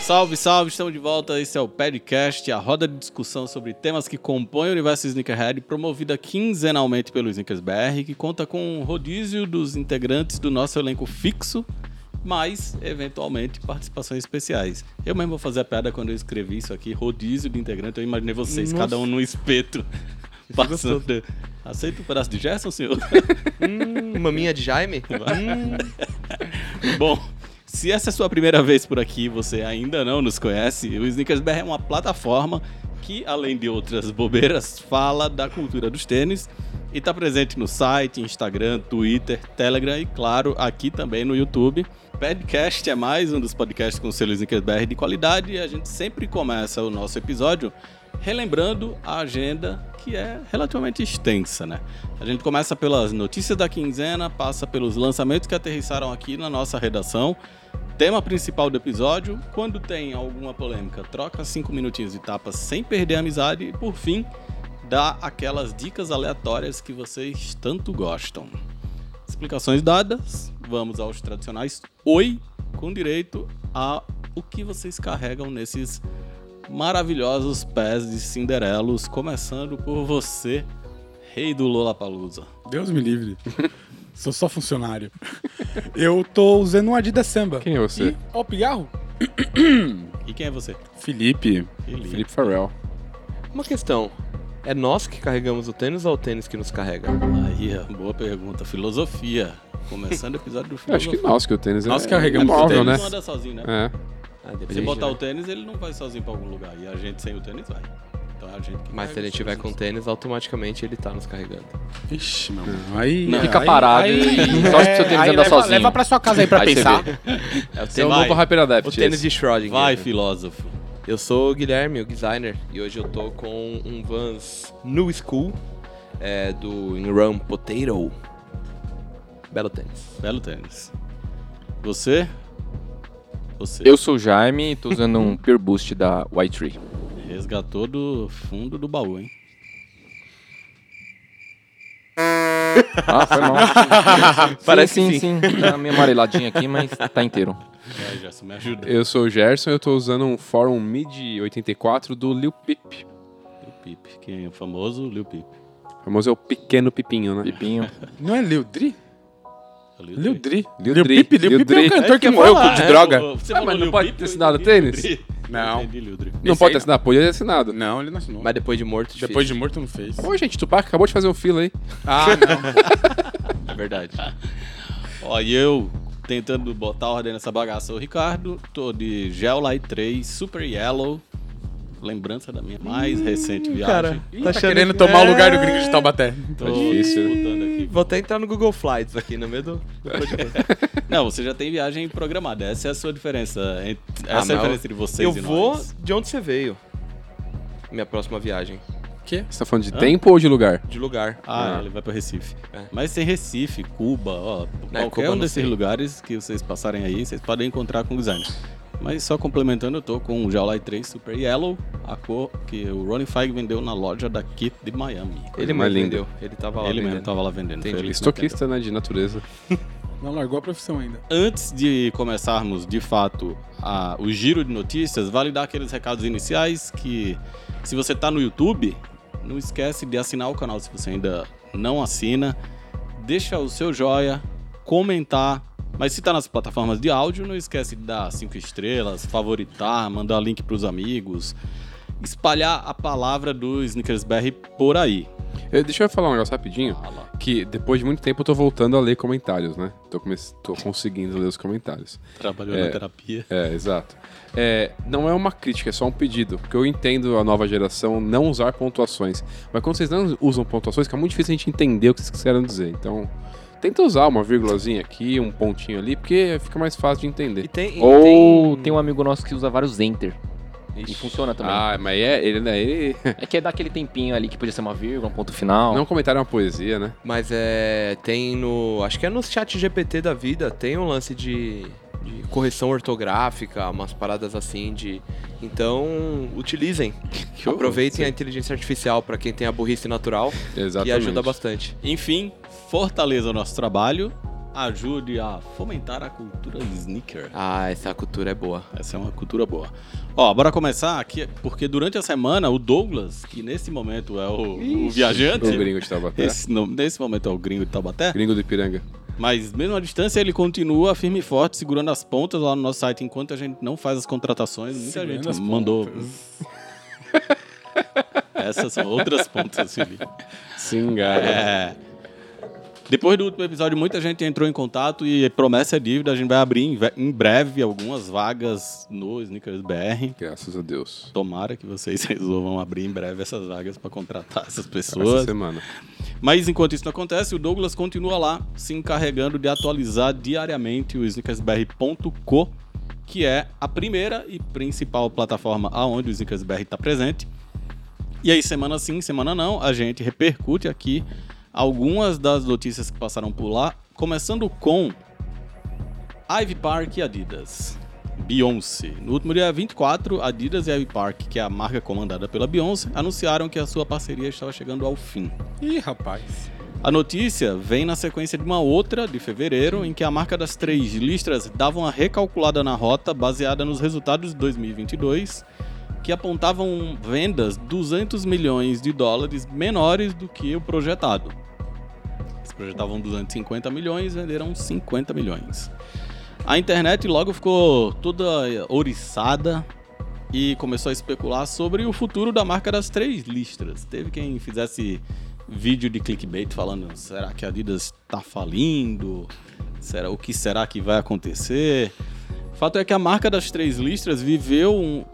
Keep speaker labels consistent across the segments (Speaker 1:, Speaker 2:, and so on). Speaker 1: Salve, salve, estamos de volta. Esse é o Podcast, a roda de discussão sobre temas que compõem o universo Sneakerhead, promovida quinzenalmente pelo Sneakers BR, que conta com um rodízio dos integrantes do nosso elenco fixo, mas, eventualmente, participações especiais. Eu mesmo vou fazer a piada quando eu escrevi isso aqui, rodízio de integrante, eu imaginei vocês,
Speaker 2: Nossa.
Speaker 1: cada um num espeto,
Speaker 2: gostoso.
Speaker 1: passando... Aceita um pedaço de Gerson, senhor?
Speaker 2: Hum, maminha de Jaime? Hum,
Speaker 1: Hum. Bom, se essa é a sua primeira vez por aqui e você ainda não nos conhece, o Sneakers BR é uma plataforma que, além de outras bobeiras, fala da cultura dos tênis e está presente no site, Instagram, Twitter, Telegram e, claro, aqui também no YouTube. Podcast é mais um dos podcasts com o selo Sneakers BR de qualidade e a gente sempre começa o nosso episódio relembrando a agenda que é relativamente extensa, né? A gente começa pelas notícias da quinzena, passa pelos lançamentos que aterrissaram aqui na nossa redação. Tema principal do episódio, quando tem alguma polêmica, troca cinco minutinhos de tapa sem perder a amizade e por fim, dá aquelas dicas aleatórias que vocês tanto gostam. Explicações dadas, vamos aos tradicionais oi, com direito a o que vocês carregam nesses maravilhosos pés de cinderelos, começando por você, rei do Lollapalooza.
Speaker 3: Deus me livre. Sou só funcionário. Eu tô usando um Adidas Samba.
Speaker 4: Quem é você?
Speaker 3: E, ó, o pigarro.
Speaker 1: E quem é você?
Speaker 4: Felipe.
Speaker 1: Felipe.
Speaker 4: Felipe Farrell.
Speaker 2: uma questão. É nós que carregamos o tênis ou é o tênis que nos carrega?
Speaker 1: Aí, ó, boa pergunta. Filosofia. Começando o episódio do
Speaker 4: Eu
Speaker 1: filosofia.
Speaker 4: acho que nós que o tênis
Speaker 3: Nós
Speaker 4: é,
Speaker 3: carregamos
Speaker 4: é
Speaker 3: o
Speaker 4: móvel,
Speaker 1: Ele
Speaker 4: né?
Speaker 3: tênis.
Speaker 1: não anda sozinho, né?
Speaker 4: É.
Speaker 2: Ah, depende,
Speaker 1: Se botar
Speaker 2: né?
Speaker 1: o tênis, ele não vai sozinho pra algum lugar. E a gente sem o tênis vai. Então é a gente que
Speaker 2: Mas se
Speaker 1: carrega
Speaker 2: ele
Speaker 1: os
Speaker 2: tiver com
Speaker 1: tênis.
Speaker 2: o tênis, automaticamente ele tá nos carregando.
Speaker 3: Ixi, meu irmão. Aí.
Speaker 1: Não,
Speaker 4: Fica parado e só se o seu tênis andar
Speaker 5: leva,
Speaker 4: sozinho.
Speaker 5: Leva pra sua casa aí pra
Speaker 4: Aí você
Speaker 5: pensar.
Speaker 4: vê.
Speaker 2: É o
Speaker 4: Você é o
Speaker 1: Vai.
Speaker 4: novo HyperAdapt.
Speaker 2: O tênis
Speaker 4: esse.
Speaker 2: de Schrödinger.
Speaker 1: Vai, filósofo.
Speaker 2: Eu sou o Guilherme, o designer, e hoje eu tô com um Vans New School é, do Inram Potato. Belo tênis.
Speaker 1: Belo tênis. Você? Você
Speaker 4: Eu sou o Jaime e tô usando um Pure Boost da White Tree.
Speaker 1: resgatou do fundo do baú, hein?
Speaker 4: Ah, foi mal.
Speaker 2: Parece
Speaker 4: sim,
Speaker 2: que
Speaker 4: sim. sim. Tá meio amareladinho aqui, mas tá inteiro.
Speaker 1: Vai, Gerson, me ajuda.
Speaker 4: Eu sou o Gerson e eu tô usando um Forum Mid 84 do Lil Peep.
Speaker 1: Lil Peep. Quem é o famoso? Lil Peep.
Speaker 4: O famoso é o pequeno Pipinho, né? Pipinho.
Speaker 3: Não é Lil Dri?
Speaker 1: É o
Speaker 3: Lil Dri.
Speaker 4: Lil
Speaker 3: Lil
Speaker 4: Dri.
Speaker 3: Peep? Lil
Speaker 4: Lil
Speaker 3: Peep é
Speaker 4: Dri.
Speaker 3: um cantor que
Speaker 1: Eu ia
Speaker 3: morreu
Speaker 1: falar,
Speaker 3: por
Speaker 1: é,
Speaker 3: droga.
Speaker 1: o- Você
Speaker 4: Ah,
Speaker 1: falou
Speaker 4: mas não
Speaker 1: Lil
Speaker 4: pode
Speaker 1: Peep,
Speaker 4: ter
Speaker 1: eu
Speaker 4: assinado
Speaker 1: entendi
Speaker 4: tênis?
Speaker 1: Lil Dri.
Speaker 3: Não.
Speaker 1: Eu entendi Lil Dri.
Speaker 4: Não
Speaker 3: Esse
Speaker 4: pode
Speaker 3: aí
Speaker 4: ter assinado, podia ter é assinado.
Speaker 3: Não, ele não assinou.
Speaker 2: Mas depois de morto,
Speaker 3: Depois de morto, não fez.
Speaker 4: Ô, gente, Tupac acabou de fazer um fila aí.
Speaker 3: Ah, não.
Speaker 2: de É verdade.
Speaker 1: Ó, e eu tentando botar ordem nessa bagaça, o Ricardo, tô de Gel Light 3, Super Yellow, lembrança da minha mais recente viagem.
Speaker 3: Ih, tá querendo tomar o lugar do gringo de Taubaté.
Speaker 1: Tô
Speaker 4: Tá difícil, né?
Speaker 1: botando aqui.
Speaker 2: Vou até entrar no Google Flights aqui no meio do.
Speaker 1: Não, você já tem viagem programada, essa é a sua diferença. ent-
Speaker 2: Ah, mas
Speaker 1: Essa é a
Speaker 2: eu-
Speaker 1: diferença entre vocês
Speaker 2: eu
Speaker 1: e
Speaker 2: vou
Speaker 1: nós.
Speaker 2: de onde você veio. Minha próxima viagem.
Speaker 3: Que?
Speaker 4: Você tá falando de
Speaker 1: Hã?
Speaker 4: tempo ou de lugar?
Speaker 2: De lugar.
Speaker 1: Ah,
Speaker 4: Ah.
Speaker 1: ele vai pra Recife.
Speaker 2: É.
Speaker 1: Mas tem Recife, Cuba, ó, qualquer
Speaker 2: Cuba eu
Speaker 1: um
Speaker 2: não
Speaker 1: desses
Speaker 2: sei.
Speaker 1: lugares que vocês passarem aí, vocês podem encontrar com o design. Mas só complementando, eu tô com um o Geolite 3 Super Yellow, a cor que o Ronnie Feig vendeu na loja da Kit de Miami.
Speaker 2: ele mais
Speaker 4: mais linda.
Speaker 2: lindo. Ele tava lá.
Speaker 1: Ele mesmo
Speaker 2: vendendo.
Speaker 1: tava lá vendendo.
Speaker 2: Entendi.
Speaker 1: foi ele que
Speaker 4: Estoquista, né? De natureza.
Speaker 3: Não largou a profissão ainda.
Speaker 1: Antes de começarmos de fato a- o giro de notícias, vale dar aqueles recados iniciais que se você está no YouTube, não esquece de assinar o canal se você ainda não assina. Deixa o seu joia, comentar. Mas se está nas plataformas de áudio, não esquece de dar cinco estrelas, favoritar, mandar link para os amigos, espalhar a palavra do Snickers BR por aí.
Speaker 4: Eu- deixa eu falar um negócio rapidinho.
Speaker 1: Fala.
Speaker 4: Que depois de muito tempo eu tô voltando a ler comentários, né? Tô, come- tô conseguindo ler os comentários.
Speaker 1: Trabalhou na terapia.
Speaker 4: É, exato. É, não é uma crítica, é só um pedido. Porque eu entendo a nova geração não usar pontuações. Mas quando vocês não usam pontuações, fica muito difícil a gente entender o que vocês quiseram dizer. Então, tenta usar uma vírgulazinha aqui, um pontinho ali, porque fica mais fácil de
Speaker 2: E
Speaker 4: entender.
Speaker 2: tem. e
Speaker 5: Ou tem um amigo nosso que usa vários enter. E funciona também.
Speaker 4: Ah, mas é, ele, né, ele...
Speaker 5: É que é daquele tempinho ali que podia ser uma vírgula, um ponto final.
Speaker 4: Não comentário é uma poesia, né?
Speaker 2: Mas é. Tem no. Acho que é no chat GPT da vida, tem um lance de, de correção ortográfica, umas paradas assim de. Então, utilizem. Aproveitem a inteligência artificial pra quem tem a burrice natural
Speaker 4: Exatamente.
Speaker 2: e ajuda bastante.
Speaker 1: Enfim, fortaleça o nosso trabalho. ajude a fomentar a cultura sneaker.
Speaker 2: Ah, essa cultura é boa.
Speaker 1: Essa é uma cultura boa. Ó, bora começar aqui, porque durante a semana o Douglas, que nesse momento é o, o viajante,
Speaker 4: O gringo de Taubaté.
Speaker 1: esse no- nesse momento é o gringo de Taubaté,
Speaker 4: Gringo do Ipiranga.
Speaker 1: mas mesmo à distância ele continua firme e forte, segurando as pontas lá no nosso site, enquanto a gente não faz as contratações, muita
Speaker 3: Segurando as
Speaker 1: gente mandou.
Speaker 3: pontas.
Speaker 1: Essas são outras pontas, Felipe.
Speaker 4: Singara.
Speaker 1: É. Depois do último episódio, muita gente entrou em contato e promessa é dívida. A gente vai abrir em, ve- em breve algumas vagas no Sneakers BR.
Speaker 4: Graças a Deus.
Speaker 1: Tomara que vocês resolvam abrir em breve essas vagas para contratar essas
Speaker 4: Essa
Speaker 1: pessoas.
Speaker 4: semana.
Speaker 1: Mas enquanto isso não acontece, o Douglas continua lá se encarregando de atualizar diariamente o sneakersbr.co, que é a primeira e principal plataforma aonde o sneakersbr está tá presente. E aí, semana sim, semana não, a gente repercute aqui algumas das notícias que passaram por lá, começando com Ivy Park e Adidas. Beyoncé. No último dia 24, Adidas e Ivy Park, que é a marca comandada pela Beyoncé, anunciaram que a sua parceria estava chegando ao fim.
Speaker 3: Ih, rapaz.
Speaker 1: A notícia vem na sequência de uma outra, de fevereiro, em que a marca das três listras dava uma recalculada na rota baseada nos resultados de 2022, que apontavam vendas 200 milhões de dólares menores do que o projetado. Eles projetavam 250 milhões, venderam 50 milhões. A internet logo ficou toda eh, ouriçada e começou a especular sobre o futuro da marca das três listras. Teve quem fizesse vídeo de clickbait falando: será que a Adidas tá falindo? Será, o que será que vai acontecer? O fato é que a marca das três listras viveu um-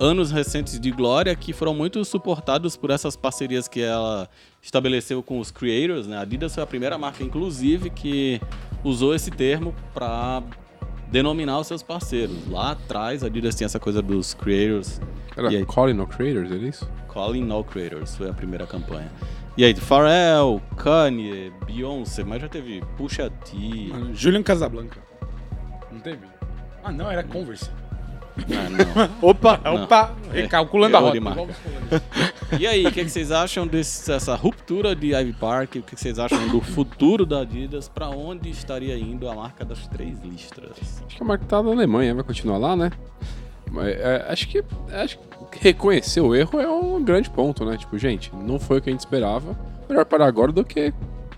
Speaker 1: anos recentes de glória que foram muito suportados por essas parcerias que ela estabeleceu com os creators. Né? A Adidas foi a primeira marca, inclusive, que usou esse termo para denominar os seus parceiros. Lá atrás, a Adidas tinha essa coisa dos creators
Speaker 4: Era
Speaker 1: E aí?
Speaker 4: Calling No Creators, era isso?
Speaker 1: Calling All Creators foi a primeira campanha. E aí, Pharrell, Kanye, Beyoncé, mas já teve Pusha T.
Speaker 3: Mano, Julian Casablanca. Não teve? Ah, não, era Converse.
Speaker 1: Ah, não.
Speaker 3: Opa,
Speaker 1: Não.
Speaker 3: opa, recalculando
Speaker 1: É,
Speaker 3: a rota.
Speaker 1: erro de marca.
Speaker 3: Vamos falando.
Speaker 1: E aí, o que, que vocês acham dessa ruptura de Ivy Park? O que, que vocês acham do futuro da Adidas? Pra onde estaria indo a marca das três listras?
Speaker 4: Acho que a marca tá na Alemanha, vai continuar lá, né? Mas, é, acho, que, acho que reconhecer o erro é um grande ponto, né? Tipo, gente, não foi o que a gente esperava. Melhor parar agora do que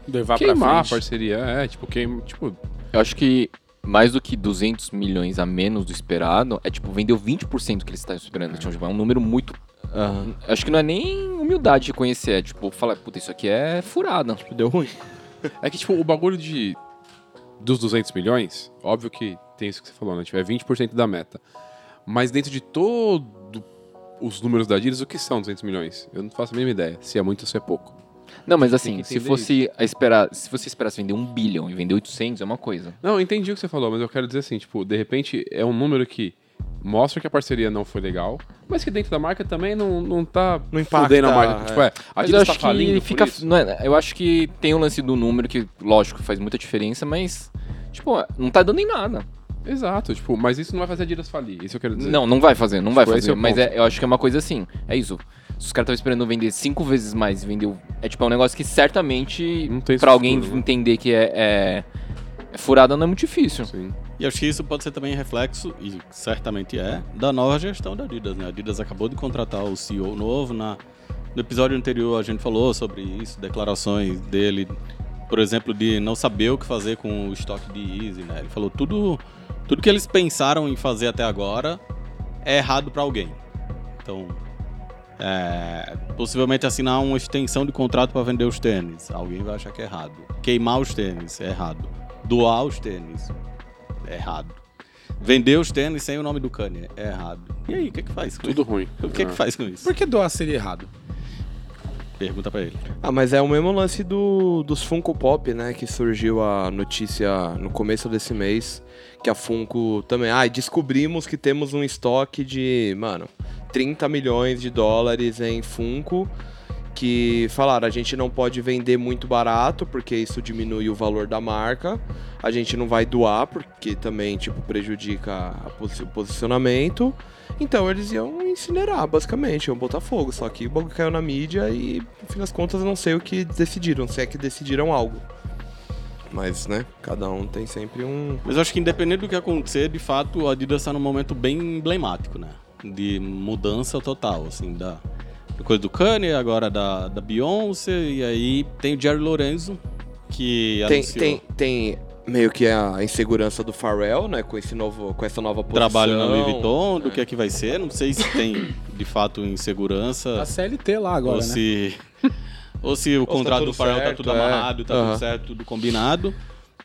Speaker 3: Levar
Speaker 4: queimar
Speaker 3: pra
Speaker 4: a
Speaker 3: frente.
Speaker 4: parceria. É, tipo, queima, tipo,
Speaker 5: Eu acho que mais do que 200 milhões a menos do esperado, é tipo, vendeu 20% que eles estavam esperando. Tipo, é um número muito. ah, acho que não é nem humildade de conhecer, é tipo, falar, puta, isso aqui é furada. Tipo, deu ruim.
Speaker 4: É que, tipo, o bagulho de dos 200 milhões, óbvio que tem isso que você falou, né? Tipo, é 20% da meta. Mas dentro de todos os números da Adidas, o que são 200 milhões? Eu não faço a mínima ideia. Se é muito ou se é pouco.
Speaker 5: Não, mas
Speaker 4: Tem
Speaker 5: assim,
Speaker 4: que
Speaker 5: se
Speaker 4: entender
Speaker 5: fosse a esperar, se você esperasse vender um bilhão e vender 800, é uma coisa.
Speaker 4: Não, eu entendi o que você falou, mas eu quero dizer assim, tipo, de repente é um número que mostra que a parceria não foi legal, mas que dentro da marca também não, não tá
Speaker 2: Não impacta,
Speaker 4: fudendo a marca. Tipo, é, a
Speaker 5: Mas eu
Speaker 4: Adidas tá
Speaker 5: acho
Speaker 4: falindo
Speaker 5: que
Speaker 4: por
Speaker 5: fica.
Speaker 4: isso.
Speaker 5: não é- eu acho que tem o lance do número que, lógico, faz muita diferença, mas, tipo, não tá dando em nada.
Speaker 4: Exato, tipo, mas isso não vai fazer a Adidas falir, isso eu quero dizer.
Speaker 5: Não, não vai fazer, não
Speaker 4: Tipo,
Speaker 5: vai
Speaker 4: esse é
Speaker 5: fazer.
Speaker 4: o
Speaker 5: mas
Speaker 4: ponto.
Speaker 5: é- eu acho que é uma coisa assim. É isso. Se os caras estavam esperando vender cinco vezes mais e vendeu. É tipo, é um negócio que certamente,
Speaker 4: Não tem
Speaker 5: pra alguém
Speaker 4: futuro, né?
Speaker 5: entender que é, é- é furada, não é muito difícil.
Speaker 4: Sim.
Speaker 1: E acho que isso pode ser também reflexo, e certamente é, da nova gestão da Adidas, né? A Adidas acabou de contratar o CEO novo. Na... No episódio anterior a gente falou sobre isso, declarações dele, por exemplo, de não saber o que fazer com o estoque de Easy, né? Ele falou tudo, tudo que eles pensaram em fazer até agora é errado para alguém. Então, é, possivelmente assinar uma extensão de contrato para vender os tênis, alguém vai achar que é errado. Queimar os tênis é errado. Doar os tênis, é errado. Vender os tênis sem o nome do Kanye é errado. E aí, o que que faz com
Speaker 4: Tudo
Speaker 1: isso?
Speaker 4: ruim.
Speaker 1: O que que
Speaker 4: É.
Speaker 1: faz com isso?
Speaker 3: Por que doar seria errado?
Speaker 1: Pergunta pra ele.
Speaker 2: Ah, mas é o mesmo lance do, dos Funko Pop, né? Que surgiu a notícia no começo desse mês. Que a Funko também. Ah, e descobrimos que temos um estoque de, mano, 30 milhões de dólares em Funko. Que falaram, a gente não pode vender muito barato, porque isso diminui o valor da marca. A gente não vai doar, porque também, tipo, prejudica a posi- o posicionamento. Então eles iam incinerar, basicamente, iam botar fogo. Só que o bagulho caiu na mídia e, no fim das contas, eu não sei o que decidiram, se é que decidiram algo. Mas, né, cada um tem sempre um.
Speaker 1: Mas eu acho que independente do que acontecer, de fato, a Adidas está num momento bem emblemático, né? De mudança total, assim, da da coisa do Kanye, agora da, da Beyoncé, e aí tem o Jerry Lorenzo, que
Speaker 2: Tem,
Speaker 1: anunciou
Speaker 2: tem, tem meio que a insegurança do Pharrell, né? Com, esse novo, com essa nova posição.
Speaker 1: trabalho na Louis Vuitton, do que é que vai ser, não sei se tem, de fato, insegurança,
Speaker 3: A CLT lá
Speaker 1: Ah. ou
Speaker 3: agora, né?
Speaker 1: se... Ou se o
Speaker 2: tá
Speaker 1: contrato do
Speaker 2: tudo
Speaker 1: Pharrell tá
Speaker 2: certo,
Speaker 1: tudo
Speaker 2: é.
Speaker 1: amarrado, tá
Speaker 2: Aham.
Speaker 1: tudo certo, tudo combinado.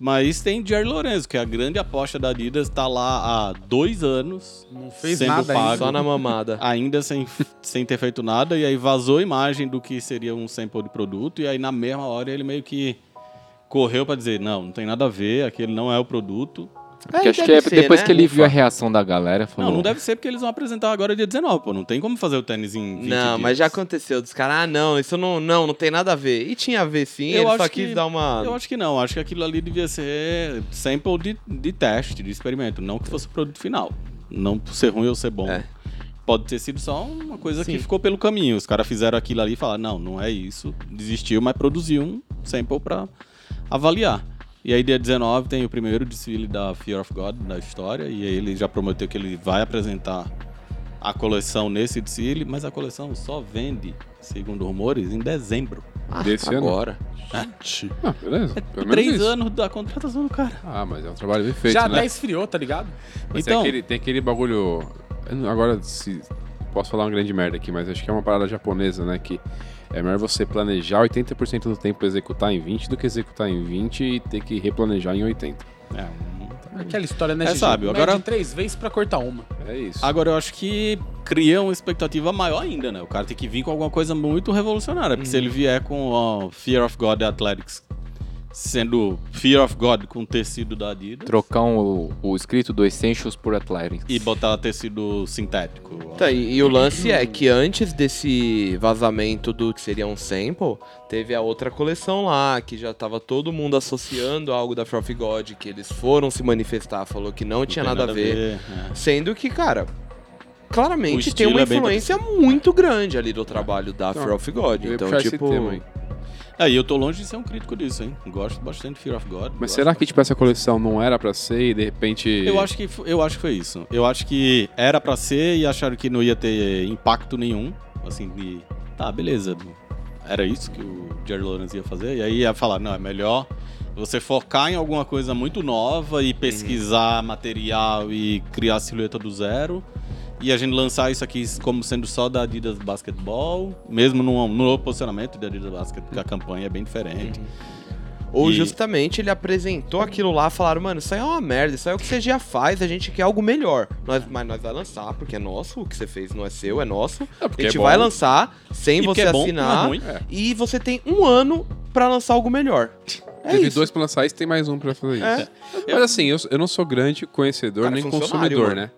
Speaker 1: Mas tem Jerry Lorenzo, que é a grande aposta da Adidas, tá lá há dois anos.
Speaker 3: Não fez
Speaker 1: sendo
Speaker 3: nada ainda.
Speaker 1: pago.
Speaker 2: Só na mamada.
Speaker 1: ainda sem, sem ter feito nada, e aí vazou a imagem do que seria um sample de produto, e aí na mesma hora ele meio que correu pra dizer, não, não tem nada a ver, aquele não é o produto.
Speaker 5: Porque
Speaker 2: É,
Speaker 5: acho que
Speaker 2: deve
Speaker 5: é
Speaker 2: ser,
Speaker 5: depois
Speaker 2: né?
Speaker 5: que ele
Speaker 2: Não
Speaker 5: viu a
Speaker 2: fa-
Speaker 5: reação da galera, falou...
Speaker 1: Não, não deve ser porque eles vão apresentar agora dia 19, pô, não tem como fazer o tênis em 20
Speaker 2: Não,
Speaker 1: dias.
Speaker 2: mas já aconteceu dos caras, ah, não, isso não, não, não tem nada a ver. E tinha a ver sim,
Speaker 1: Eu
Speaker 2: ele só
Speaker 1: acho
Speaker 2: quis
Speaker 1: que-
Speaker 2: dar uma.
Speaker 1: Eu acho que não, acho que aquilo ali devia ser sample de, de teste, de experimento, não que fosse o produto final. Não por ser ruim ou ser bom.
Speaker 2: É.
Speaker 1: Pode ter sido só uma coisa
Speaker 2: Sim.
Speaker 1: que ficou pelo caminho. Os caras fizeram aquilo ali e falaram, não, não é isso. Desistiu, mas produziu um sample pra avaliar. E aí dia 19 tem o primeiro desfile da Fear of God da história, e aí ele já prometeu que ele vai apresentar a coleção nesse desfile, mas a coleção só vende, segundo rumores, em dezembro.
Speaker 2: Ah,
Speaker 4: Desse ano.
Speaker 2: agora.
Speaker 4: Ah, beleza. Pelo menos
Speaker 1: É Três
Speaker 4: isso.
Speaker 1: anos da contratação do cara.
Speaker 4: Ah, mas é um trabalho bem feito,
Speaker 3: Já
Speaker 4: né?
Speaker 3: até esfriou, tá ligado?
Speaker 4: Mas
Speaker 1: Então-
Speaker 4: tem, aquele, tem aquele bagulho. eu não- Agora, se. Posso falar uma grande merda aqui, mas acho que é uma parada japonesa, né? Que é melhor você planejar 80% do tempo e executar em 20 do que executar em 20 e ter que replanejar em 80.
Speaker 1: É, um-
Speaker 3: Aquela história, né,
Speaker 1: É
Speaker 3: Gigi?
Speaker 1: sábio,
Speaker 3: Mede
Speaker 1: agora-
Speaker 3: três vezes pra cortar uma.
Speaker 4: É isso.
Speaker 2: Ah,
Speaker 1: Agora eu acho que cria uma expectativa maior ainda, né? O cara tem que vir com alguma coisa muito revolucionária. Porque se
Speaker 2: Uhum.
Speaker 1: ele vier com ó, Fear of God Athletics sendo Fear of God com tecido da Adidas
Speaker 5: Trocar um- o escrito do Essentials por Athletics.
Speaker 1: e botar tecido sintético. ó.
Speaker 2: Tá, e, e o lance é que antes desse vazamento do que seria um sample, teve a outra coleção lá, que já tava todo mundo associando algo da Froth God, que eles foram se manifestar, falou que não,
Speaker 1: Não
Speaker 2: tinha
Speaker 1: tem
Speaker 2: nada, a
Speaker 1: é.
Speaker 2: ver. Sendo que, cara,
Speaker 1: O
Speaker 2: claramente tem
Speaker 1: estilo
Speaker 2: uma
Speaker 1: é bem
Speaker 2: influência muito grande ali do trabalho da
Speaker 4: Então,
Speaker 2: Fear of God.
Speaker 4: eu ia
Speaker 2: Então,
Speaker 4: puxar esse
Speaker 2: tipo.
Speaker 4: tema aí.
Speaker 1: É, e eu tô longe de ser um crítico disso, hein? Gosto bastante de Fear of God.
Speaker 4: Mas
Speaker 1: gosto
Speaker 4: será que, tipo, essa coleção não era pra ser e de repente.
Speaker 1: Eu acho que fo- eu acho que foi isso. Eu acho que era pra ser e acharam que não ia ter impacto nenhum, assim de tá, beleza. Era isso que o Jerry Lawrence ia fazer e aí ia falar, não, é melhor você focar em alguma coisa muito nova e
Speaker 2: Uhum.
Speaker 1: pesquisar material e criar a silhueta do zero. E a gente lançar isso aqui como sendo só da Adidas Basketball, mesmo no, no posicionamento da Adidas Basketball, porque a campanha é bem diferente.
Speaker 2: Ou
Speaker 1: E-
Speaker 2: justamente ele apresentou aquilo lá, falaram, mano, isso aí é uma merda, isso aí é o que você já faz, a gente quer algo melhor. Nós, mas nós vai lançar, porque é nosso, o que você fez não é seu, é nosso.
Speaker 4: É,
Speaker 2: a
Speaker 4: porque
Speaker 2: gente
Speaker 4: é bom.
Speaker 2: vai lançar sem
Speaker 1: E porque
Speaker 2: você
Speaker 1: é bom, não é
Speaker 2: assinar.
Speaker 1: ruim.
Speaker 2: e você tem um ano pra lançar algo melhor. É
Speaker 4: Teve
Speaker 2: isso.
Speaker 4: dois pra lançar e tem mais um pra fazer isso.
Speaker 2: É.
Speaker 4: Mas assim, eu, eu não sou grande conhecedor
Speaker 2: Cara,
Speaker 4: nem
Speaker 2: funcionário,
Speaker 4: consumidor,
Speaker 2: mano.
Speaker 4: né?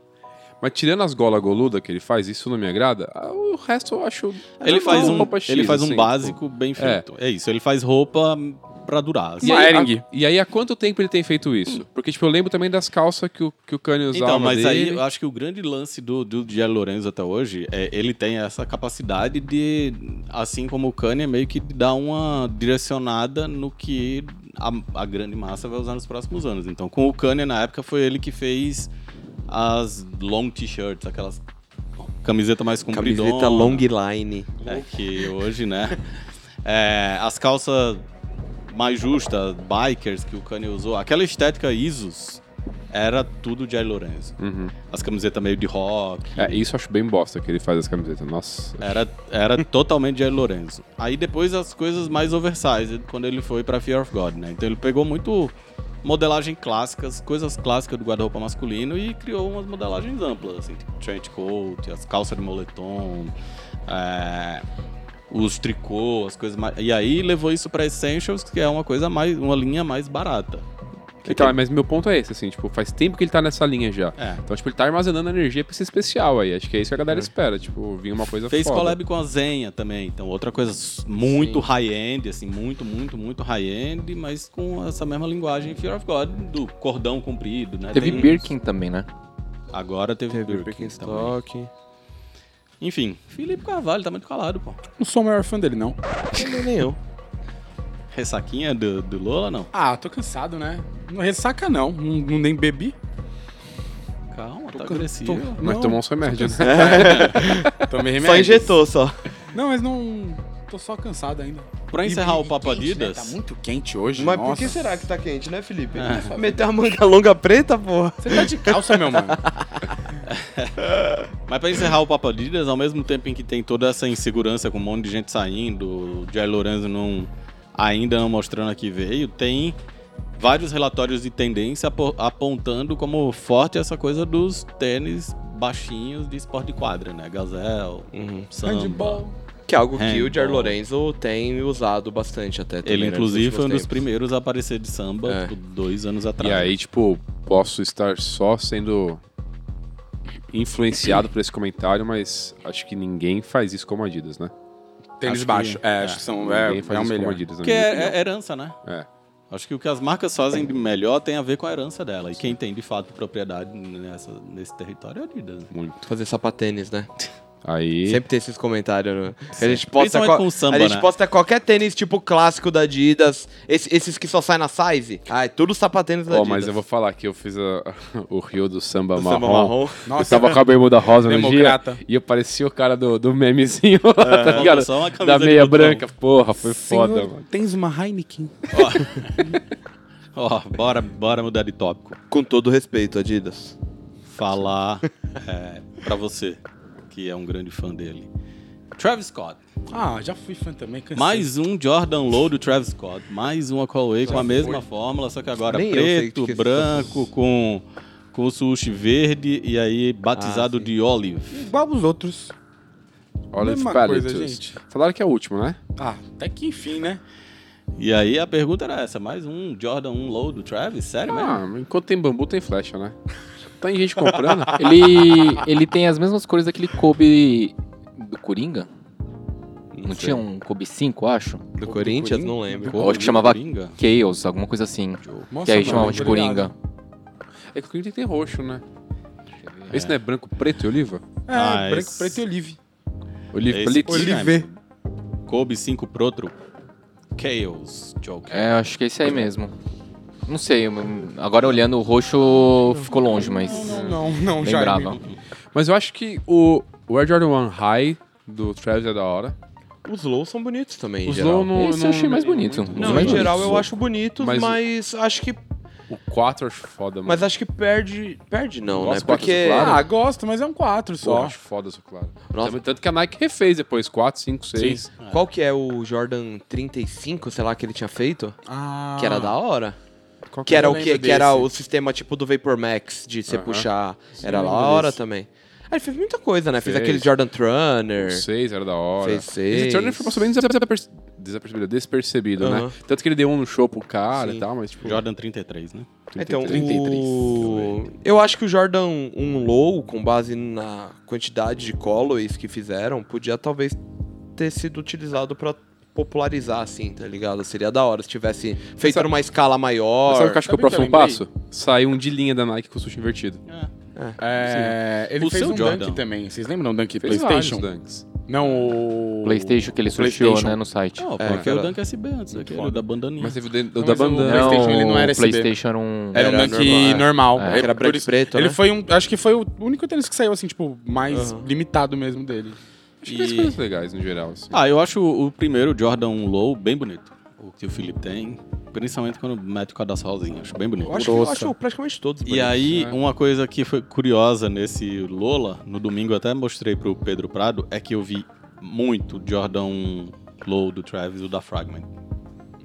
Speaker 4: Mas tirando as gola goluda que ele faz, isso não me agrada. ah, O resto eu acho.
Speaker 1: Ele faz
Speaker 4: normal,
Speaker 1: um,
Speaker 4: É, roupa X,
Speaker 1: ele faz um
Speaker 4: assim,
Speaker 1: básico bem feito. É. isso, ele faz roupa pra durar. assim.
Speaker 4: tipo. E aí,
Speaker 5: Ering.
Speaker 4: a- e aí, há quanto tempo ele tem feito isso? Porque, tipo, eu lembro também das calças que o, que o Kanye usava
Speaker 1: Então, mas aí
Speaker 4: dele.
Speaker 1: eu acho que o grande lance do, do Diego Lorenzo até hoje é ele tem essa capacidade de, assim como o Kanye, meio que de dar uma direcionada no que a, a grande massa vai usar nos próximos anos. Então, com o Kanye na época foi ele que fez as long t-shirts, aquelas camiseta mais compridona.
Speaker 2: Camiseta long line.
Speaker 1: É que hoje, né? é, as calças mais justas, bikers que o Kanye usou, aquela estética Isos, era tudo Jerry Lorenzo.
Speaker 4: Uhum.
Speaker 1: As camisetas meio de rock,
Speaker 4: É, isso eu acho bem bosta que ele faz as camisetas. Nossa.
Speaker 1: era, era totalmente Jerry Lorenzo. Aí depois as coisas mais oversized, quando ele foi pra Fear of God, né? Então ele pegou muito modelagem clássicas, coisas clássicas do guarda-roupa masculino e criou umas modelagens amplas, assim, tipo trench coat, as calças de moletom, é, os tricôs, as coisas mais... E aí levou isso pra Essentials, que é uma coisa mais... uma linha mais barata.
Speaker 4: Então, mas meu ponto é esse, assim, tipo, faz tempo que ele tá nessa linha já.
Speaker 1: É.
Speaker 4: Então, tipo, ele tá armazenando energia pra esse especial aí. Acho que é isso que a galera espera, tipo, vir uma
Speaker 3: É
Speaker 4: coisa
Speaker 1: Fez
Speaker 4: foda.
Speaker 1: collab com a Zenha também, então outra coisa s- muito high-end, assim, muito, muito, muito high-end, mas com essa mesma linguagem Fear of God, do cordão comprido, né?
Speaker 5: Teve
Speaker 1: Tem-
Speaker 5: Birkin também, né?
Speaker 1: Agora teve,
Speaker 2: Teve
Speaker 1: Birkin, também.
Speaker 2: Birkenstock.
Speaker 1: Enfim, Felipe Carvalho tá muito calado, pô.
Speaker 3: Não sou o maior fã dele, não.
Speaker 2: Também nem eu.
Speaker 1: Ressaquinha do, do Lola, não?
Speaker 3: Ah, tô cansado, né? Não ressaca, não. Não, não nem bebi.
Speaker 1: Calma, tá
Speaker 3: Tô-
Speaker 1: agressivo.
Speaker 3: tô-
Speaker 4: Mas
Speaker 3: não, É.
Speaker 4: tomou uns remédios, né?
Speaker 3: Tomei
Speaker 2: Só
Speaker 3: remédio.
Speaker 2: injetou, só.
Speaker 3: Não, mas não. Tô só cansado ainda.
Speaker 1: Pra encerrar
Speaker 3: E-
Speaker 1: o
Speaker 3: e
Speaker 1: Papo
Speaker 3: quente, né?
Speaker 1: Adidas,
Speaker 3: Tá muito quente hoje.
Speaker 2: Mas por
Speaker 3: nossa.
Speaker 2: que será que tá quente, né, Felipe?
Speaker 1: Ah.
Speaker 2: Vai Meter uma manga longa preta, porra.
Speaker 3: Você tá de calça, meu mano.
Speaker 1: mas pra encerrar o Papo Adidas, ao mesmo tempo em que tem toda essa insegurança com um monte de gente saindo, o Jair Lorenzo não, ainda não mostrando a que veio, tem vários relatórios de tendência apo- apontando como forte essa coisa dos tênis baixinhos de esporte de quadra, né? Gazel, samba.
Speaker 3: Handball.
Speaker 2: Que é algo que
Speaker 1: Handball.
Speaker 2: o Jair Lorenzo tem usado bastante até. também,
Speaker 1: então. Ele,
Speaker 2: né, nos
Speaker 1: inclusive,
Speaker 2: últimos
Speaker 1: foi um dos
Speaker 2: tempos.
Speaker 1: primeiros a aparecer de samba,
Speaker 2: É.
Speaker 1: tipo, dois anos atrás.
Speaker 4: E aí, tipo, posso estar só sendo influenciado por esse comentário, mas acho que ninguém faz isso como Adidas, né?
Speaker 3: Tênis
Speaker 1: Acho que-
Speaker 3: baixo. é, acho que são. É,
Speaker 4: ninguém
Speaker 3: é
Speaker 4: faz
Speaker 3: o
Speaker 4: isso como
Speaker 3: melhor.
Speaker 4: Adidas, na
Speaker 1: Porque
Speaker 4: minha
Speaker 1: é,
Speaker 4: opinião.
Speaker 1: é herança, né?
Speaker 4: É.
Speaker 1: Acho que o que as marcas fazem de melhor tem a ver com a herança dela. E quem tem, de fato, propriedade nessa- nesse território é a Adidas. né?
Speaker 4: muito.
Speaker 2: Fazer sapatênis, né?
Speaker 4: Aí,
Speaker 2: Sempre tem esses comentários. Né? Que A gente
Speaker 1: Sim.
Speaker 2: posta
Speaker 1: Principalmente
Speaker 2: qual-
Speaker 1: com o samba,
Speaker 2: a gente
Speaker 1: né?
Speaker 2: posta qualquer tênis tipo clássico da Adidas, esse- esses que só sai na size. Ah, é tudo sapatênis da
Speaker 4: ó,
Speaker 2: Adidas.
Speaker 4: mas eu vou falar que eu fiz a- o Rio do Samba,
Speaker 2: Do
Speaker 4: marrom.
Speaker 2: samba marrom.
Speaker 4: eu tava com a bermuda rosa no dia
Speaker 3: Democrata. É,
Speaker 4: e eu parecia o cara do, do memezinho, tá ligado?
Speaker 1: Só É uma camisa
Speaker 4: Da
Speaker 1: de
Speaker 4: meia
Speaker 1: botão.
Speaker 4: branca, porra, foi
Speaker 3: Senhor,
Speaker 4: foda, mano.
Speaker 3: Tens uma Heineken.
Speaker 1: Ó, bora, bora mudar de tópico.
Speaker 2: Com todo respeito, Adidas.
Speaker 1: Falar é, pra você, que é um grande fã dele. Travis Scott.
Speaker 3: Ah, já fui fã também, cansei.
Speaker 1: Mais um Jordan Low do Travis Scott. Mais uma Callaway com a mesma fórmula, só que agora
Speaker 2: Nem eu sei
Speaker 1: preto,
Speaker 2: que é que-
Speaker 1: branco, com, com sushi verde e aí batizado
Speaker 2: Ah, sim.
Speaker 1: de Olive.
Speaker 3: Igual os outros.
Speaker 4: Olha os
Speaker 3: Mesma coisa,
Speaker 4: palitos.
Speaker 3: gente.
Speaker 4: Falaram que é o último, né?
Speaker 3: Ah, até que enfim, né?
Speaker 1: E aí a pergunta era essa, mais um Jordan 1 Low do Travis?
Speaker 5: É
Speaker 1: Sério mesmo?
Speaker 4: Ah, enquanto tem bambu, tem flecha, né? Tem gente comprando. Ele
Speaker 5: Ele, ele tem as mesmas cores daquele Kobe do Coringa? Não,
Speaker 2: sei.
Speaker 5: tinha um Kobe 5, acho?
Speaker 2: Do Corinthians, não lembro.
Speaker 5: Eu acho que chamava
Speaker 1: Coringa?
Speaker 5: Chaos, alguma coisa assim. que aí
Speaker 3: mano,
Speaker 5: chamava de
Speaker 3: obrigado.
Speaker 5: Coringa.
Speaker 4: É que o Corinthians tem roxo, né? Esse não é branco, preto e oliva?
Speaker 3: É,
Speaker 1: Ah,
Speaker 3: branco,
Speaker 1: esse-
Speaker 3: preto e olive.
Speaker 4: Oliva,
Speaker 1: Esse
Speaker 4: palito.
Speaker 1: Oliva.
Speaker 3: Olive.
Speaker 1: Kobe 5 Protro? Chaos Joker.
Speaker 5: É, acho que é esse aí mesmo. Não sei, eu- agora olhando o roxo ficou longe, mas
Speaker 3: Não, não, não, já.
Speaker 5: lembrava.
Speaker 4: Mas eu acho que o, o Air Jordan One High do Travis é da hora.
Speaker 2: Os lows são bonitos também, em
Speaker 4: Os
Speaker 2: geral.
Speaker 4: low não,
Speaker 5: Esse
Speaker 4: não- é
Speaker 5: eu achei mais bonito. Os
Speaker 2: Não,
Speaker 5: mais
Speaker 2: em geral
Speaker 5: bonitos.
Speaker 2: eu acho bonitos, mas,
Speaker 4: Mas-
Speaker 2: acho que
Speaker 4: O 4 eu acho foda, mano.
Speaker 2: mas é acho que perde, perde não,
Speaker 4: Nossa,
Speaker 2: né?
Speaker 4: quatro
Speaker 2: Porque Ah,
Speaker 4: claro.
Speaker 3: Ah, gosto, mas é um 4
Speaker 4: Porra,
Speaker 3: só.
Speaker 4: acho foda isso, claro.
Speaker 2: Nossa.
Speaker 4: Também- Tanto que a Nike refez depois, 4, 5, 6.
Speaker 2: qual que é o Jordan 35, sei lá que ele tinha feito?
Speaker 3: Ah.
Speaker 2: Que era da hora.
Speaker 4: Qual
Speaker 2: Que era
Speaker 3: eu
Speaker 2: o
Speaker 3: lembro
Speaker 2: que, que era
Speaker 3: desse.
Speaker 2: o sistema tipo do Vapor Max de você
Speaker 4: Aham.
Speaker 2: puxar.
Speaker 4: Sim,
Speaker 2: era
Speaker 4: eu
Speaker 2: da
Speaker 4: lembro
Speaker 2: hora
Speaker 4: desse.
Speaker 2: também. Aí ele fez muita coisa, né? Fez,
Speaker 4: Fez.
Speaker 2: aquele Jordan Trunner.
Speaker 4: 6 era da hora.
Speaker 2: Fez seis.
Speaker 4: Esse Jordan foi passou bem desaperce- desapercebido, despercebido,
Speaker 2: Aham.
Speaker 4: né? Tanto que ele deu um no show pro cara
Speaker 2: Sim.
Speaker 4: e tal, mas tipo...
Speaker 1: Jordan 33, né?
Speaker 2: Então,
Speaker 4: 33.
Speaker 2: o... eu acho que o Jordan 1 Low, com base na quantidade de colorways que fizeram, podia talvez ter sido utilizado pra popularizar, assim, tá ligado? Seria da hora se tivesse feito
Speaker 4: sabe-
Speaker 2: numa escala maior.
Speaker 4: Sabe o que eu acho
Speaker 3: Sabe
Speaker 4: que é o
Speaker 3: o que eu
Speaker 4: próximo passo? Saiu um de linha da Nike com o sushi invertido.
Speaker 3: É, ele
Speaker 1: O
Speaker 3: fez
Speaker 1: seu
Speaker 3: um
Speaker 1: Jordan.
Speaker 3: Dunk também. Vocês lembram do Dunk
Speaker 4: Fez
Speaker 3: PlayStation?
Speaker 4: vários dunks.
Speaker 3: Não, o.
Speaker 5: PlayStation que ele sorteou,
Speaker 3: PlayStation.
Speaker 5: né, no site.
Speaker 1: Não,
Speaker 2: É,
Speaker 1: pô, porque
Speaker 2: cara.
Speaker 1: o Dunk SB antes daquele,
Speaker 3: foda.
Speaker 1: o da bandaninha.
Speaker 4: Mas teve o, de, o
Speaker 3: Não,
Speaker 4: da
Speaker 3: mas o
Speaker 4: bandana.
Speaker 3: Não, PlayStation, ele não era
Speaker 5: o
Speaker 3: SB.
Speaker 5: PlayStation era um...
Speaker 3: Era, um
Speaker 2: Era
Speaker 3: Dunk normal.
Speaker 5: É.
Speaker 3: Ele-
Speaker 2: Que era
Speaker 3: por
Speaker 2: branco e
Speaker 3: isso-
Speaker 2: preto,
Speaker 3: Ele
Speaker 2: né?
Speaker 3: foi um. Acho que foi o único tênis que saiu, assim, tipo, mais
Speaker 2: Aham.
Speaker 3: limitado mesmo dele.
Speaker 4: Acho que fez coisas legais no geral. assim.
Speaker 1: Ah, eu acho o primeiro Jordan 1 Low bem bonito. O que o Felipe tem, principalmente quando mete o cadastro rosinha. Acho bem bonito.
Speaker 2: Eu acho, que- eu acho praticamente todos.
Speaker 1: E
Speaker 2: bonitos.
Speaker 1: aí, um
Speaker 4: né?
Speaker 1: uma coisa que foi curiosa nesse Lola, no domingo eu até mostrei pro Pedro Prado, é que eu vi muito Jordan Low do Travis, o da Fragment.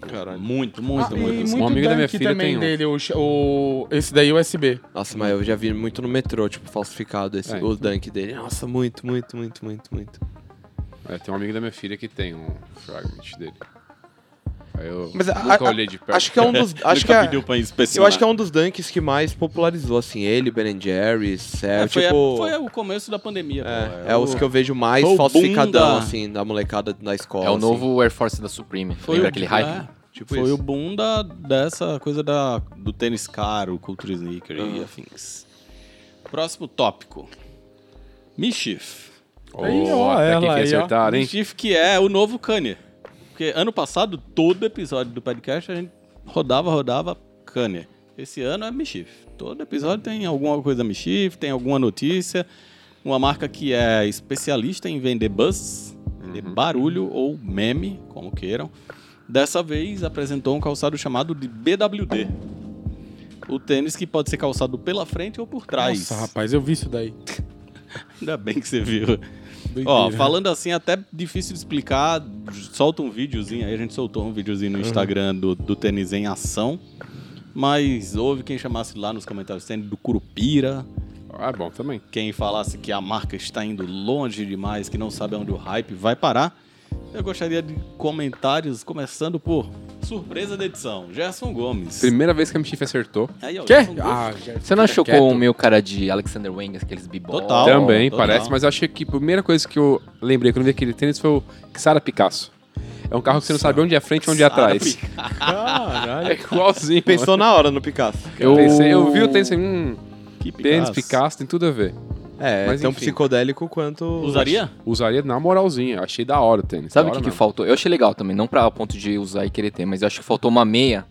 Speaker 1: Caralho. Muito, muito,
Speaker 3: Ah, e
Speaker 1: muito. assim.
Speaker 3: muito
Speaker 4: amigo da minha
Speaker 3: Dunk
Speaker 4: filha
Speaker 3: também
Speaker 4: tem um.
Speaker 3: dele, o, ch- o- Esse daí USB.
Speaker 2: Nossa, mas eu já vi muito no metrô, tipo, falsificado esse,
Speaker 4: É,
Speaker 2: o Dunk dele. Nossa, muito, muito, muito, muito, muito.
Speaker 4: É, tem um amigo da minha filha que tem um fragment dele. Aí eu
Speaker 2: Mas a-
Speaker 4: nunca
Speaker 2: a-
Speaker 4: olhei de perto.
Speaker 2: Acho que é um dos. Acho que
Speaker 1: Nunca
Speaker 2: é,
Speaker 1: pediu tá pra
Speaker 2: eu
Speaker 1: inspecionar.
Speaker 2: acho que é um dos dunks que mais popularizou, assim, ele, Ben Jerry's,
Speaker 1: É,
Speaker 2: Cell,
Speaker 1: foi,
Speaker 2: tipo...
Speaker 1: foi o começo da pandemia. pô.
Speaker 2: É, é os que eu vejo mais
Speaker 1: Ou
Speaker 2: falsificadão,
Speaker 1: bunda.
Speaker 2: assim, da molecada da escola.
Speaker 5: É o
Speaker 2: assim.
Speaker 5: novo Air Force da Supreme.
Speaker 1: Foi
Speaker 5: Lembra
Speaker 1: o-
Speaker 5: aquele
Speaker 1: é,
Speaker 5: hype?
Speaker 2: Tipo
Speaker 1: foi
Speaker 2: isso.
Speaker 1: o boom da- dessa coisa da, do tênis caro, culture sneaker e afins. Próximo tópico. Mischief.
Speaker 4: Oh,
Speaker 3: Aí, ó,
Speaker 4: até
Speaker 3: ela
Speaker 4: que
Speaker 3: aí, ó.
Speaker 4: acertaram, hein?
Speaker 1: Mischief que é o novo Kanye. Porque ano passado, todo episódio do podcast, a gente rodava, rodava Kanye. Esse ano é Mischief. Todo episódio tem alguma coisa Mischief, tem alguma notícia. Uma marca que é especialista em vender buzz, vender
Speaker 3: Uhum.
Speaker 1: barulho ou meme, como queiram. Dessa vez apresentou um calçado chamado de BWD. O tênis que pode ser calçado pela frente ou por trás.
Speaker 3: Nossa, rapaz, eu vi isso daí.
Speaker 1: Ainda bem que você viu. Ó,
Speaker 3: Doideira.
Speaker 1: falando assim, até difícil de explicar. Solta um videozinho aí, a gente soltou um videozinho
Speaker 5: Uhum.
Speaker 1: no Instagram do, do tênis em ação. Mas houve quem chamasse lá nos comentários tênis do Curupira,
Speaker 4: Ah, bom, também.
Speaker 1: quem falasse que a marca está indo longe demais, que não sabe onde o hype vai parar. Eu gostaria de comentários, começando por surpresa da edição, Gerson Gomes.
Speaker 4: Primeira vez que a Michif acertou.
Speaker 1: Aí, ó,
Speaker 5: Quê?
Speaker 1: Gerson Gomes.
Speaker 3: Ah, já
Speaker 5: Você não achou
Speaker 4: Quieto.
Speaker 5: com o meu cara de Alexander Wang, aqueles bibol?
Speaker 1: Total. Ó,
Speaker 4: também,
Speaker 1: total.
Speaker 4: parece, mas eu achei que a primeira coisa que eu lembrei quando eu vi aquele tênis foi o Sara Picasso. É um carro que você não sabe onde é a frente e onde é atrás.
Speaker 1: Sabe?
Speaker 4: É
Speaker 2: Caralho.
Speaker 4: igualzinho.
Speaker 2: Pensou na hora no Picasso.
Speaker 4: Eu, pensei, eu vi o tênis e falei, hum,
Speaker 1: Que
Speaker 4: tênis
Speaker 1: Picasso.
Speaker 4: Picasso tem tudo a ver.
Speaker 2: É,
Speaker 4: Mas
Speaker 2: tão
Speaker 4: enfim.
Speaker 2: psicodélico quanto.
Speaker 1: Usaria?
Speaker 4: Usaria na moralzinha, achei da hora o tênis.
Speaker 5: Sabe
Speaker 4: da
Speaker 5: o que,
Speaker 4: hora
Speaker 5: que
Speaker 4: mesmo.
Speaker 5: faltou? Eu achei legal também, não pra ponto de usar e querer ter, mas eu acho que faltou uma meia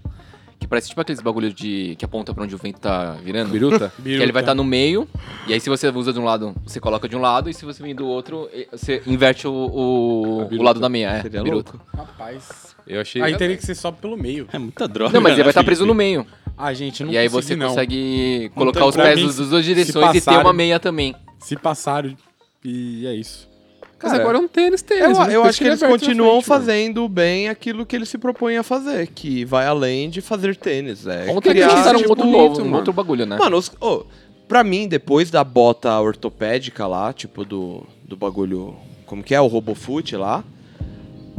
Speaker 5: que parece tipo aqueles bagulhos de que aponta pra onde o vento tá virando.
Speaker 4: Biruta?
Speaker 5: Que ele vai tá estar no meio, e aí se você usa de um lado, você coloca de um lado, e se você vem do outro, e- você inverte o, o-
Speaker 4: A
Speaker 5: o
Speaker 4: biruta.
Speaker 5: lado da meia. É,
Speaker 1: Seria
Speaker 5: biruta.
Speaker 3: Rapaz.
Speaker 4: Eu achei.
Speaker 3: Aí teria que ser sobe pelo meio.
Speaker 1: É muita droga.
Speaker 5: Não, mas ele
Speaker 1: né,
Speaker 5: vai estar preso
Speaker 1: Felipe?
Speaker 5: no meio.
Speaker 3: Ah, gente, não
Speaker 5: e aí
Speaker 3: consegui,
Speaker 5: você
Speaker 3: não.
Speaker 5: consegue colocar
Speaker 3: tem
Speaker 5: os
Speaker 3: pra
Speaker 5: pés
Speaker 3: mim,
Speaker 5: dos- das duas
Speaker 3: se
Speaker 5: direções e ter
Speaker 3: passarem.
Speaker 5: uma meia também.
Speaker 3: Se passaram e é isso.
Speaker 4: Mas
Speaker 2: Cara,
Speaker 4: agora é um tênis, tênis.
Speaker 2: Eu,
Speaker 4: mas
Speaker 2: eu
Speaker 4: tem
Speaker 2: acho que eles
Speaker 4: aberto na
Speaker 2: continuam
Speaker 4: frente, mano.
Speaker 2: fazendo bem aquilo que eles se propõem a fazer, que vai além de fazer tênis. É
Speaker 5: Ontem
Speaker 2: criar,
Speaker 5: eles usaram um
Speaker 2: tipo,
Speaker 5: outro novo, um
Speaker 4: mano.
Speaker 5: outro bagulho, né?
Speaker 2: Mano, os, ô, pra mim, depois da bota ortopédica lá, tipo, do, do bagulho. Como que é? O Robofoot lá.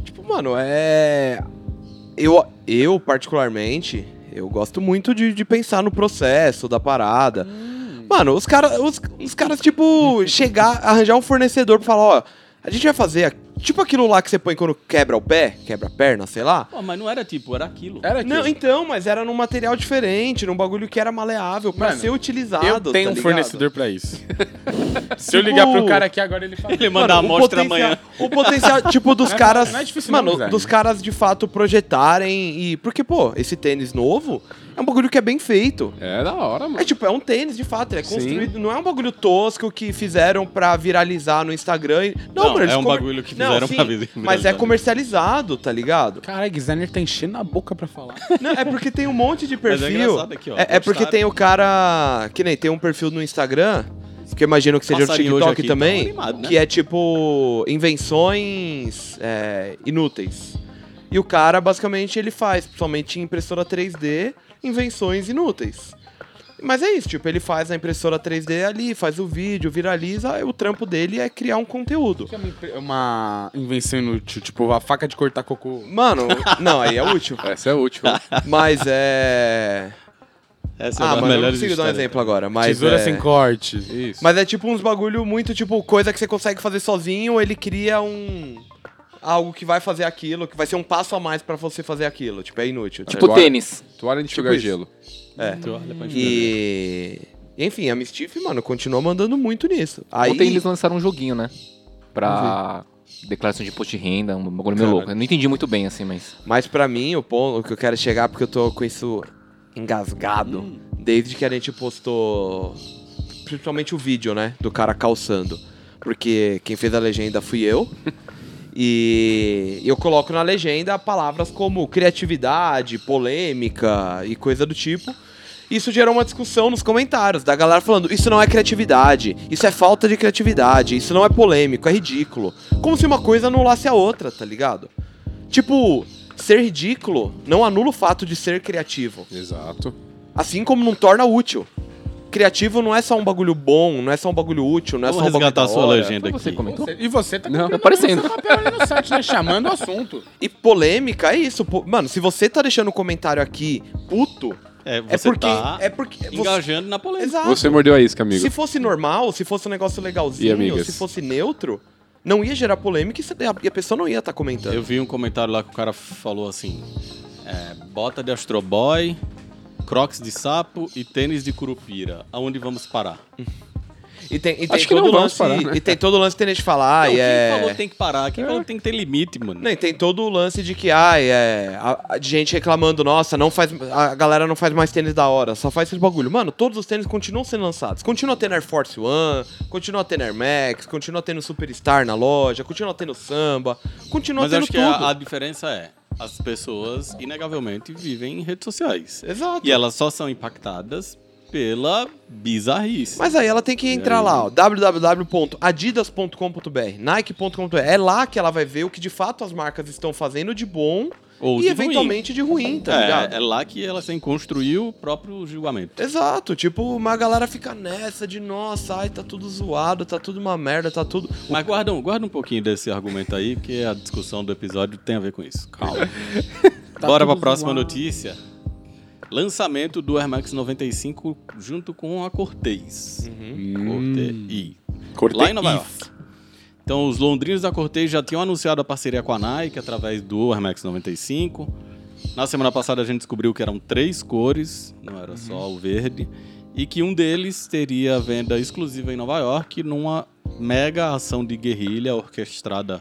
Speaker 2: Tipo, mano, é. Eu, eu particularmente, eu gosto muito de, de pensar no processo da parada. Mano, os caras, os, os caras, tipo, chegar, arranjar um fornecedor pra falar, ó, a gente vai fazer. a- Tipo aquilo lá que você põe quando quebra o pé, quebra a perna, sei lá.
Speaker 1: Pô, mas não era tipo, era aquilo.
Speaker 5: É.
Speaker 4: Era aquilo.
Speaker 2: Não, então, mas era num material diferente, num bagulho que era maleável pra
Speaker 3: Mano,
Speaker 2: ser utilizado.
Speaker 3: Eu
Speaker 2: tá
Speaker 3: tenho um
Speaker 2: ligado?
Speaker 3: fornecedor pra isso. Se eu ligar
Speaker 4: Tipo,
Speaker 3: pro cara aqui agora, ele fala.
Speaker 1: Ele manda a
Speaker 2: o
Speaker 1: amostra
Speaker 2: potencial-
Speaker 1: amanhã.
Speaker 2: O potencial, tipo, dos
Speaker 3: Não é-
Speaker 2: caras.
Speaker 3: não é difícil não,
Speaker 2: mano,
Speaker 3: Guilherme.
Speaker 2: dos caras de fato projetarem e. Porque, pô, esse tênis novo é um bagulho que é bem feito.
Speaker 4: É da hora, mano.
Speaker 2: É tipo, é um tênis de fato, ele é
Speaker 4: Sim.
Speaker 2: construído. Não é um bagulho tosco que fizeram pra viralizar no Instagram. e- Não,
Speaker 1: Não,
Speaker 2: mano, eles
Speaker 1: é um
Speaker 2: comer-
Speaker 1: bagulho que
Speaker 2: Não,
Speaker 1: fizeram
Speaker 2: sim,
Speaker 1: pra vir-
Speaker 2: Mas é comercializado, tá ligado?
Speaker 3: Caralho, designer tá enchendo a boca pra falar.
Speaker 2: Não, é porque tem um monte de
Speaker 1: Mas é
Speaker 2: perfil.
Speaker 1: engraçado aqui, ó,
Speaker 2: é, é porque
Speaker 1: postaram.
Speaker 2: tem o cara. Que nem tem um perfil no Instagram, que eu imagino que seja do
Speaker 1: Passarinho hoje
Speaker 2: TikTok
Speaker 1: aqui
Speaker 2: também.
Speaker 1: tão animado, né?
Speaker 2: Que é tipo. Invenções é, inúteis. E o cara, basicamente, ele faz, principalmente em impressora 3D, invenções inúteis. Mas é isso, tipo, ele faz a impressora 3D ali, faz o vídeo, viraliza, o trampo dele é criar um conteúdo.
Speaker 3: Que é uma impre- uma invenção inútil, tipo a faca de cortar cocô.
Speaker 2: Mano, não, aí é útil.
Speaker 4: Essa é útil.
Speaker 2: Mas é.
Speaker 1: Essa
Speaker 2: Ah,
Speaker 1: é
Speaker 2: mas eu não
Speaker 1: melhor
Speaker 2: consigo dar um exemplo agora, mas.
Speaker 3: Tesoura
Speaker 2: é...
Speaker 3: sem corte.
Speaker 4: Isso.
Speaker 2: Mas é tipo uns bagulho muito, tipo, coisa que você consegue fazer sozinho, ele cria um. Algo que vai fazer aquilo, que vai ser um passo a mais pra você fazer aquilo. Tipo, é inútil. tá
Speaker 5: Tipo
Speaker 2: ligado?
Speaker 4: Agora-
Speaker 5: tênis.
Speaker 4: Toalha de enxugar
Speaker 2: isso.
Speaker 4: gelo.
Speaker 1: É. Então,
Speaker 2: E. Enfim, a Mischief, mano, continua mandando muito nisso. Aí.
Speaker 5: Ontem eles lançaram um joguinho, né? Pra declaração de imposto de renda, um bagulho meio louco. Eu não entendi muito bem, assim, mas...
Speaker 2: Mas pra mim, o ponto que eu quero é chegar, porque eu tô com isso engasgado, desde que a gente postou. Principalmente o vídeo, né? Do cara calçando. Porque quem fez a legenda fui eu. E eu coloco na legenda palavras como criatividade, polêmica e coisa do tipo. Isso gerou uma discussão nos comentários da galera falando: isso não é criatividade, isso é falta de criatividade, isso não é polêmico, é ridículo. Como se uma coisa anulasse a outra, tá ligado? Tipo, ser ridículo não anula o fato de ser criativo.
Speaker 4: Exato.
Speaker 2: Assim como não torna útil. Criativo não é só um bagulho bom, não é só um bagulho útil, não é
Speaker 1: Vamos
Speaker 2: só um bagulho
Speaker 1: resgatar
Speaker 2: da
Speaker 1: a sua
Speaker 2: hora.
Speaker 1: legenda
Speaker 5: Você
Speaker 1: aqui.
Speaker 5: comentou?
Speaker 3: E você tá
Speaker 4: Não,
Speaker 3: cumprindo
Speaker 5: tá parecendo.
Speaker 3: seu papel ali no site, né? Chamando o assunto.
Speaker 2: E polêmica é isso. po- Mano, se você tá deixando o comentário aqui puto,
Speaker 1: É,
Speaker 2: é
Speaker 1: você
Speaker 2: porque.
Speaker 1: tá
Speaker 2: é porque. você-
Speaker 1: engajando na polêmica.
Speaker 2: Exato.
Speaker 4: Você mordeu a isca, amigo.
Speaker 2: Se fosse normal, se fosse um negócio
Speaker 4: E
Speaker 2: legalzinho,
Speaker 4: amigas?
Speaker 2: se fosse neutro, não ia gerar polêmica e cê- e a pessoa não ia estar comentando.
Speaker 1: Eu vi um comentário lá que o cara falou assim: é, bota de Astroboy, crocs de sapo e tênis de curupira. Aonde vamos parar?
Speaker 2: E tem, e tem
Speaker 4: Acho que
Speaker 2: todo
Speaker 4: não
Speaker 2: o
Speaker 4: vamos
Speaker 2: lance,
Speaker 4: parar, né?
Speaker 2: e tem todo o lance que tem gente falar,
Speaker 1: Não,
Speaker 2: ai,
Speaker 1: quem
Speaker 2: é...
Speaker 1: falou tem que parar? Quem falou tem que ter limite, mano?
Speaker 2: Não, e tem todo o lance de que, ai, é. A, a de gente reclamando, nossa, não faz, a galera não faz mais tênis da hora, só faz esses bagulho. Mano, todos os tênis continuam sendo lançados. Continua tendo Air Force One, continua tendo Air Max, continua tendo Superstar na loja, continua tendo samba, continua
Speaker 1: Mas eu
Speaker 2: tendo
Speaker 1: acho que
Speaker 2: tudo.
Speaker 1: a, a diferença é, as pessoas inegavelmente vivem em redes sociais.
Speaker 2: Exato.
Speaker 1: E elas só são impactadas pela bizarrice.
Speaker 2: Mas aí ela tem que entrar lá, ó, www.adidas.com.br, nike.com.br. É lá que ela vai ver o que de fato as marcas estão fazendo de bom
Speaker 1: Ou
Speaker 2: e
Speaker 1: de ruim.
Speaker 2: eventualmente de ruim, tá ligado?
Speaker 1: é, é lá que elas têm que construir o próprio julgamento.
Speaker 2: Exato, tipo, uma galera fica nessa de nossa, ai, tá tudo zoado, tá tudo uma merda, tá tudo.
Speaker 1: Mas guarda um, guarda um pouquinho desse argumento aí, porque a discussão do episódio tem a ver com isso. Calma.
Speaker 2: Tá
Speaker 1: Bora pra
Speaker 3: tudo
Speaker 1: próxima
Speaker 3: zoado.
Speaker 1: notícia. Lançamento do Air Max 95 junto com a Cortez.
Speaker 2: Hum.
Speaker 1: Cortez.
Speaker 4: Cortei
Speaker 1: Lá em Nova York. Então, os londrinos da Cortez já tinham anunciado a parceria com a Nike através do Air Max 95. Na semana passada, a gente descobriu que eram três cores, não era só o verde, e que um deles teria venda exclusiva em Nova York numa mega ação de guerrilha orquestrada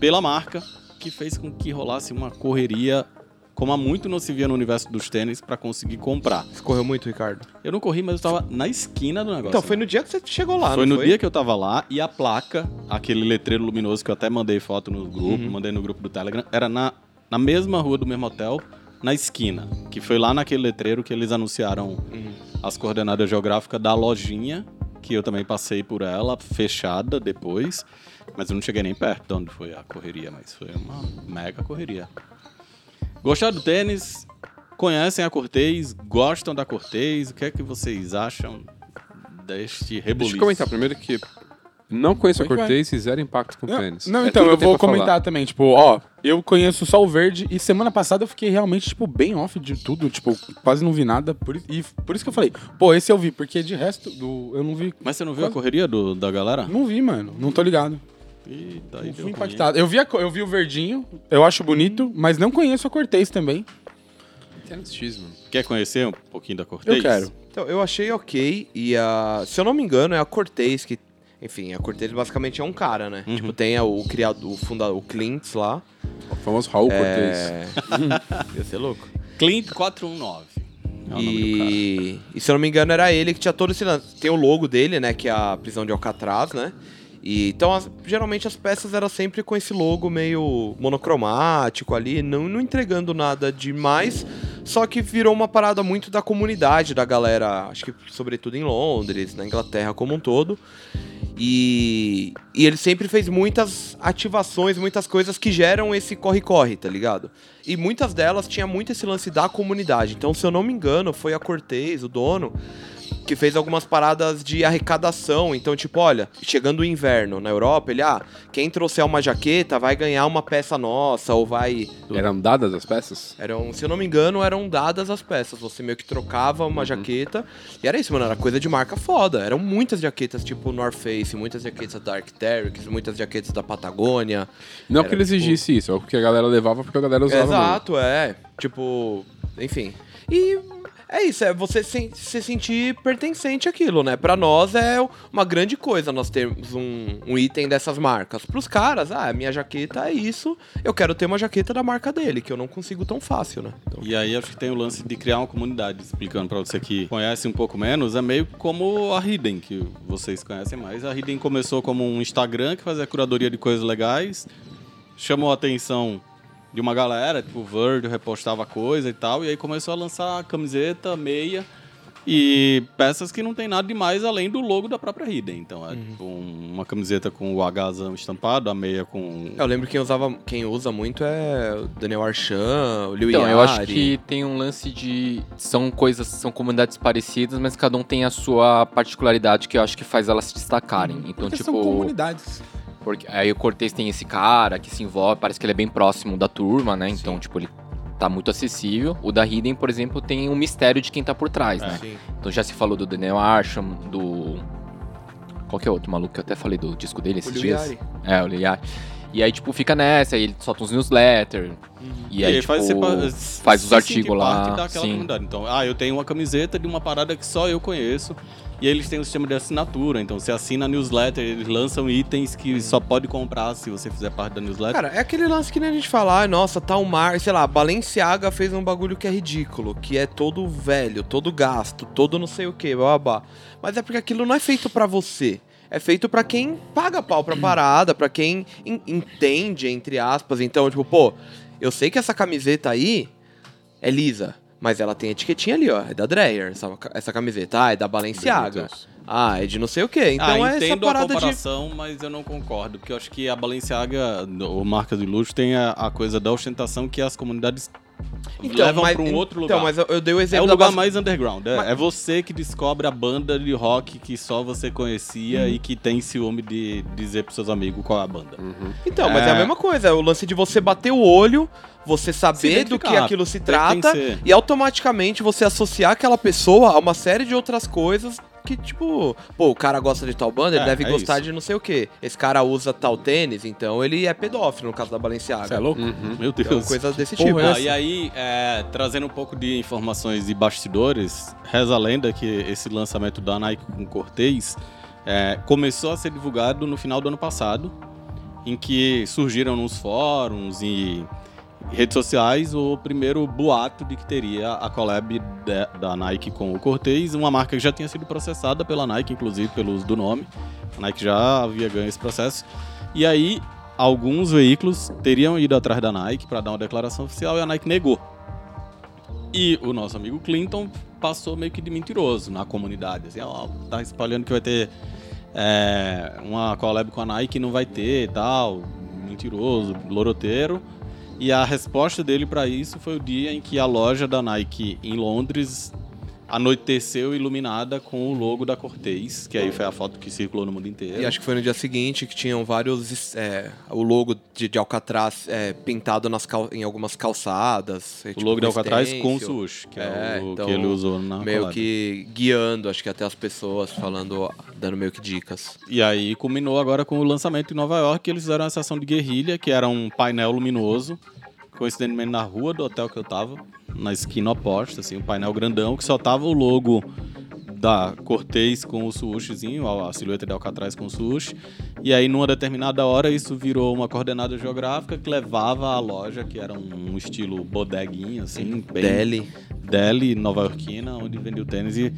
Speaker 1: pela marca, que fez com que rolasse uma correria como há muito não se via no universo dos tênis para conseguir comprar.
Speaker 2: Você correu muito, Ricardo?
Speaker 1: Eu não corri, mas eu estava na esquina do negócio.
Speaker 2: Então, foi no dia que você chegou lá,
Speaker 1: Foi
Speaker 2: não
Speaker 1: no dia que eu tava lá e a placa, aquele letreiro luminoso que eu até mandei foto no grupo,
Speaker 2: Uhum.
Speaker 1: mandei no grupo do Telegram, era na, na mesma rua do mesmo hotel, na esquina. Que foi lá naquele letreiro que eles anunciaram
Speaker 2: Uhum.
Speaker 1: as coordenadas geográficas da lojinha, que eu também passei por ela, fechada depois. Mas eu não cheguei nem perto de onde foi a correria, mas foi uma mega correria. Gostaram do tênis? Conhecem a Cortez? Gostam da Cortez? O que é que vocês acham deste
Speaker 4: Deixa
Speaker 1: reboliço?
Speaker 4: eu comentar primeiro que não conheço a
Speaker 3: Vai que
Speaker 4: Cortez e zero impacto com
Speaker 3: Não,
Speaker 4: tênis.
Speaker 3: não,
Speaker 4: É
Speaker 3: então,
Speaker 4: tudo
Speaker 3: eu
Speaker 4: que tenho
Speaker 3: vou
Speaker 4: pra falar.
Speaker 3: comentar também, tipo, ó, eu conheço só o verde e semana passada eu fiquei realmente, tipo, bem off de tudo, tipo, quase não vi nada, por, i- e por isso que eu falei, pô, esse eu vi, porque de resto, do, eu não vi,
Speaker 1: Mas você não viu
Speaker 3: Quase-
Speaker 1: a correria do- da galera?
Speaker 3: não vi, mano, não tô ligado,
Speaker 1: Ih, daí
Speaker 3: não
Speaker 1: deu
Speaker 3: fui
Speaker 1: ruim.
Speaker 3: impactado. Eu vi, a co- eu vi o verdinho, eu acho bonito, mas não conheço a Cortez também,
Speaker 4: Tênis X, mano.
Speaker 1: Quer conhecer um pouquinho da Cortez?
Speaker 3: eu quero.
Speaker 2: Então, eu achei ok. E a. Se eu não me engano, é a Cortez que. Enfim, a Cortez basicamente é um cara, né?
Speaker 1: Uhum.
Speaker 2: Tipo, tem a- o criador, o fundador, o Clint lá.
Speaker 4: O famoso Raul Cortez.
Speaker 2: É. Ia ser louco.
Speaker 1: Clint 419. É o nome do
Speaker 2: e... e se eu não me engano, era ele que tinha todo esse lance. Tem o logo dele, né? Que é a prisão de Alcatraz, né? E, então, as- geralmente as peças eram sempre com esse logo meio monocromático ali, não, não entregando nada demais. Só que virou uma parada muito da comunidade, da galera, acho que sobretudo em Londres, na Inglaterra como um todo. E, e ele sempre fez muitas ativações, muitas coisas que geram esse corre-corre, tá ligado? E muitas delas tinha muito esse lance da comunidade. Então, se eu não me engano, foi a Cortez, o dono, que fez algumas paradas de arrecadação. Então, tipo, olha, chegando o inverno na Europa, ele, ah, quem trouxer uma jaqueta vai ganhar uma peça nossa, ou vai. é,
Speaker 4: Eram dadas as peças?
Speaker 2: Eram, se eu não me engano, eram dadas as peças. Você meio que trocava uma jaqueta. E era isso, mano. Era coisa de marca foda. Eram muitas jaquetas, tipo North Face, muitas jaquetas da Arc'teryx, muitas jaquetas da Patagônia.
Speaker 4: Não
Speaker 2: Era,
Speaker 4: que ele
Speaker 2: tipo-
Speaker 4: exigisse isso, é o que a galera levava porque a galera usava. mesmo.
Speaker 2: Exato, é. Tipo, enfim. E é isso, é você se, se sentir pertencente àquilo, né? Pra nós é uma grande coisa nós termos um, um item dessas marcas. Pros caras, ah, minha jaqueta é isso, eu quero ter uma jaqueta da marca dele, que eu não consigo tão fácil, né? Então,
Speaker 1: cara. E aí acho que tem o lance de criar uma comunidade, explicando pra você que conhece um pouco menos, é meio como a Hidden, que vocês conhecem mais. A Hidden começou como um Instagram que fazia curadoria de coisas legais, chamou a atenção de uma galera, tipo o Verde repostava coisa e tal, e aí começou a lançar camiseta, meia e peças que não tem nada demais além do logo da própria Hidden. Então é tipo um- uma camiseta com o agazão estampado, a meia com
Speaker 2: eu lembro que quem, usava, quem usa muito é o Daniel Archan, o Liu
Speaker 5: Então, eu acho
Speaker 2: Yari.
Speaker 5: que tem um lance de. São coisas, são comunidades parecidas, mas cada um tem a sua particularidade que eu acho que faz elas se destacarem.
Speaker 2: Uhum.
Speaker 5: Então,
Speaker 3: Porque
Speaker 5: tipo.
Speaker 3: são comunidades.
Speaker 5: Porque aí o Cortez tem esse cara que se envolve, parece que ele é bem próximo da turma, né? Então, tipo, ele tá muito acessível. O da Hidden, por exemplo, tem um mistério de quem tá por trás, né?
Speaker 2: É. Sim.
Speaker 5: Então já se falou do Daniel Arsham, do. Qual que é outro maluco que eu até falei do disco dele
Speaker 2: O
Speaker 5: esses
Speaker 2: Liu
Speaker 5: dias?
Speaker 2: Yari.
Speaker 5: É, o Liu Yari. E aí, tipo, fica nessa, aí ele solta uns newsletters. E aí, tipo, faz,
Speaker 1: você pa-
Speaker 5: os
Speaker 1: se
Speaker 5: artigos
Speaker 1: sentir parte
Speaker 5: lá.
Speaker 1: daquela
Speaker 5: Sim.
Speaker 1: comunidade. Então, ah, eu tenho uma camiseta de uma parada que só eu conheço. E eles têm um sistema de assinatura. Então, você assina a newsletter, eles lançam itens que só pode comprar se você fizer parte da newsletter.
Speaker 2: Cara, é aquele lance que nem a gente fala, "Ah, nossa, tal mar, sei lá, Balenciaga fez um bagulho que é ridículo, que é todo velho, todo gasto, todo não sei o que, babá. Mas é porque aquilo não é feito pra você. É feito pra quem paga pau pra parada, pra quem en- entende, entre aspas. Então, tipo, pô, eu sei que essa camiseta aí é lisa, mas ela tem etiquetinha ali, ó, é da Dreyer, essa, essa camiseta. Ah, é da Balenciaga. Ah, é de não sei o que. Então
Speaker 1: ah,
Speaker 2: é essa
Speaker 1: entendo a
Speaker 2: parada de.
Speaker 1: comparação, mas eu não concordo. Porque eu acho que a Balenciaga, ou marca de luxo, tem a, a coisa da ostentação que as comunidades levam
Speaker 2: mas-
Speaker 1: para um outro
Speaker 2: Então,
Speaker 1: lugar.
Speaker 2: mas eu, eu dei o
Speaker 1: é o
Speaker 2: exemplo da
Speaker 1: lugar
Speaker 2: Bas-
Speaker 1: mais underground. É,
Speaker 2: Mas-
Speaker 1: é você que descobre a banda de rock que só você
Speaker 2: Uhum.
Speaker 1: conhecia e que tem ciúme de dizer pros seus amigos qual é a banda.
Speaker 2: Então, mas é a
Speaker 1: É.
Speaker 2: mesma coisa. É o lance de você bater o olho, você
Speaker 1: Se
Speaker 2: saber do
Speaker 1: identificar,
Speaker 2: que aquilo
Speaker 1: Tem
Speaker 2: se
Speaker 1: que
Speaker 2: trata
Speaker 1: ser.
Speaker 2: e automaticamente você associar aquela pessoa a uma série de outras coisas que, tipo, pô, o cara gosta de tal banda, ele
Speaker 1: É,
Speaker 2: deve
Speaker 1: é
Speaker 2: gostar
Speaker 1: isso.
Speaker 2: de não sei o quê. Esse cara usa tal tênis, então ele é pedófilo, no caso da Balenciaga.
Speaker 3: Você é louco?
Speaker 1: Meu Deus.
Speaker 2: Então, coisas desse
Speaker 3: Porra,
Speaker 2: tipo.
Speaker 1: Ah, e aí, é, trazendo um pouco de informações e bastidores, reza a lenda que esse lançamento da Nike com Cortez é, começou a ser divulgado no final do ano passado, em que surgiram nos fóruns e redes sociais o primeiro boato de que teria a collab de- da Nike com o Cortez, uma marca que já tinha sido processada pela Nike, inclusive pelo uso do nome. A Nike já havia ganho esse processo. E aí, alguns veículos teriam ido atrás da Nike para dar uma declaração oficial e a Nike negou. E o nosso amigo Clinton passou meio que de mentiroso na comunidade. Assim, ó, tá espalhando que vai ter é, uma collab com a Nike, não vai ter e tal. Mentiroso, loroteiro. E a resposta dele para isso foi o dia em que a loja da Nike em Londres anoiteceu iluminada com o logo da Cortez, que aí foi a foto que circulou no mundo inteiro.
Speaker 2: E acho que foi no dia seguinte que tinham vários. é, o logo de, de Alcatraz é, pintado nas cal- em algumas calçadas. é, um
Speaker 1: O logo de Alcatraz com o
Speaker 2: sua.
Speaker 1: sushi, que é,
Speaker 2: tipo, É,
Speaker 1: o
Speaker 2: então,
Speaker 1: que ele usou na
Speaker 2: meio
Speaker 1: collab.
Speaker 2: que guiando, acho que até as pessoas, falando, dando meio que dicas.
Speaker 1: E aí culminou agora com o lançamento em Nova York, eles fizeram a sessão de guerrilha, que era um painel luminoso, coincidentemente na rua do hotel que eu tava, na esquina oposta, assim, um painel grandão, que só tava o logo da Cortez com o sushizinho, a a silhueta de Alcatraz com o sushi. E aí, numa determinada hora, isso virou uma coordenada geográfica que levava à loja, que era um estilo bodeguinha, assim, bem
Speaker 2: Deli.
Speaker 1: Delhi, Nova Yorkina, onde vendeu tênis. E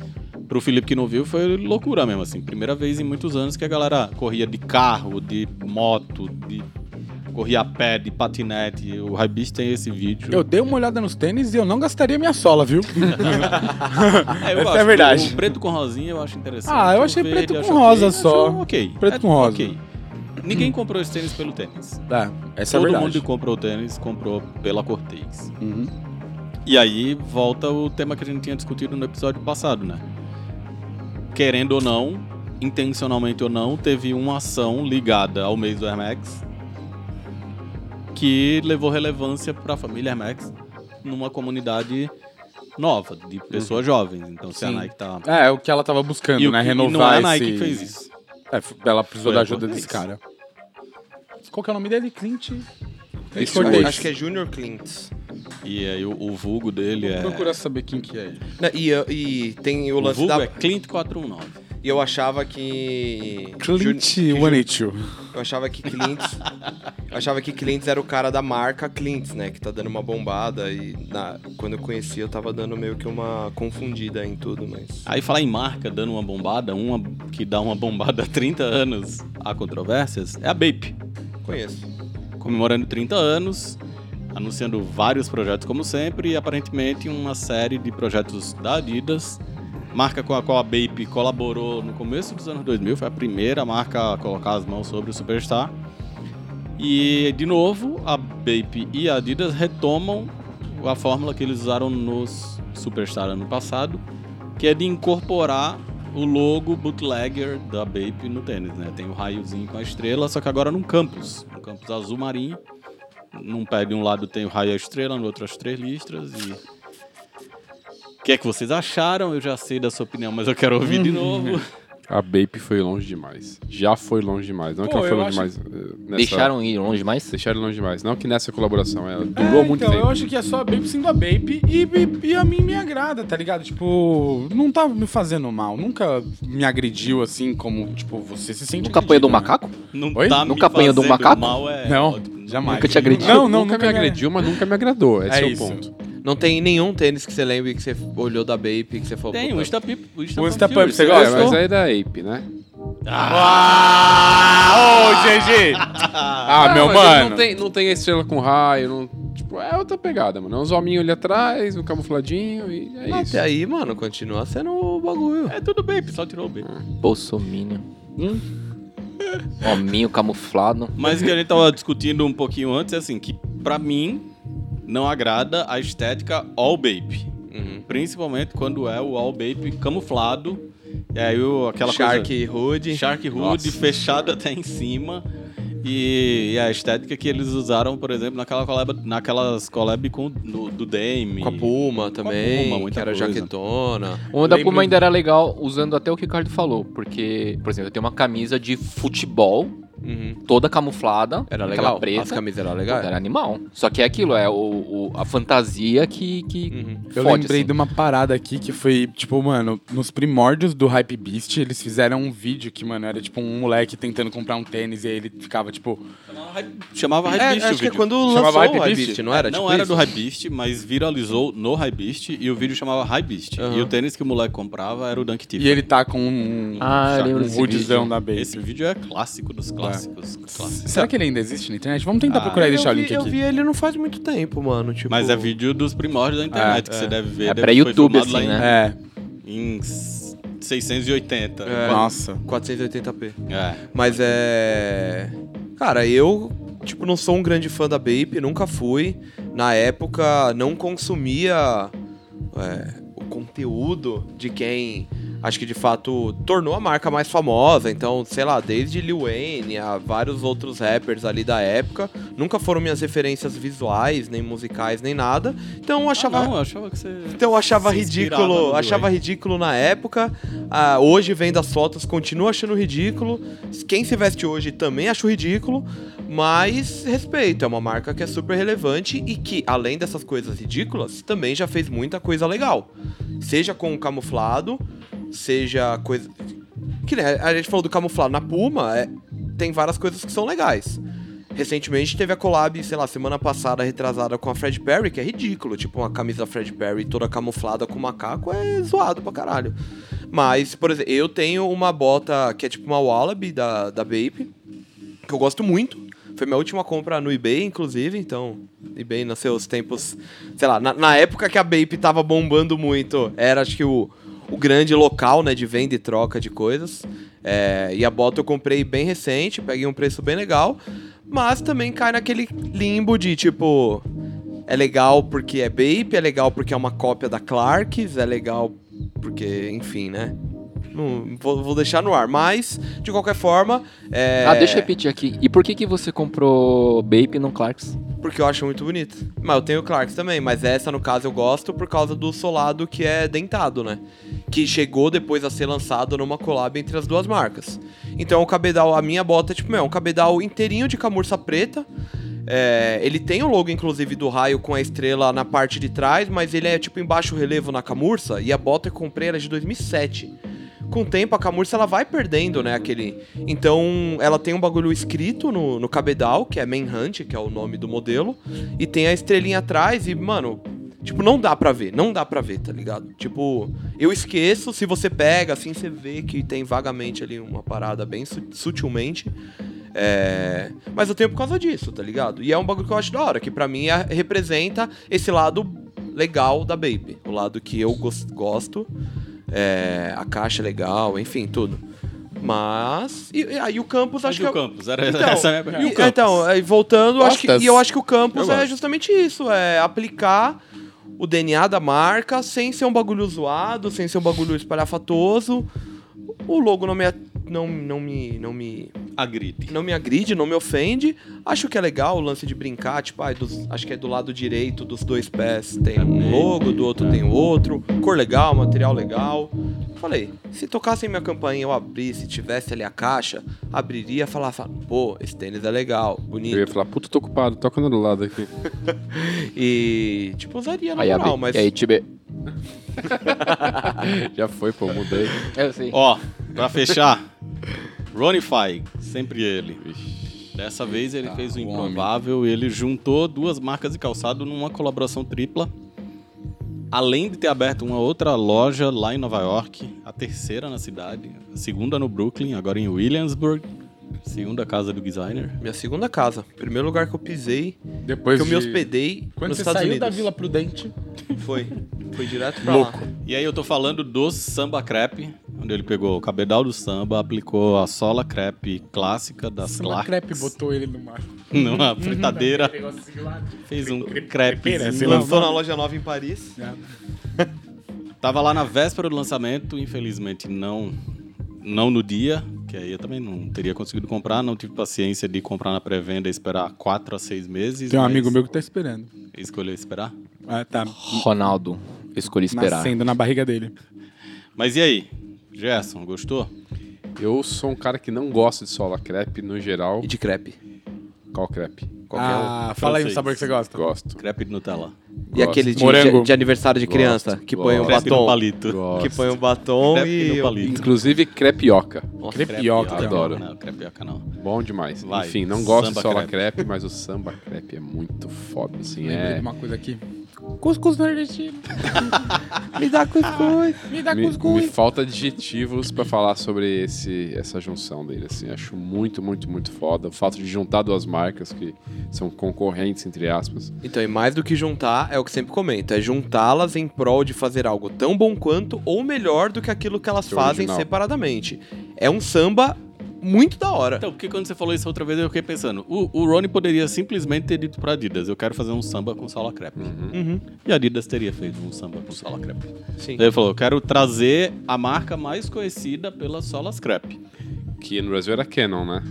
Speaker 1: pro Felipe que não viu, foi loucura mesmo, assim. Primeira vez em muitos anos que a galera corria de carro, de moto, de. Corria a pé, de patinete. O Raibis tem esse vídeo.
Speaker 3: Eu dei uma olhada nos tênis e eu não gastaria minha sola, viu?
Speaker 1: É,
Speaker 3: Essa é verdade.
Speaker 1: O preto com rosinha eu acho interessante.
Speaker 3: Ah, eu achei
Speaker 1: O
Speaker 3: preto com
Speaker 1: acho
Speaker 3: rosa
Speaker 1: ok.
Speaker 3: só.
Speaker 1: Acho ok.
Speaker 3: Preto
Speaker 1: É
Speaker 3: com rosa.
Speaker 1: ok. Ninguém comprou esse tênis pelo tênis.
Speaker 3: Tá, essa
Speaker 1: Todo
Speaker 3: é a verdade.
Speaker 1: mundo que comprou o tênis comprou pela Cortez.
Speaker 3: Uhum.
Speaker 1: E aí volta o tema que a gente tinha discutido no episódio passado, né? Querendo ou não, intencionalmente ou não, teve uma ação ligada ao mês do Hermex que levou relevância para a família Hermex numa comunidade nova, de pessoas jovens. Então, se a
Speaker 2: Uhum. Sim. né?
Speaker 1: Nike tá.
Speaker 3: É, é o que ela tava buscando,
Speaker 1: E o
Speaker 3: né?
Speaker 1: que- e
Speaker 3: Renovar
Speaker 1: não é a Nike
Speaker 3: esse-
Speaker 1: que fez isso.
Speaker 3: É, f- ela precisou
Speaker 1: Foi
Speaker 3: da
Speaker 1: a
Speaker 3: ajuda
Speaker 1: Cortez.
Speaker 3: desse cara. Qual que é o nome dele? Clint?
Speaker 4: Esse
Speaker 2: Acho-
Speaker 4: Cortez.
Speaker 2: Acho que é Junior Clint.
Speaker 1: E aí o, o vulgo dele
Speaker 3: Vou
Speaker 1: é.
Speaker 3: procurar saber quem que é ele.
Speaker 2: Né, E, e tem o
Speaker 1: O
Speaker 2: lance
Speaker 1: vulgo
Speaker 2: da.
Speaker 1: é Clint 419.
Speaker 2: E eu achava que. Jun-
Speaker 3: Clint
Speaker 2: que Ju-
Speaker 3: Wanichu.
Speaker 2: Eu achava que Clint. eu achava que Clint era o cara da marca Clint, né? Que tá dando uma bombada. E na- quando eu conheci, eu tava dando meio que uma confundida em tudo, mas.
Speaker 1: Aí falar em marca dando uma bombada, uma que dá uma bombada há 30 anos há controvérsias, é a Bape.
Speaker 2: Conheço.
Speaker 1: Comemorando 30 anos, anunciando vários projetos como sempre e aparentemente uma série de projetos da Adidas. Marca com a qual a Bape colaborou no começo dos anos 2000, foi a primeira marca a colocar as mãos sobre o Superstar. E, de novo, a Bape e a Adidas retomam a fórmula que eles usaram nos Superstar ano passado, que é de incorporar o logo bootlegger da Bape no tênis, né? Tem o raiozinho com a estrela, só que agora num campus, um campus azul marinho. Num pé de um lado tem o raio e a estrela, no outro as três listras e... O que é que vocês acharam? Eu já sei da sua opinião, mas eu quero ouvir de novo.
Speaker 4: A Bape foi longe demais. Já foi longe demais. Não é
Speaker 3: Pô,
Speaker 4: que ela foi
Speaker 3: eu
Speaker 4: longe
Speaker 3: acho-
Speaker 4: demais. eh, Nessa...
Speaker 5: Deixaram ir longe demais?
Speaker 4: Deixaram longe demais. Não que nessa colaboração. Ela
Speaker 3: É,
Speaker 4: durou muito
Speaker 3: então,
Speaker 4: tempo.
Speaker 3: eu acho que é só a Bape sendo a Bape e, e- e a mim me agrada, tá ligado? Tipo, não tá me fazendo mal. Nunca me agrediu assim como, tipo, você se sente
Speaker 5: Nunca apanhou do
Speaker 3: agredido, né?
Speaker 5: macaco?
Speaker 1: Não
Speaker 3: Oi?
Speaker 1: tá
Speaker 5: Nunca
Speaker 1: me
Speaker 5: apanhou de um
Speaker 1: fazendo
Speaker 5: macaco?
Speaker 1: Mal, é
Speaker 3: Não,
Speaker 1: ótimo.
Speaker 3: jamais.
Speaker 5: Nunca te agrediu?
Speaker 3: Não, não,
Speaker 4: nunca me agrediu, mas nunca me agradou. Esse é,
Speaker 3: É
Speaker 4: o
Speaker 3: isso.
Speaker 4: ponto.
Speaker 2: Não tem nenhum tênis que você lembre que você olhou da Bape que você falou.
Speaker 1: Tem, um
Speaker 2: puta,
Speaker 1: o Insta Pip.
Speaker 3: O Insta Pump, você
Speaker 4: É,
Speaker 3: gosta? é-
Speaker 4: mas aí da Ape, né?
Speaker 3: Ah, meu
Speaker 4: mas ele
Speaker 3: mano.
Speaker 4: Não tem, não tem estrela com raio, não- tipo, é outra pegada, mano. É uns hominhos ali atrás, um camufladinho e é isso.
Speaker 2: Até aí, mano, continua sendo o bagulho.
Speaker 1: É tudo bem, só tirou o bem.
Speaker 5: Bolsominion. Hominho camuflado.
Speaker 1: Mas o que a gente tava discutindo um pouquinho antes é assim, que pra mim não agrada a estética all bape.
Speaker 2: Uhum.
Speaker 1: Principalmente quando é o all bape camuflado. E aí o- aquela coisa...
Speaker 2: Shark Hood.
Speaker 1: Shark Hood
Speaker 2: Nossa.
Speaker 1: fechado até em cima. E, e a estética que eles usaram, por exemplo, naquela collab, naquelas collab com, no- do Dame.
Speaker 2: Com a Puma também,
Speaker 1: Puma, muita
Speaker 2: que era
Speaker 1: coisa.
Speaker 2: jaquetona.
Speaker 5: O da
Speaker 3: Lembro-
Speaker 5: Puma ainda era legal, usando até o que o Ricardo falou. Porque, por exemplo, eu tenho uma camisa de futebol,
Speaker 2: Uhum.
Speaker 5: toda camuflada.
Speaker 2: Era
Speaker 5: aquela
Speaker 2: legal. As
Speaker 5: preta.
Speaker 2: camisas eram
Speaker 5: Puta,
Speaker 2: legais.
Speaker 5: Era animal. Só que é aquilo, é o, o- a fantasia que, que
Speaker 2: Uhum.
Speaker 3: Hum, Eu
Speaker 5: fode,
Speaker 3: lembrei
Speaker 5: assim.
Speaker 3: de uma parada aqui que foi, tipo, mano, nos primórdios do Hype Beast, eles fizeram um vídeo que, mano, era tipo um moleque tentando comprar um tênis e aí ele ficava, tipo,
Speaker 1: Chamava Hype- Chamava Hype
Speaker 2: É,
Speaker 1: Beast o
Speaker 2: acho que é
Speaker 1: vídeo.
Speaker 2: quando
Speaker 3: Chamava
Speaker 2: lançou
Speaker 3: Hype
Speaker 2: o Hype
Speaker 3: Beast?
Speaker 2: Beast, não era?
Speaker 1: Não
Speaker 2: tipo
Speaker 1: era
Speaker 2: isso?
Speaker 1: do Hypebeast, mas viralizou no Hypebeast e o vídeo chamava Hypebeast.
Speaker 2: Aham.
Speaker 1: E o tênis que o moleque comprava era o Dunk Tiff.
Speaker 3: e ele tá com um,
Speaker 5: Ah, eu
Speaker 3: um
Speaker 5: lembro desse
Speaker 3: hoodiezão
Speaker 5: vídeo.
Speaker 3: da Baby.
Speaker 1: Esse vídeo é clássico dos
Speaker 2: É.
Speaker 1: clássicos. clássico.
Speaker 3: Será que ele ainda existe na internet? Vamos tentar
Speaker 1: Ah,
Speaker 3: procurar e deixar
Speaker 2: eu
Speaker 3: o
Speaker 2: vi,
Speaker 3: link
Speaker 2: eu
Speaker 3: aqui.
Speaker 2: vi ele não faz muito tempo, mano. Tipo...
Speaker 1: Mas é vídeo dos primórdios da internet, que você deve ver.
Speaker 5: É
Speaker 1: deve-
Speaker 5: pra
Speaker 1: foi
Speaker 5: YouTube,
Speaker 1: filmado lá
Speaker 5: assim,
Speaker 1: em-
Speaker 5: né?
Speaker 3: É,
Speaker 1: Em 680.
Speaker 2: É.
Speaker 3: nossa.
Speaker 2: 480p.
Speaker 1: É.
Speaker 2: Mas é. Cara, eu, tipo, não sou um grande fã da Bape, nunca fui. Na época, não consumia é, o conteúdo de quem, acho que de fato, tornou a marca mais famosa. Então, sei lá, desde Lil Wayne a vários outros rappers ali da época, nunca foram minhas referências visuais, nem musicais, nem nada. Então, eu achava.
Speaker 1: Ah, não, eu achava que você.
Speaker 2: Então eu achava
Speaker 1: se inspirava no
Speaker 2: ridículo,
Speaker 1: Lil
Speaker 2: achava
Speaker 1: Wayne.
Speaker 2: ridículo na época. Ah, hoje vendo as fotos, continuo achando ridículo. Quem se veste hoje também acho ridículo, mas respeito, é uma marca que é super relevante e que, além dessas coisas ridículas, também já fez muita coisa legal. Seja com o camuflado, seja coisa. Que né, a gente falou do camuflado na Puma, é- tem várias coisas que são legais. Recentemente teve a collab, sei lá, semana passada, retrasada com a Fred Perry, que é ridículo. Tipo, uma camisa da Fred Perry toda camuflada com macaco é zoado pra caralho. Mas, por exemplo, eu tenho uma bota que é tipo uma Wallaby da, da Bape, que eu gosto muito. Foi minha última compra no eBay, inclusive, então... eBay nos seus tempos... Sei lá, na, na época que a Bape tava bombando muito, era acho que o, o grande local, né, de venda e troca de coisas. É, e a bota eu comprei bem recente, peguei um preço bem legal, mas também cai naquele limbo de tipo. É legal porque é Bape, é legal porque é uma cópia da Clarks, é legal porque, enfim, né? Não, vou, vou deixar no ar, mas, de qualquer forma. é,
Speaker 5: Ah, deixa eu repetir aqui. E por que, que você comprou Bape e não Clarks?
Speaker 2: Porque eu acho muito bonito. Mas eu tenho Clarks também, mas essa no caso eu gosto por causa do solado que é dentado, né? Que chegou depois a ser lançado numa collab entre as duas marcas. Então o cabedal, a minha bota é tipo, meu, é um cabedal inteirinho de camurça preta. É, ele tem o logo, inclusive, do raio com a estrela na parte de trás, mas ele é tipo em baixo relevo na camurça. E a bota que eu comprei era de 2007. Com o tempo, a camurça ela vai perdendo, né? Aquele. Então, ela tem um bagulho escrito no, no cabedal, que é Manhunt, que é o nome do modelo, e tem a estrelinha atrás, e, mano, tipo, não dá pra ver, não dá pra ver, tá ligado? Tipo, eu esqueço, se você pega, assim, você vê que tem vagamente ali uma parada bem su- sutilmente. É, Mas eu tenho por causa disso, tá ligado? E é um bagulho que eu acho da hora, que pra mim é- representa esse lado legal da Baby. O lado que eu gos- gosto. É, a caixa é legal, enfim, tudo. Mas. E, e aí o campus
Speaker 1: Mas
Speaker 2: acho
Speaker 1: e
Speaker 2: que.
Speaker 1: o
Speaker 2: é-
Speaker 1: Campos? Era
Speaker 2: Então,
Speaker 1: essa é a minha
Speaker 2: e-
Speaker 1: pergunta. E o Campos?
Speaker 2: então, aí, voltando, acho que-
Speaker 3: Gostas?
Speaker 2: e eu acho que o campus
Speaker 3: Eu
Speaker 2: é
Speaker 3: gosto.
Speaker 2: justamente isso, é aplicar o DNA da marca sem ser um bagulho zoado, sem ser um bagulho espalhafatoso. O logo não me a- não, não me não me
Speaker 1: agride.
Speaker 2: não me agride, não me ofende. Acho que é legal o lance de brincar, tipo, ai, dos- acho que é do lado direito dos dois pés tem um logo, do outro
Speaker 3: É.
Speaker 2: tem outro. Cor legal, material legal. Falei, se tocassem minha campainha eu abrisse, tivesse ali a caixa, abriria e falava, pô, esse tênis é legal, bonito.
Speaker 4: Eu ia falar, puta, tô ocupado, toca no lado aqui.
Speaker 2: E, tipo, usaria na
Speaker 5: Aí,
Speaker 2: moral,
Speaker 5: abre,
Speaker 2: mas...
Speaker 5: e aí, Tibê.
Speaker 4: Já foi, pô, mudei.
Speaker 5: Eu sei.
Speaker 1: Ó, pra fechar, Ronify, sempre ele. Dessa vez ele
Speaker 3: Tá,
Speaker 1: fez o improvável, ele juntou duas marcas de calçado numa colaboração tripla. Além de ter aberto uma outra loja lá em Nova York, a terceira na cidade, a segunda no Brooklyn, agora em Williamsburg, segunda casa do designer.
Speaker 2: Minha segunda casa, primeiro lugar que eu pisei,
Speaker 4: Depois
Speaker 2: que eu me
Speaker 4: de-
Speaker 2: hospedei
Speaker 3: Quando
Speaker 2: nos
Speaker 3: você
Speaker 2: Estados
Speaker 3: saiu
Speaker 2: Unidos.
Speaker 3: da Vila Prudente,
Speaker 2: Foi, foi direto pra
Speaker 3: Louco.
Speaker 2: lá.
Speaker 1: E aí eu tô falando do samba crepe, onde ele pegou o cabedal do samba, aplicou a sola crepe clássica das
Speaker 3: uma
Speaker 1: Clarks
Speaker 3: crepe botou ele no mar.
Speaker 2: Um
Speaker 1: numa fritadeira, fez um crepezinho.
Speaker 3: Crepeira, né? sei lá.
Speaker 2: Lançou na loja nova em Paris.
Speaker 1: Tava lá na véspera do lançamento, infelizmente não não no dia, que aí eu também não teria conseguido comprar, não tive paciência de comprar na pré-venda e esperar 4 a 6 meses.
Speaker 3: Tem um
Speaker 1: mas
Speaker 3: amigo meu que tá esperando.
Speaker 1: Escolheu esperar.
Speaker 3: Ah, tá
Speaker 5: Ronaldo. Eu escolhi esperar.
Speaker 3: nascendo na barriga dele.
Speaker 1: Mas e aí? Gerson, gostou?
Speaker 4: Eu sou um cara que não gosta de sola crepe no geral.
Speaker 2: E de crepe.
Speaker 4: Qual crepe?
Speaker 2: Qualquer um.
Speaker 3: ah, fala aí o
Speaker 1: francês.
Speaker 3: sabor que você gosta.
Speaker 4: Gosto.
Speaker 1: Crepe de Nutella.
Speaker 2: E aquele de,
Speaker 3: Morango.
Speaker 2: de- de aniversário de criança, que põe um
Speaker 4: gosto.
Speaker 1: Crepe no
Speaker 2: batom.
Speaker 1: palito.
Speaker 4: Gosto.
Speaker 2: Que põe um batom
Speaker 1: Crepe
Speaker 2: e.
Speaker 1: no palito.
Speaker 4: Inclusive crepioca.
Speaker 3: Crepioca.
Speaker 1: Crepioca,
Speaker 4: adoro.
Speaker 1: Não, crepioca não.
Speaker 4: Bom demais.
Speaker 1: Vai,
Speaker 4: Enfim, não gosto
Speaker 1: samba
Speaker 4: de sola
Speaker 1: crepe.
Speaker 4: crepe. mas o samba crepe é muito foda, assim.
Speaker 3: Lembrei de
Speaker 4: É...
Speaker 3: uma coisa aqui. Cuscuz nordestino.
Speaker 2: Me dá cuscuz.
Speaker 3: Me dá
Speaker 4: Me, me
Speaker 3: cuscuz.
Speaker 4: falta adjetivos pra falar sobre esse, essa junção dele, assim. Acho muito, muito, muito foda. O fato de juntar duas marcas que são concorrentes, entre aspas.
Speaker 2: Então, e mais do que juntar, é o que sempre comento: é juntá-las em prol de fazer algo tão bom quanto ou melhor do que aquilo que é elas
Speaker 4: Que
Speaker 2: fazem
Speaker 4: original.
Speaker 2: separadamente. É um samba muito da hora.
Speaker 1: Então, porque quando você falou isso outra vez, eu fiquei pensando. O, o Rony poderia simplesmente ter dito pra Adidas, eu quero fazer um samba com sola crepe.
Speaker 2: Uhum,
Speaker 1: E a Adidas teria feito um samba com sola crepe.
Speaker 2: sim.
Speaker 1: Ele falou, eu quero trazer a marca mais conhecida pelas solas crepe.
Speaker 4: Que no Brasil era Canon, né?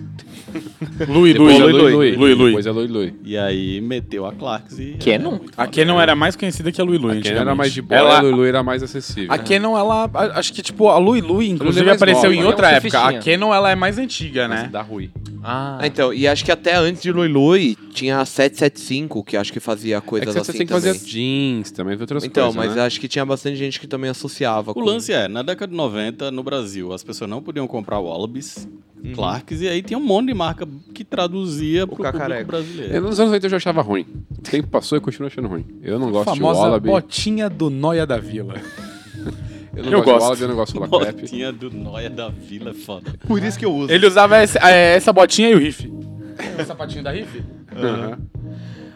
Speaker 3: Lui,
Speaker 4: Depois
Speaker 3: Lui,
Speaker 4: é
Speaker 3: Lui, Lui, Lui,
Speaker 4: Depois
Speaker 3: Lui.
Speaker 4: é Lui Lui.
Speaker 1: E aí meteu a Clarks e... é
Speaker 5: Canon?
Speaker 1: muito
Speaker 3: A
Speaker 1: foda.
Speaker 3: Canon
Speaker 2: é
Speaker 3: era mais conhecida que a Lui Lui.
Speaker 4: A Canon era
Speaker 3: antigamente.
Speaker 4: mais de bola,
Speaker 3: Ela-
Speaker 4: a Lui Lui era mais acessível.
Speaker 3: A Canon, ela. a- Acho que, tipo, a Lui Lui, inclusive,
Speaker 4: mais
Speaker 3: apareceu
Speaker 4: nova,
Speaker 3: em
Speaker 4: né?
Speaker 3: outra
Speaker 5: É um
Speaker 3: época. A
Speaker 5: surfistinha.
Speaker 3: Canon, ela é mais antiga,
Speaker 4: Mas
Speaker 3: né?
Speaker 4: dá ruim.
Speaker 5: Ah.
Speaker 2: Ah, então, e acho que até antes de Lui Lui tinha a 775, que acho que fazia
Speaker 4: É que
Speaker 2: coisas
Speaker 4: você
Speaker 2: assim
Speaker 4: tem que
Speaker 2: também.
Speaker 4: fazer jeans também, tem outras
Speaker 2: Então,
Speaker 4: coisas,
Speaker 2: mas
Speaker 4: né?
Speaker 2: acho que tinha bastante gente que também associava.
Speaker 1: O lance é, na década de 90, no Brasil, as pessoas não podiam comprar Wallabies,
Speaker 2: Uhum.
Speaker 1: Clarks, e aí tinha um monte de marca que traduzia pro público
Speaker 2: cacareco.
Speaker 4: Eu,
Speaker 1: brasileiro.
Speaker 4: É, nos anos 80 eu já achava ruim. O tempo passou e continua achando ruim. Eu não
Speaker 3: A
Speaker 4: gosto
Speaker 3: famosa
Speaker 4: um de Wallaby.
Speaker 3: botinha do Noia da Vila.
Speaker 4: Eu
Speaker 3: Eu
Speaker 4: não gosto de
Speaker 3: gosto.
Speaker 4: Wallaby, eu não gosto de Solar Crepe.
Speaker 1: Botinha do Noia da Vila, é foda.
Speaker 2: Por isso que eu uso.
Speaker 3: Ele usava esse- é, essa botinha e o riff. É, O sapatinho da riff?
Speaker 4: Aham.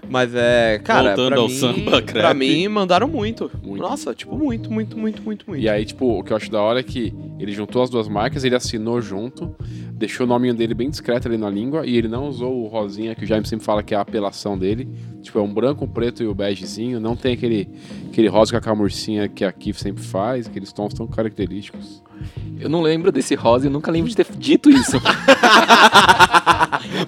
Speaker 2: Mas é, cara,
Speaker 1: Voltando
Speaker 2: pra
Speaker 1: ao
Speaker 2: mim,
Speaker 1: samba
Speaker 2: pra
Speaker 1: crepe.
Speaker 2: mim mandaram muito.
Speaker 4: Muito.
Speaker 2: Nossa, tipo, muito, muito, muito, muito, muito.
Speaker 4: E aí, tipo, o que eu acho da hora é que ele juntou as duas marcas, ele assinou junto, deixou o nominho dele bem discreto ali na língua, e ele não usou o rosinha, que o Jaime sempre fala que é a apelação dele. Tipo, é um branco, um preto e o begezinho, não tem aquele, aquele rosa com a camurcinha que a Kif sempre faz, aqueles tons tão característicos.
Speaker 5: Eu não lembro desse rosa e nunca lembro de ter dito isso.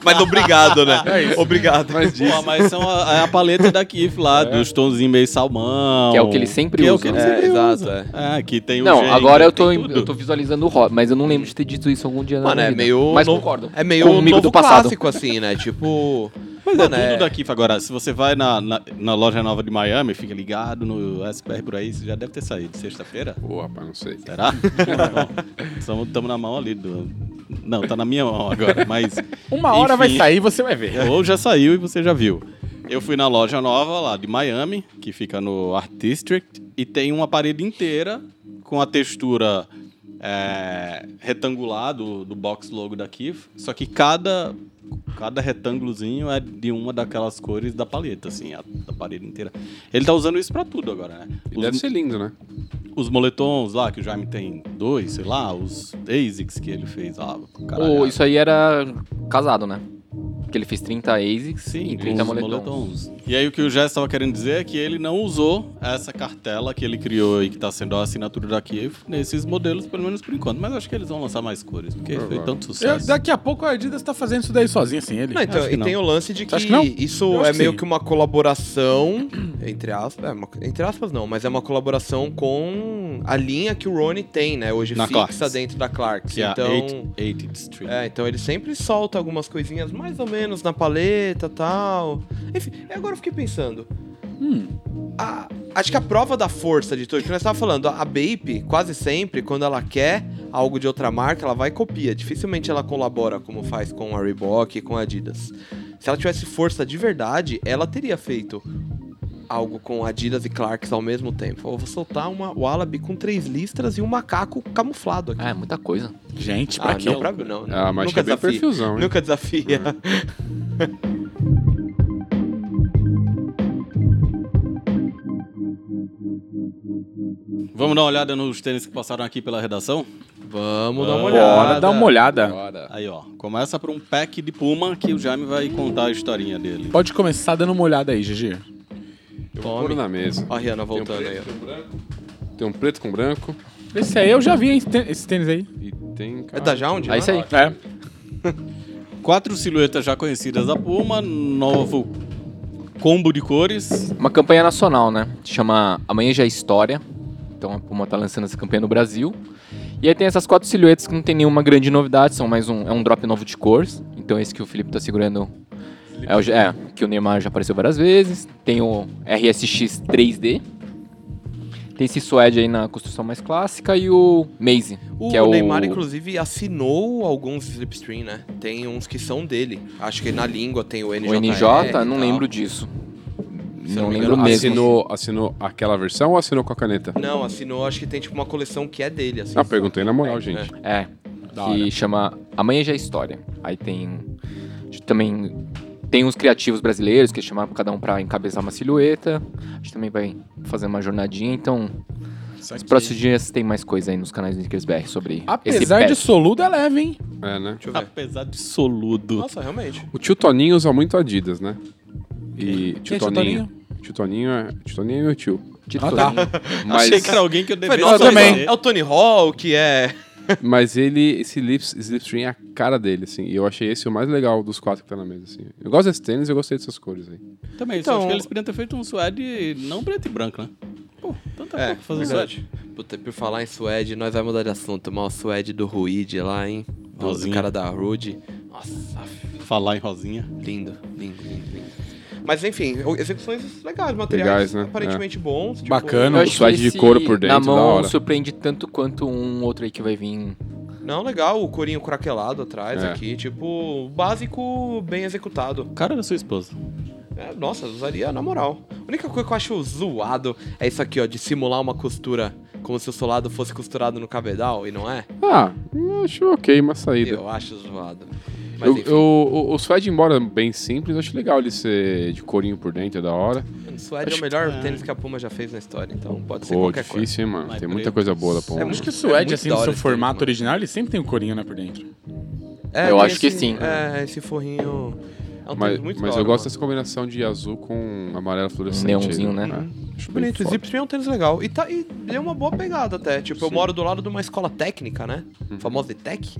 Speaker 2: Mas obrigado, né? Obrigado.
Speaker 4: Mas disso,
Speaker 1: Pô, mas são a, é a paleta da Kif lá, dos tonzinhos meio salmão.
Speaker 5: Que é o que ele sempre
Speaker 1: que É o
Speaker 5: usa.
Speaker 1: que ele
Speaker 2: É,
Speaker 1: sempre
Speaker 2: exato,
Speaker 1: usa. É, que tem o
Speaker 5: Não,
Speaker 1: Jenga,
Speaker 5: agora eu tô,
Speaker 1: tem
Speaker 5: em-
Speaker 1: tudo.
Speaker 5: eu tô visualizando o rosa, mas eu não lembro de ter dito isso algum dia na
Speaker 2: Mano,
Speaker 5: minha
Speaker 2: é
Speaker 5: vida.
Speaker 2: meio
Speaker 5: Mas
Speaker 2: novo-
Speaker 5: concordo.
Speaker 2: É meio
Speaker 5: Comigo
Speaker 2: novo
Speaker 5: do passado.
Speaker 2: clássico, assim, né? Tipo.
Speaker 1: Mas
Speaker 2: mano,
Speaker 1: é tudo da Kif agora. Se você vai na, na, na loja nova de Miami, fica ligado no SPR por aí, você já deve ter saído sexta-feira.
Speaker 4: Pô, rapaz, não sei.
Speaker 1: Será? Estamos na mão ali do. Não, tá na minha mão agora, mas.
Speaker 3: Uma hora vai
Speaker 1: Enfim.
Speaker 3: sair e você vai ver.
Speaker 1: Ou já saiu e você já viu. Eu fui na loja nova lá de Miami, que fica no Art District, e tem uma parede inteira com a textura é, retangular do, do box logo da Kif. Só que cada, cada retângulozinho é de uma daquelas cores da paleta, assim, a, da parede inteira. Ele tá usando isso pra tudo agora, né?
Speaker 4: E
Speaker 1: Os-
Speaker 4: deve ser lindo, né?
Speaker 1: os moletons lá, que o Jaime tem dois, sei lá, os ASICs que ele fez lá.
Speaker 5: Ou
Speaker 1: caralho.
Speaker 5: isso aí era casado, né? Porque ele fez 30 ASICs
Speaker 1: Sim,
Speaker 5: e
Speaker 1: com
Speaker 5: 30
Speaker 1: os
Speaker 5: moletons.
Speaker 1: moletons. E aí o que o Jess estava querendo dizer é que ele não usou essa cartela que ele criou e que está sendo a assinatura da Kiev nesses modelos, pelo menos por enquanto. Mas acho que eles vão lançar mais cores, porque foi
Speaker 4: Provável.
Speaker 1: tanto
Speaker 2: É,
Speaker 3: Eu-
Speaker 1: sucesso.
Speaker 3: daqui a pouco a Adidas tá fazendo isso daí sozinha, sem ele.
Speaker 2: Não, então,
Speaker 1: Acho que
Speaker 2: e tem o lance de que,
Speaker 3: Acho que não. Eu
Speaker 2: isso
Speaker 3: acho
Speaker 2: é
Speaker 3: que
Speaker 2: meio
Speaker 3: sim.
Speaker 2: que uma colaboração, entre aspas, é, uma- entre aspas não, mas é uma colaboração com a linha que o Rony tem, né? Hoje
Speaker 1: Na
Speaker 2: fixa
Speaker 1: Clarks.
Speaker 2: dentro da Clarks.
Speaker 1: Que é a
Speaker 2: então,
Speaker 1: 8th Street.
Speaker 2: é, então ele sempre solta algumas coisinhas mais ou menos na paleta tal. Enfim, e agora eu fiquei pensando.
Speaker 4: Hum.
Speaker 2: a- acho que a prova da força de tudo, que nós estávamos falando, a Bape, quase sempre, quando ela quer algo de outra marca, ela vai e copia. Dificilmente ela colabora, como faz com a Reebok e com a Adidas. Se ela tivesse força de verdade, ela teria feito algo com Adidas e Clarks ao mesmo tempo. Eu vou soltar uma Wallaby com três listras e um macaco camuflado aqui.
Speaker 5: Ah, é muita coisa.
Speaker 3: Gente, pra
Speaker 2: Ah,
Speaker 3: quê?
Speaker 2: não, pra mim, não.
Speaker 4: Ah, mas
Speaker 2: Nunca
Speaker 4: que é bem
Speaker 2: desafio.
Speaker 4: perfilzão, hein?
Speaker 2: Nunca desafia.
Speaker 1: Vamos dar uma olhada nos tênis que passaram aqui pela redação?
Speaker 2: Vamos dar uma olhada.
Speaker 3: Bora dar uma olhada.
Speaker 4: Bora.
Speaker 1: Aí, ó. Começa por um pack de Puma que o Jaime vai contar a historinha dele.
Speaker 3: Pode começar dando uma olhada aí, Gigi.
Speaker 4: Eu vou pôr um na mesa.
Speaker 2: Ó a Rihanna
Speaker 4: Tem um
Speaker 2: voltando aí.
Speaker 4: preto com branco. Tem um preto com branco.
Speaker 3: Esse aí eu já vi hein, esse tê- esse tênis aí.
Speaker 4: E tem.
Speaker 2: É da Jound?
Speaker 5: É isso aí.
Speaker 3: É.
Speaker 1: Quatro silhuetas já conhecidas da Puma, novo combo de cores.
Speaker 5: Uma campanha nacional, né? Se chama Amanhã Já é História. Então a Puma tá lançando essa campanha no Brasil. E aí tem essas quatro silhuetas que não tem nenhuma grande novidade, são mais um. É um drop novo de cores. Então esse que o Felipe tá segurando. É, o, é, que o Neymar já apareceu várias vezes. Tem o RSX 3D. Tem esse suede aí na construção mais clássica e o Maze.
Speaker 2: O
Speaker 5: que é
Speaker 2: Neymar,
Speaker 5: o...
Speaker 2: inclusive, assinou alguns Slipstream, né? Tem uns que são dele. Acho que na língua tem o NJ.
Speaker 5: O NJ, não lembro disso.
Speaker 2: é, Se
Speaker 5: não
Speaker 2: não me
Speaker 5: lembro
Speaker 2: engano,
Speaker 5: mesmo.
Speaker 4: Assinou, assinou aquela versão ou assinou com a caneta?
Speaker 2: Não, né? assinou, acho que tem tipo uma coleção que é dele, assim.
Speaker 4: Ah, perguntei na moral,
Speaker 2: É,
Speaker 4: gente.
Speaker 5: É.
Speaker 4: Da
Speaker 5: que chama Amanhã Já é História. Aí tem. Também tem uns criativos brasileiros que chamaram cada um pra encabeçar uma silhueta. A gente também vai fazer uma jornadinha, então. Nos próximos dias tem mais coisa aí nos canais do Snickers BR sobre.
Speaker 3: Apesar de
Speaker 5: esse pack.
Speaker 3: soludo, é leve, hein?
Speaker 4: É, né?
Speaker 2: Deixa eu ver.
Speaker 1: Apesar de soludo.
Speaker 2: Nossa, realmente.
Speaker 4: O tio Toninho usa muito Adidas, né? E
Speaker 3: Quem
Speaker 4: tio
Speaker 3: é tio
Speaker 4: Toninho. Tio Toninho é, tio Toninho é meu tio.
Speaker 5: de
Speaker 3: Ah,
Speaker 5: tudo.
Speaker 3: tá.
Speaker 4: Mas,
Speaker 1: Achei que era alguém que eu
Speaker 2: Foi,
Speaker 1: devia
Speaker 2: nossa,
Speaker 3: também.
Speaker 1: conhecer.
Speaker 2: É o Tony Hawk, é.
Speaker 4: mas ele, esse lips, Slipstream é a cara dele, assim. E eu achei esse o mais legal dos quatro que tá na mesa, assim. Eu gosto desse tênis, eu gostei dessas cores aí.
Speaker 1: Também, só
Speaker 2: Então-
Speaker 1: acho que eles poderiam ter feito um suede não preto e branco, né? Pô, tanta
Speaker 2: É,
Speaker 1: coisa pra fazer
Speaker 2: verdade.
Speaker 1: suede.
Speaker 2: Puta, por falar em suede, nós vamos mudar de assunto. Mas o suede do Ruid lá, hein? Do, do
Speaker 1: Rosinha.
Speaker 2: cara da Rude. Nossa,
Speaker 1: Falar em rosinha.
Speaker 2: Lindo, lindo, lindo, lindo. Mas enfim, o- execuções legais, materiais
Speaker 4: Legais, né?
Speaker 2: aparentemente bons. tipo,
Speaker 3: Bacana.
Speaker 5: Eu
Speaker 4: O
Speaker 5: acho
Speaker 4: suede
Speaker 5: que
Speaker 4: de
Speaker 5: esse
Speaker 4: couro por dentro,
Speaker 5: Na
Speaker 4: da
Speaker 5: mão
Speaker 4: hora.
Speaker 5: surpreende tanto quanto um outro aí que vai vir.
Speaker 2: Não, legal, o corinho craquelado atrás
Speaker 4: É.
Speaker 2: aqui, tipo, básico bem
Speaker 3: um.
Speaker 2: executado.
Speaker 1: Cara da sua esposa.
Speaker 2: É, nossa, usaria na moral. A única coisa que eu acho zoado é isso aqui, ó, de simular uma costura como se o seu lado fosse costurado no cabedal, e não é?
Speaker 4: Ah, eu acho ok, uma saída.
Speaker 2: Eu acho zoado. Mas
Speaker 4: Eu,
Speaker 2: enfim,
Speaker 4: eu, o, o suede, embora bem simples, eu acho legal ele ser de corinho por dentro, é da hora.
Speaker 2: o suede é o melhor tênis que a Puma já fez na história, então pode ser
Speaker 4: Pô,
Speaker 2: qualquer
Speaker 4: difícil, hein, mano?
Speaker 1: Mas
Speaker 4: Tem muita
Speaker 1: preto.
Speaker 4: coisa boa da Puma.
Speaker 2: É muito-
Speaker 3: Acho que o
Speaker 2: É
Speaker 3: suede,
Speaker 2: muito
Speaker 3: assim,
Speaker 2: da
Speaker 3: no
Speaker 2: hora
Speaker 3: seu
Speaker 2: esse
Speaker 3: formato
Speaker 2: tênis,
Speaker 3: original, ele sempre tem um corinho, né, por dentro.
Speaker 2: coisa. É,
Speaker 5: Eu
Speaker 2: tem
Speaker 5: acho que sim.
Speaker 2: É, esse forrinho... É um
Speaker 4: Mas,
Speaker 2: tênis muito
Speaker 4: mas
Speaker 2: da
Speaker 4: eu
Speaker 2: hora,
Speaker 4: gosto
Speaker 2: mano.
Speaker 4: dessa combinação de azul com amarelo fluorescente.
Speaker 5: neonzinho,
Speaker 4: aí, É.
Speaker 5: né?
Speaker 4: Acho bem
Speaker 2: Bonito, o
Speaker 4: foda.
Speaker 2: Zipstream é um tênis legal. E, tá, e deu uma boa pegada até. Tipo, eu
Speaker 4: Sim.
Speaker 2: moro do lado de uma escola técnica, né? Famosa de tech.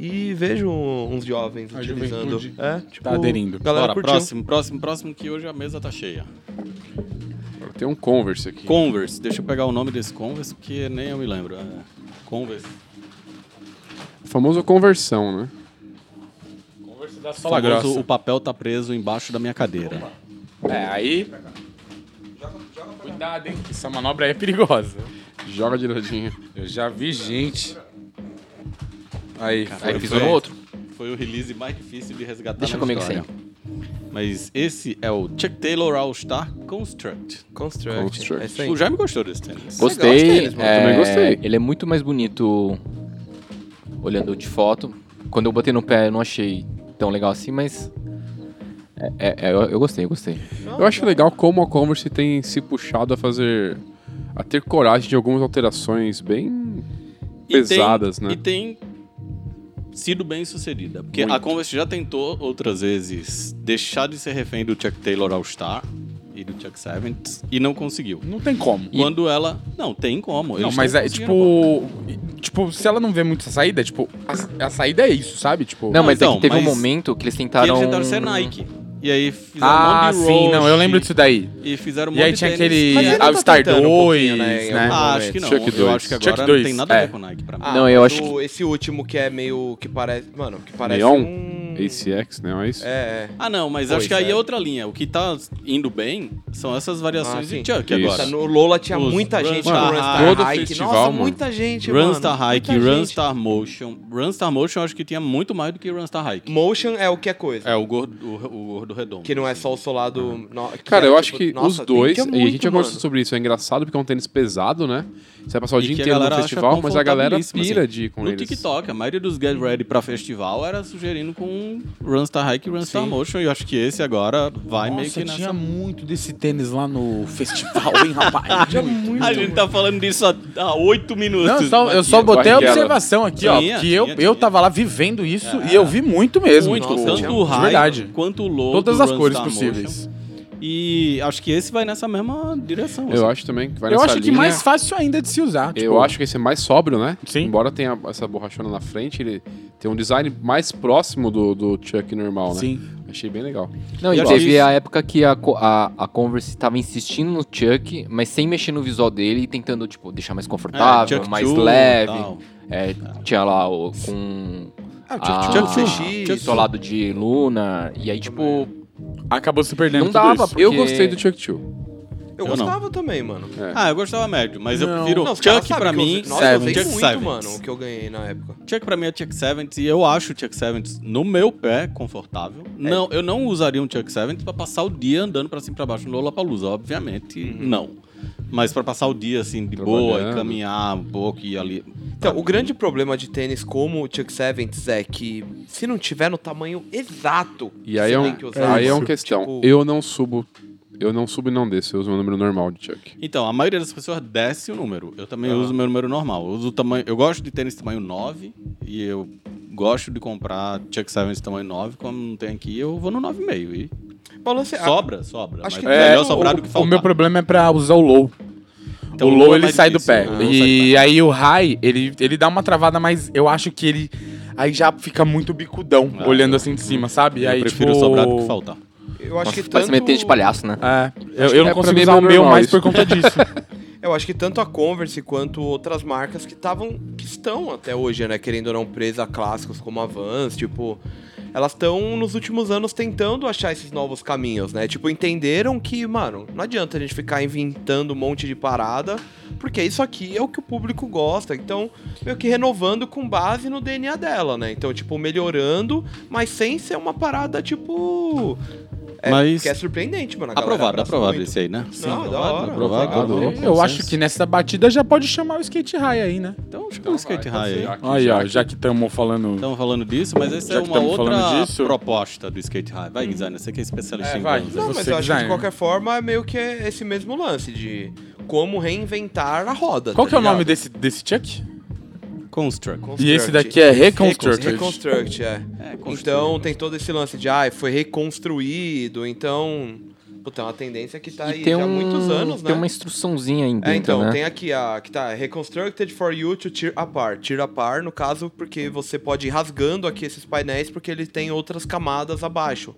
Speaker 2: E vejo um, uns jovens
Speaker 3: A
Speaker 2: utilizando.
Speaker 3: juventude
Speaker 2: É, tipo,
Speaker 3: tá aderindo.
Speaker 2: Galera
Speaker 1: Bora,
Speaker 2: curtiu.
Speaker 1: próximo, próximo, próximo, que hoje a mesa tá cheia.
Speaker 4: Tem um Converse aqui.
Speaker 1: Converse, deixa eu pegar o nome desse Converse, porque nem eu me lembro. É, Converse.
Speaker 4: O famoso conversão, né?
Speaker 3: Fala
Speaker 1: Famoso,
Speaker 3: grossa.
Speaker 1: O papel tá preso embaixo da minha cadeira.
Speaker 3: É, aí... Cuidado, hein? Essa manobra aí é perigosa.
Speaker 4: Joga de ladinho.
Speaker 3: Eu já vi gente... Aí, foi.
Speaker 5: Aí pisou no outro.
Speaker 1: Foi o release mais difícil de resgatar
Speaker 5: Deixa
Speaker 1: na
Speaker 5: comigo isso aí.
Speaker 1: história. Mas esse é o Chuck Taylor All Star Construct.
Speaker 2: Construct.
Speaker 4: Construct.
Speaker 2: É isso aí.
Speaker 1: O Jaime gostou desse tênis.
Speaker 5: Gostei.
Speaker 2: Você gosta deles, mano?
Speaker 5: é,
Speaker 4: Também gostei.
Speaker 5: Ele é muito mais bonito olhando de foto. Quando eu botei no pé, eu não achei tão legal assim, mas. é- é- é, eu, eu gostei, eu gostei.
Speaker 4: Eu acho legal como a Converse tem se puxado a fazer. a ter coragem de algumas alterações bem
Speaker 1: E tem-
Speaker 3: né?
Speaker 4: pesadas, né?
Speaker 1: E tem sido bem sucedida. Porque a
Speaker 5: Muito.
Speaker 1: Converse já tentou outras vezes deixar de ser refém do Chuck Taylor All Star e do Chuck Sevens e não conseguiu.
Speaker 3: Não tem como.
Speaker 1: Quando ela. Não, tem como.
Speaker 3: Não,
Speaker 1: eles
Speaker 3: mas
Speaker 1: tão
Speaker 3: é
Speaker 1: conseguindo
Speaker 3: tipo. Tipo, se ela não vê muita saída, tipo, a, a saída é isso, sabe? Tipo.
Speaker 5: Não, mas é
Speaker 1: então,
Speaker 5: que teve um
Speaker 1: mas-
Speaker 5: momento que eles
Speaker 1: Que
Speaker 5: tentaram.
Speaker 1: eles tentaram ser Nike. E aí fizeram
Speaker 3: ah,
Speaker 1: um monte de
Speaker 3: sim, não, eu
Speaker 1: roche,
Speaker 3: lembro disso daí.
Speaker 1: E fizeram um
Speaker 3: E aí
Speaker 1: monte
Speaker 3: tinha
Speaker 1: de tênis.
Speaker 3: aquele
Speaker 2: Mas ainda tá
Speaker 3: Avstar
Speaker 2: tentando
Speaker 3: 2,
Speaker 2: um pouquinho, né, em
Speaker 3: né?
Speaker 2: algum
Speaker 1: Ah,
Speaker 2: momento.
Speaker 1: acho que não.
Speaker 4: Chuck
Speaker 1: eu
Speaker 4: dois.
Speaker 1: acho que
Speaker 3: Chuck
Speaker 1: agora não
Speaker 3: dois,
Speaker 1: tem nada a
Speaker 3: é.
Speaker 1: ver com Nike pra mim.
Speaker 2: Ah,
Speaker 5: Não, eu acho
Speaker 2: o- Esse último que é meio. que parece. Mano, que parece.
Speaker 4: Neon?
Speaker 2: Um...
Speaker 4: ACX, não é isso?
Speaker 2: É, é.
Speaker 1: Ah, não, mas
Speaker 2: Pois
Speaker 1: acho que aí
Speaker 2: é.
Speaker 1: é outra linha. O que tá indo bem são essas
Speaker 2: Ah,
Speaker 1: variações
Speaker 2: sim.
Speaker 1: de Chuck
Speaker 4: Isso.
Speaker 1: agora.
Speaker 2: Nossa, no Lola tinha
Speaker 1: Os
Speaker 2: muita gente
Speaker 1: Runstar
Speaker 2: no
Speaker 1: Hike.
Speaker 2: Runstar
Speaker 4: Todo
Speaker 2: Hike.
Speaker 4: festival,
Speaker 2: Nossa,
Speaker 4: mano.
Speaker 2: muita gente, Tipo, mano.
Speaker 1: Runstar Hike,
Speaker 2: Muita gente.
Speaker 1: Runstar Motion. Runstar Motion eu acho que tinha muito mais do que Runstar Hike.
Speaker 2: Motion é o que é coisa.
Speaker 1: É, o gordo, o, o gordo redondo.
Speaker 2: Que não é só o solado. no- que
Speaker 4: Cara,
Speaker 2: é,
Speaker 4: eu acho
Speaker 2: tipo,
Speaker 4: que
Speaker 2: nossa,
Speaker 4: os
Speaker 2: tem
Speaker 4: dois,
Speaker 2: que é
Speaker 4: e a
Speaker 2: muito,
Speaker 4: gente já conversou
Speaker 2: mano.
Speaker 4: sobre isso, é engraçado porque é um tênis pesado, né? Você vai passar o
Speaker 1: E
Speaker 4: dia
Speaker 1: que a
Speaker 4: inteiro no
Speaker 1: galera acha
Speaker 4: festival, mas a galera
Speaker 1: confortabilíssimo,
Speaker 4: pira
Speaker 1: assim.
Speaker 4: de ir com
Speaker 1: No
Speaker 4: eles.
Speaker 1: TikTok, a maioria dos Get Ready pra festival era sugerindo com Runstar Hike e Runstar Motion. E eu acho que esse agora vai meio que nessa...
Speaker 3: muito desse tênis lá no festival, hein, rapaz? tinha muito.
Speaker 1: A gente tá falando disso há- há oito
Speaker 3: Não,
Speaker 1: minutos.
Speaker 3: só, eu só
Speaker 1: Matias.
Speaker 3: botei a
Speaker 4: Barrichello.
Speaker 3: observação aqui, ó.
Speaker 1: Tinha,
Speaker 3: Que eu,
Speaker 1: tinha,
Speaker 3: eu
Speaker 1: tinha.
Speaker 3: tava lá vivendo isso e eu vi muito mesmo.
Speaker 1: Muito,
Speaker 3: tipo,
Speaker 1: tanto o
Speaker 3: de
Speaker 1: raio
Speaker 3: verdade.
Speaker 1: quanto o low
Speaker 3: Todas
Speaker 1: do
Speaker 3: as cores
Speaker 1: Runstar
Speaker 3: possíveis.
Speaker 1: Motion. E acho que esse vai nessa mesma direção.
Speaker 4: Eu
Speaker 1: assim.
Speaker 4: acho também que vai
Speaker 3: Eu
Speaker 4: nessa
Speaker 3: acho que
Speaker 4: linha.
Speaker 3: mais fácil ainda de se usar.
Speaker 4: Eu acho que esse é mais sóbrio, né?
Speaker 3: Tipo, Sim.
Speaker 4: Embora tenha essa borrachona na frente, ele tem um design mais próximo do, do Chuck normal, né?
Speaker 3: Sim.
Speaker 4: Achei bem legal.
Speaker 5: Não,
Speaker 1: E
Speaker 5: e
Speaker 1: acho
Speaker 5: teve
Speaker 1: isso-
Speaker 5: a época que a, Co- a, a Converse estava insistindo no Chuck, mas sem mexer no visual dele e tentando, tipo, deixar mais confortável,
Speaker 1: É, Chuck
Speaker 5: mais
Speaker 1: Chu e
Speaker 5: leve.
Speaker 1: tal.
Speaker 5: É, tinha lá o, com
Speaker 3: Ah, o
Speaker 5: a,
Speaker 3: Chuck- Chuck-
Speaker 2: Chu.
Speaker 5: o solado de Luna, e aí, tipo,
Speaker 3: Acabou se perdendo.
Speaker 5: Não
Speaker 3: tudo
Speaker 5: dava
Speaker 3: isso.
Speaker 5: Porque-
Speaker 4: Eu gostei do Chuck Chu.
Speaker 2: Eu
Speaker 1: Eu não.
Speaker 2: gostava também, mano.
Speaker 1: Ah, eu gostava médio, mas eu
Speaker 3: Não.
Speaker 1: prefiro
Speaker 2: Não, os caras
Speaker 1: Chuck
Speaker 2: sabem
Speaker 1: pra
Speaker 2: que eu-
Speaker 1: mim. é um
Speaker 2: Nossa, eu usei
Speaker 1: Chuck
Speaker 2: muito,
Speaker 1: Sevens.
Speaker 2: mano, o que eu ganhei na época.
Speaker 1: Chuck pra mim é Chuck Sevens e eu acho o Chuck Sevens no meu pé confortável.
Speaker 2: É.
Speaker 1: Não, eu não usaria um Chuck Sevens pra passar o dia andando pra cima e pra baixo no Lollapalooza, obviamente,
Speaker 2: Uhum.
Speaker 1: não. Mas pra passar o dia assim de boa e
Speaker 4: Trabalhando.
Speaker 1: caminhar um pouco e ir ali.
Speaker 2: Então, o grande problema de tênis como o Chuck Sevens é que se não tiver no tamanho exato,
Speaker 4: E aí
Speaker 2: você
Speaker 4: é,
Speaker 2: tem
Speaker 4: um,
Speaker 2: que usar.
Speaker 4: aí é uma
Speaker 2: Tipo,
Speaker 4: questão. Eu não subo. Eu não subo e não desço, eu uso meu número normal de Chuck.
Speaker 1: Então, a maioria das pessoas desce o número. Eu também
Speaker 2: Ah.
Speaker 1: uso o meu número normal. Eu, uso o tamanho, eu gosto de tênis tamanho 9 e eu gosto de comprar Chuck Sevens tamanho 9. Como não tem aqui, eu vou no 9,5. E
Speaker 2: balance- ah,
Speaker 1: sobra, sobra.
Speaker 2: acho
Speaker 1: mas
Speaker 2: que
Speaker 1: é
Speaker 3: É,
Speaker 1: melhor
Speaker 3: o,
Speaker 1: sobrar do que
Speaker 3: o
Speaker 1: faltar.
Speaker 3: meu problema é pra usar o low.
Speaker 1: Então,
Speaker 3: o
Speaker 1: o
Speaker 3: low
Speaker 1: low é
Speaker 3: ele
Speaker 1: mais
Speaker 3: sai
Speaker 1: difícil,
Speaker 3: do pé.
Speaker 1: né? O low sai do
Speaker 3: E aí o high, ele, ele dá uma travada, mas eu acho que ele. Aí já fica muito bicudão,
Speaker 1: Ah,
Speaker 3: olhando assim de cima, sabe?
Speaker 1: Eu
Speaker 3: aí,
Speaker 1: prefiro
Speaker 3: tipo,
Speaker 1: sobrar do que faltar.
Speaker 2: Eu acho que
Speaker 5: parece
Speaker 2: tanto...
Speaker 5: meio tênis de palhaço, né?
Speaker 3: É, eu,
Speaker 4: que
Speaker 3: eu
Speaker 4: é
Speaker 3: não
Speaker 4: pra
Speaker 3: consigo
Speaker 4: mim
Speaker 3: usar o meu
Speaker 4: normal
Speaker 3: mais
Speaker 4: isso.
Speaker 3: por conta disso.
Speaker 2: Eu acho que tanto a Converse quanto outras marcas que estavam. que estão até hoje, né? Querendo ou não, presa a clássicos como a Vans, tipo. Elas estão nos últimos anos tentando achar esses novos caminhos, né? Tipo, entenderam que, mano, não adianta a gente ficar inventando um monte de parada, porque isso aqui é o que o público gosta. Então, meio que renovando com base no DNA dela, né? Então, tipo, melhorando, mas sem ser uma parada, tipo. É,
Speaker 1: Mas-
Speaker 2: Que é surpreendente, mano. a galera
Speaker 1: Aprovado,
Speaker 2: abraça
Speaker 1: aprovado
Speaker 2: muito.
Speaker 1: esse aí, né?
Speaker 2: Não, da
Speaker 1: Aprovado,
Speaker 2: hora.
Speaker 4: Aprovado.
Speaker 1: aprovado.
Speaker 3: eu acho que nessa batida já pode chamar o skate high aí, né?
Speaker 1: Então, chama o skate high aí.
Speaker 3: Aí, ó, Ah, já que estamos falando.
Speaker 1: Estamos falando disso, mas essa
Speaker 3: Já
Speaker 1: é
Speaker 3: que
Speaker 1: uma
Speaker 3: tamo
Speaker 1: outra
Speaker 3: falando disso-
Speaker 1: proposta do skate high.
Speaker 2: Uhum.
Speaker 1: Vai, designer, você que é especialista
Speaker 3: É,
Speaker 1: em
Speaker 3: vai.
Speaker 1: guns.
Speaker 2: Não,
Speaker 1: aí.
Speaker 3: Você
Speaker 2: mas eu acho que de
Speaker 3: designer.
Speaker 2: qualquer forma é meio que esse mesmo lance de como reinventar a roda.
Speaker 3: Qual
Speaker 2: tá
Speaker 3: que é o
Speaker 2: ligado?
Speaker 3: nome desse, desse Chuck?
Speaker 1: Construct.
Speaker 2: Construct.
Speaker 3: E esse daqui é Reconstructed.
Speaker 2: Reconstruct, é.
Speaker 1: É, construct.
Speaker 2: Então tem todo esse lance de, ah, foi reconstruído, então. Puta, é uma tendência que tá aí
Speaker 5: e tem
Speaker 2: já há
Speaker 5: um,
Speaker 2: muitos anos,
Speaker 5: tem
Speaker 2: né?
Speaker 5: uma instruçãozinha aí dentro,
Speaker 2: É, então,
Speaker 5: né?
Speaker 2: tem aqui a que tá Reconstructed for you to tear apart. Tear apart, no caso, porque você pode ir rasgando aqui esses painéis porque ele tem outras camadas abaixo.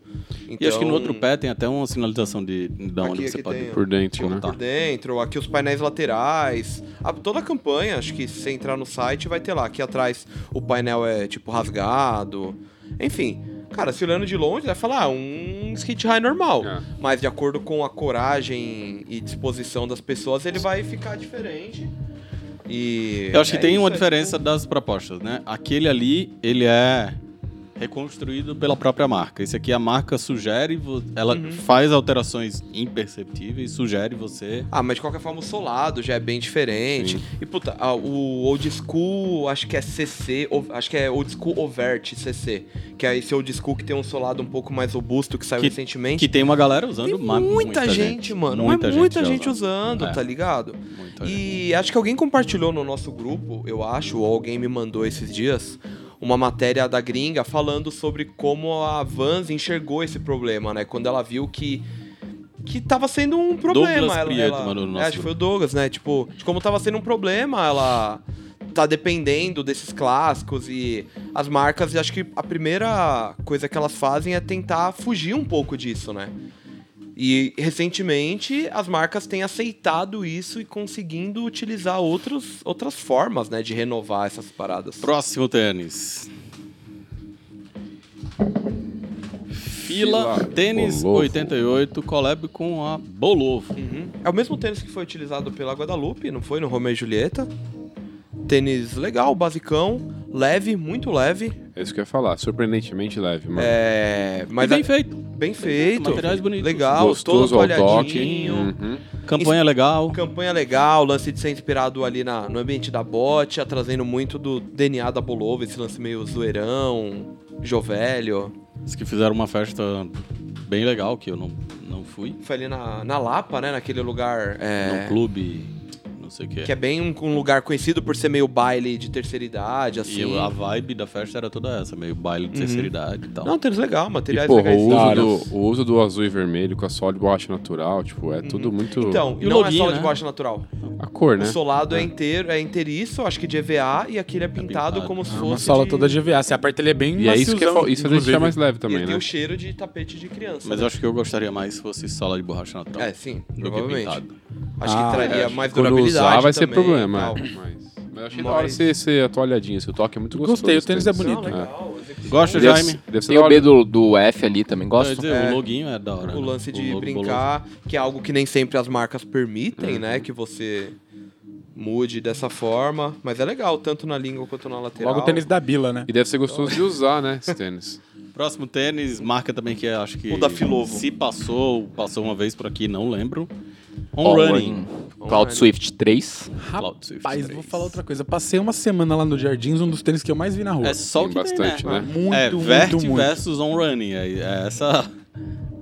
Speaker 1: E acho que no
Speaker 2: Então,
Speaker 1: outro pé tem até uma sinalização de, de onde
Speaker 2: Aqui,
Speaker 1: você
Speaker 2: aqui
Speaker 1: pode
Speaker 2: tem, ó.
Speaker 4: Por dentro, né?
Speaker 1: cortar.
Speaker 2: por dentro, aqui os painéis laterais, a- toda a campanha, acho que se você entrar no site vai ter lá, aqui atrás o painel é tipo rasgado, enfim. Cara, se olhando de longe, vai falar ah, um skate high normal,
Speaker 4: É.
Speaker 2: mas de acordo com a coragem e disposição das pessoas, ele vai ficar diferente. E
Speaker 1: Eu acho que
Speaker 2: é
Speaker 1: tem
Speaker 2: isso,
Speaker 1: uma
Speaker 2: é
Speaker 1: diferença
Speaker 2: tipo-
Speaker 1: das propostas, né? Aquele ali, ele é reconstruído pela própria marca. Esse aqui a marca sugere, vo- ela
Speaker 2: Uhum.
Speaker 1: faz alterações imperceptíveis, sugere você.
Speaker 2: Ah, mas de qualquer forma o solado já é bem diferente. E puta, ah, o old school, acho que é CC, o- acho que é old school overt CC, que é esse old school que tem um solado um pouco mais robusto que tá saiu
Speaker 1: Que-
Speaker 2: recentemente.
Speaker 1: Que tem uma galera usando
Speaker 2: tem
Speaker 1: ma-
Speaker 2: muita, gente, mano. Muita mas muita gente usando,
Speaker 1: É.
Speaker 2: tá ligado?
Speaker 1: Muita gente.
Speaker 2: E acho que alguém compartilhou no nosso grupo, eu acho, ou alguém me mandou esses dias, uma matéria da gringa falando sobre como a Vans enxergou esse problema, né? Quando ela viu que que tava sendo um problema.
Speaker 1: Douglas
Speaker 2: ela,
Speaker 1: Prieto
Speaker 2: ela-
Speaker 1: mandou no
Speaker 2: é,
Speaker 1: nosso
Speaker 2: acho que foi o Douglas, né? Tipo, de como tava sendo um problema, ela tá dependendo desses clássicos e as marcas, acho que a primeira coisa que elas fazem é tentar fugir um pouco disso, né? E recentemente as marcas têm aceitado isso e conseguindo utilizar outros, outras formas, né, de renovar essas paradas.
Speaker 1: Próximo tênis. Fila,
Speaker 4: Fila
Speaker 1: tênis
Speaker 4: Bolovo.
Speaker 1: 88, collab com a Bolovo.
Speaker 2: Uhum. É o mesmo tênis que foi utilizado pela Guadalupe, não foi? No Romeo e Julieta. Tênis legal, basicão, leve, muito leve.
Speaker 4: É isso que eu ia falar. Surpreendentemente leve, mano.
Speaker 2: É, mas
Speaker 1: e bem
Speaker 2: a-
Speaker 1: feito.
Speaker 2: bem feito.
Speaker 1: Materiais bonitos.
Speaker 2: Legal,
Speaker 4: Gostoso
Speaker 2: todo
Speaker 4: ao toque.
Speaker 2: olhadinho.
Speaker 4: Uhum.
Speaker 1: Campanha legal.
Speaker 2: Campanha legal, lance de ser inspirado ali na, no ambiente da bote, trazendo muito do DNA da Bolova, esse lance meio zoeirão, jovelho.
Speaker 1: Diz que fizeram uma festa bem legal, que eu não, não fui.
Speaker 2: Foi ali na, na Lapa, né? Naquele lugar.
Speaker 1: Num
Speaker 2: É,
Speaker 1: clube, não sei o quê.
Speaker 2: que é bem um, um lugar conhecido por ser meio baile de terceira idade, assim. Uhum.
Speaker 1: E a vibe da festa era toda essa, meio baile de terceira idade e tal.
Speaker 2: Não, tênis legal, materiais
Speaker 4: E, porra,
Speaker 2: legais.
Speaker 4: o uso,
Speaker 3: Cara.
Speaker 4: do, o uso do azul e vermelho com a só de borracha natural, tipo, é tudo muito...
Speaker 2: Então,
Speaker 1: E o
Speaker 2: não é
Speaker 1: login,
Speaker 2: só
Speaker 1: né?
Speaker 2: de borracha natural.
Speaker 4: A cor, né?
Speaker 2: O solado é inteiro, é inteiriço, acho que de EVA, e aquele é pintado,
Speaker 1: pintado.
Speaker 2: como se fosse.
Speaker 3: Uma sala
Speaker 2: de...
Speaker 3: toda de EVA. Você aperta ele é bem
Speaker 4: E é isso que é,
Speaker 3: maciozão,
Speaker 4: fa- isso é deixar
Speaker 3: inclusive.
Speaker 4: mais leve
Speaker 2: E ele
Speaker 4: também,
Speaker 2: tem
Speaker 4: né?
Speaker 2: o cheiro de tapete de criança.
Speaker 1: Mas
Speaker 2: né?
Speaker 1: eu acho que eu gostaria mais se fosse sola de borracha natural.
Speaker 2: É, sim,
Speaker 1: do que
Speaker 2: provavelmente.
Speaker 1: pintado.
Speaker 2: Acho
Speaker 3: Ah,
Speaker 2: que traria mais
Speaker 4: Quando
Speaker 2: durabilidade.
Speaker 4: usar vai ser
Speaker 2: também e
Speaker 4: problema.
Speaker 2: tal.
Speaker 4: é. Mas, mas eu achei da
Speaker 2: Mas-
Speaker 4: hora ser, ser atualhadinho. Esse toque é muito gostoso.
Speaker 3: Gostei, o
Speaker 4: desse
Speaker 3: tênis é bonito.
Speaker 2: Não, legal, execução.
Speaker 1: Gosta,
Speaker 4: Deve-
Speaker 1: Jaime?
Speaker 4: Deve ser
Speaker 5: Tem
Speaker 4: da
Speaker 5: o B
Speaker 4: hora.
Speaker 5: do, do F ali também,
Speaker 1: Quer
Speaker 5: gosto.
Speaker 1: dizer, O loguinho é da hora.
Speaker 2: O
Speaker 1: né?
Speaker 2: lance de
Speaker 1: logo
Speaker 2: brincar, que é algo que nem sempre as marcas permitem, né? Que você mude dessa forma. Mas é legal, tanto na língua quanto na lateral.
Speaker 3: Logo o tênis da Bila, né?
Speaker 4: E deve ser gostoso de usar, né, esse tênis.
Speaker 1: bolovo. Próximo tênis, marca também que acho que.
Speaker 2: O da Filovo.
Speaker 1: Se passou, passou uma vez por aqui, não lembro.
Speaker 2: um
Speaker 1: On,
Speaker 5: On
Speaker 1: Running.
Speaker 5: Running. Cloud Swift 3.
Speaker 1: Cloud Swift
Speaker 3: Rapaz, vou
Speaker 1: 3.
Speaker 3: falar outra coisa. Passei uma semana lá no Jardins, um dos tênis que eu mais vi na rua.
Speaker 1: É só o que
Speaker 4: Tem bastante,
Speaker 1: tem, né?
Speaker 4: né?
Speaker 3: Muito,
Speaker 1: é,
Speaker 3: muito,
Speaker 1: Vert
Speaker 3: muito.
Speaker 1: versus On Running. É, é essa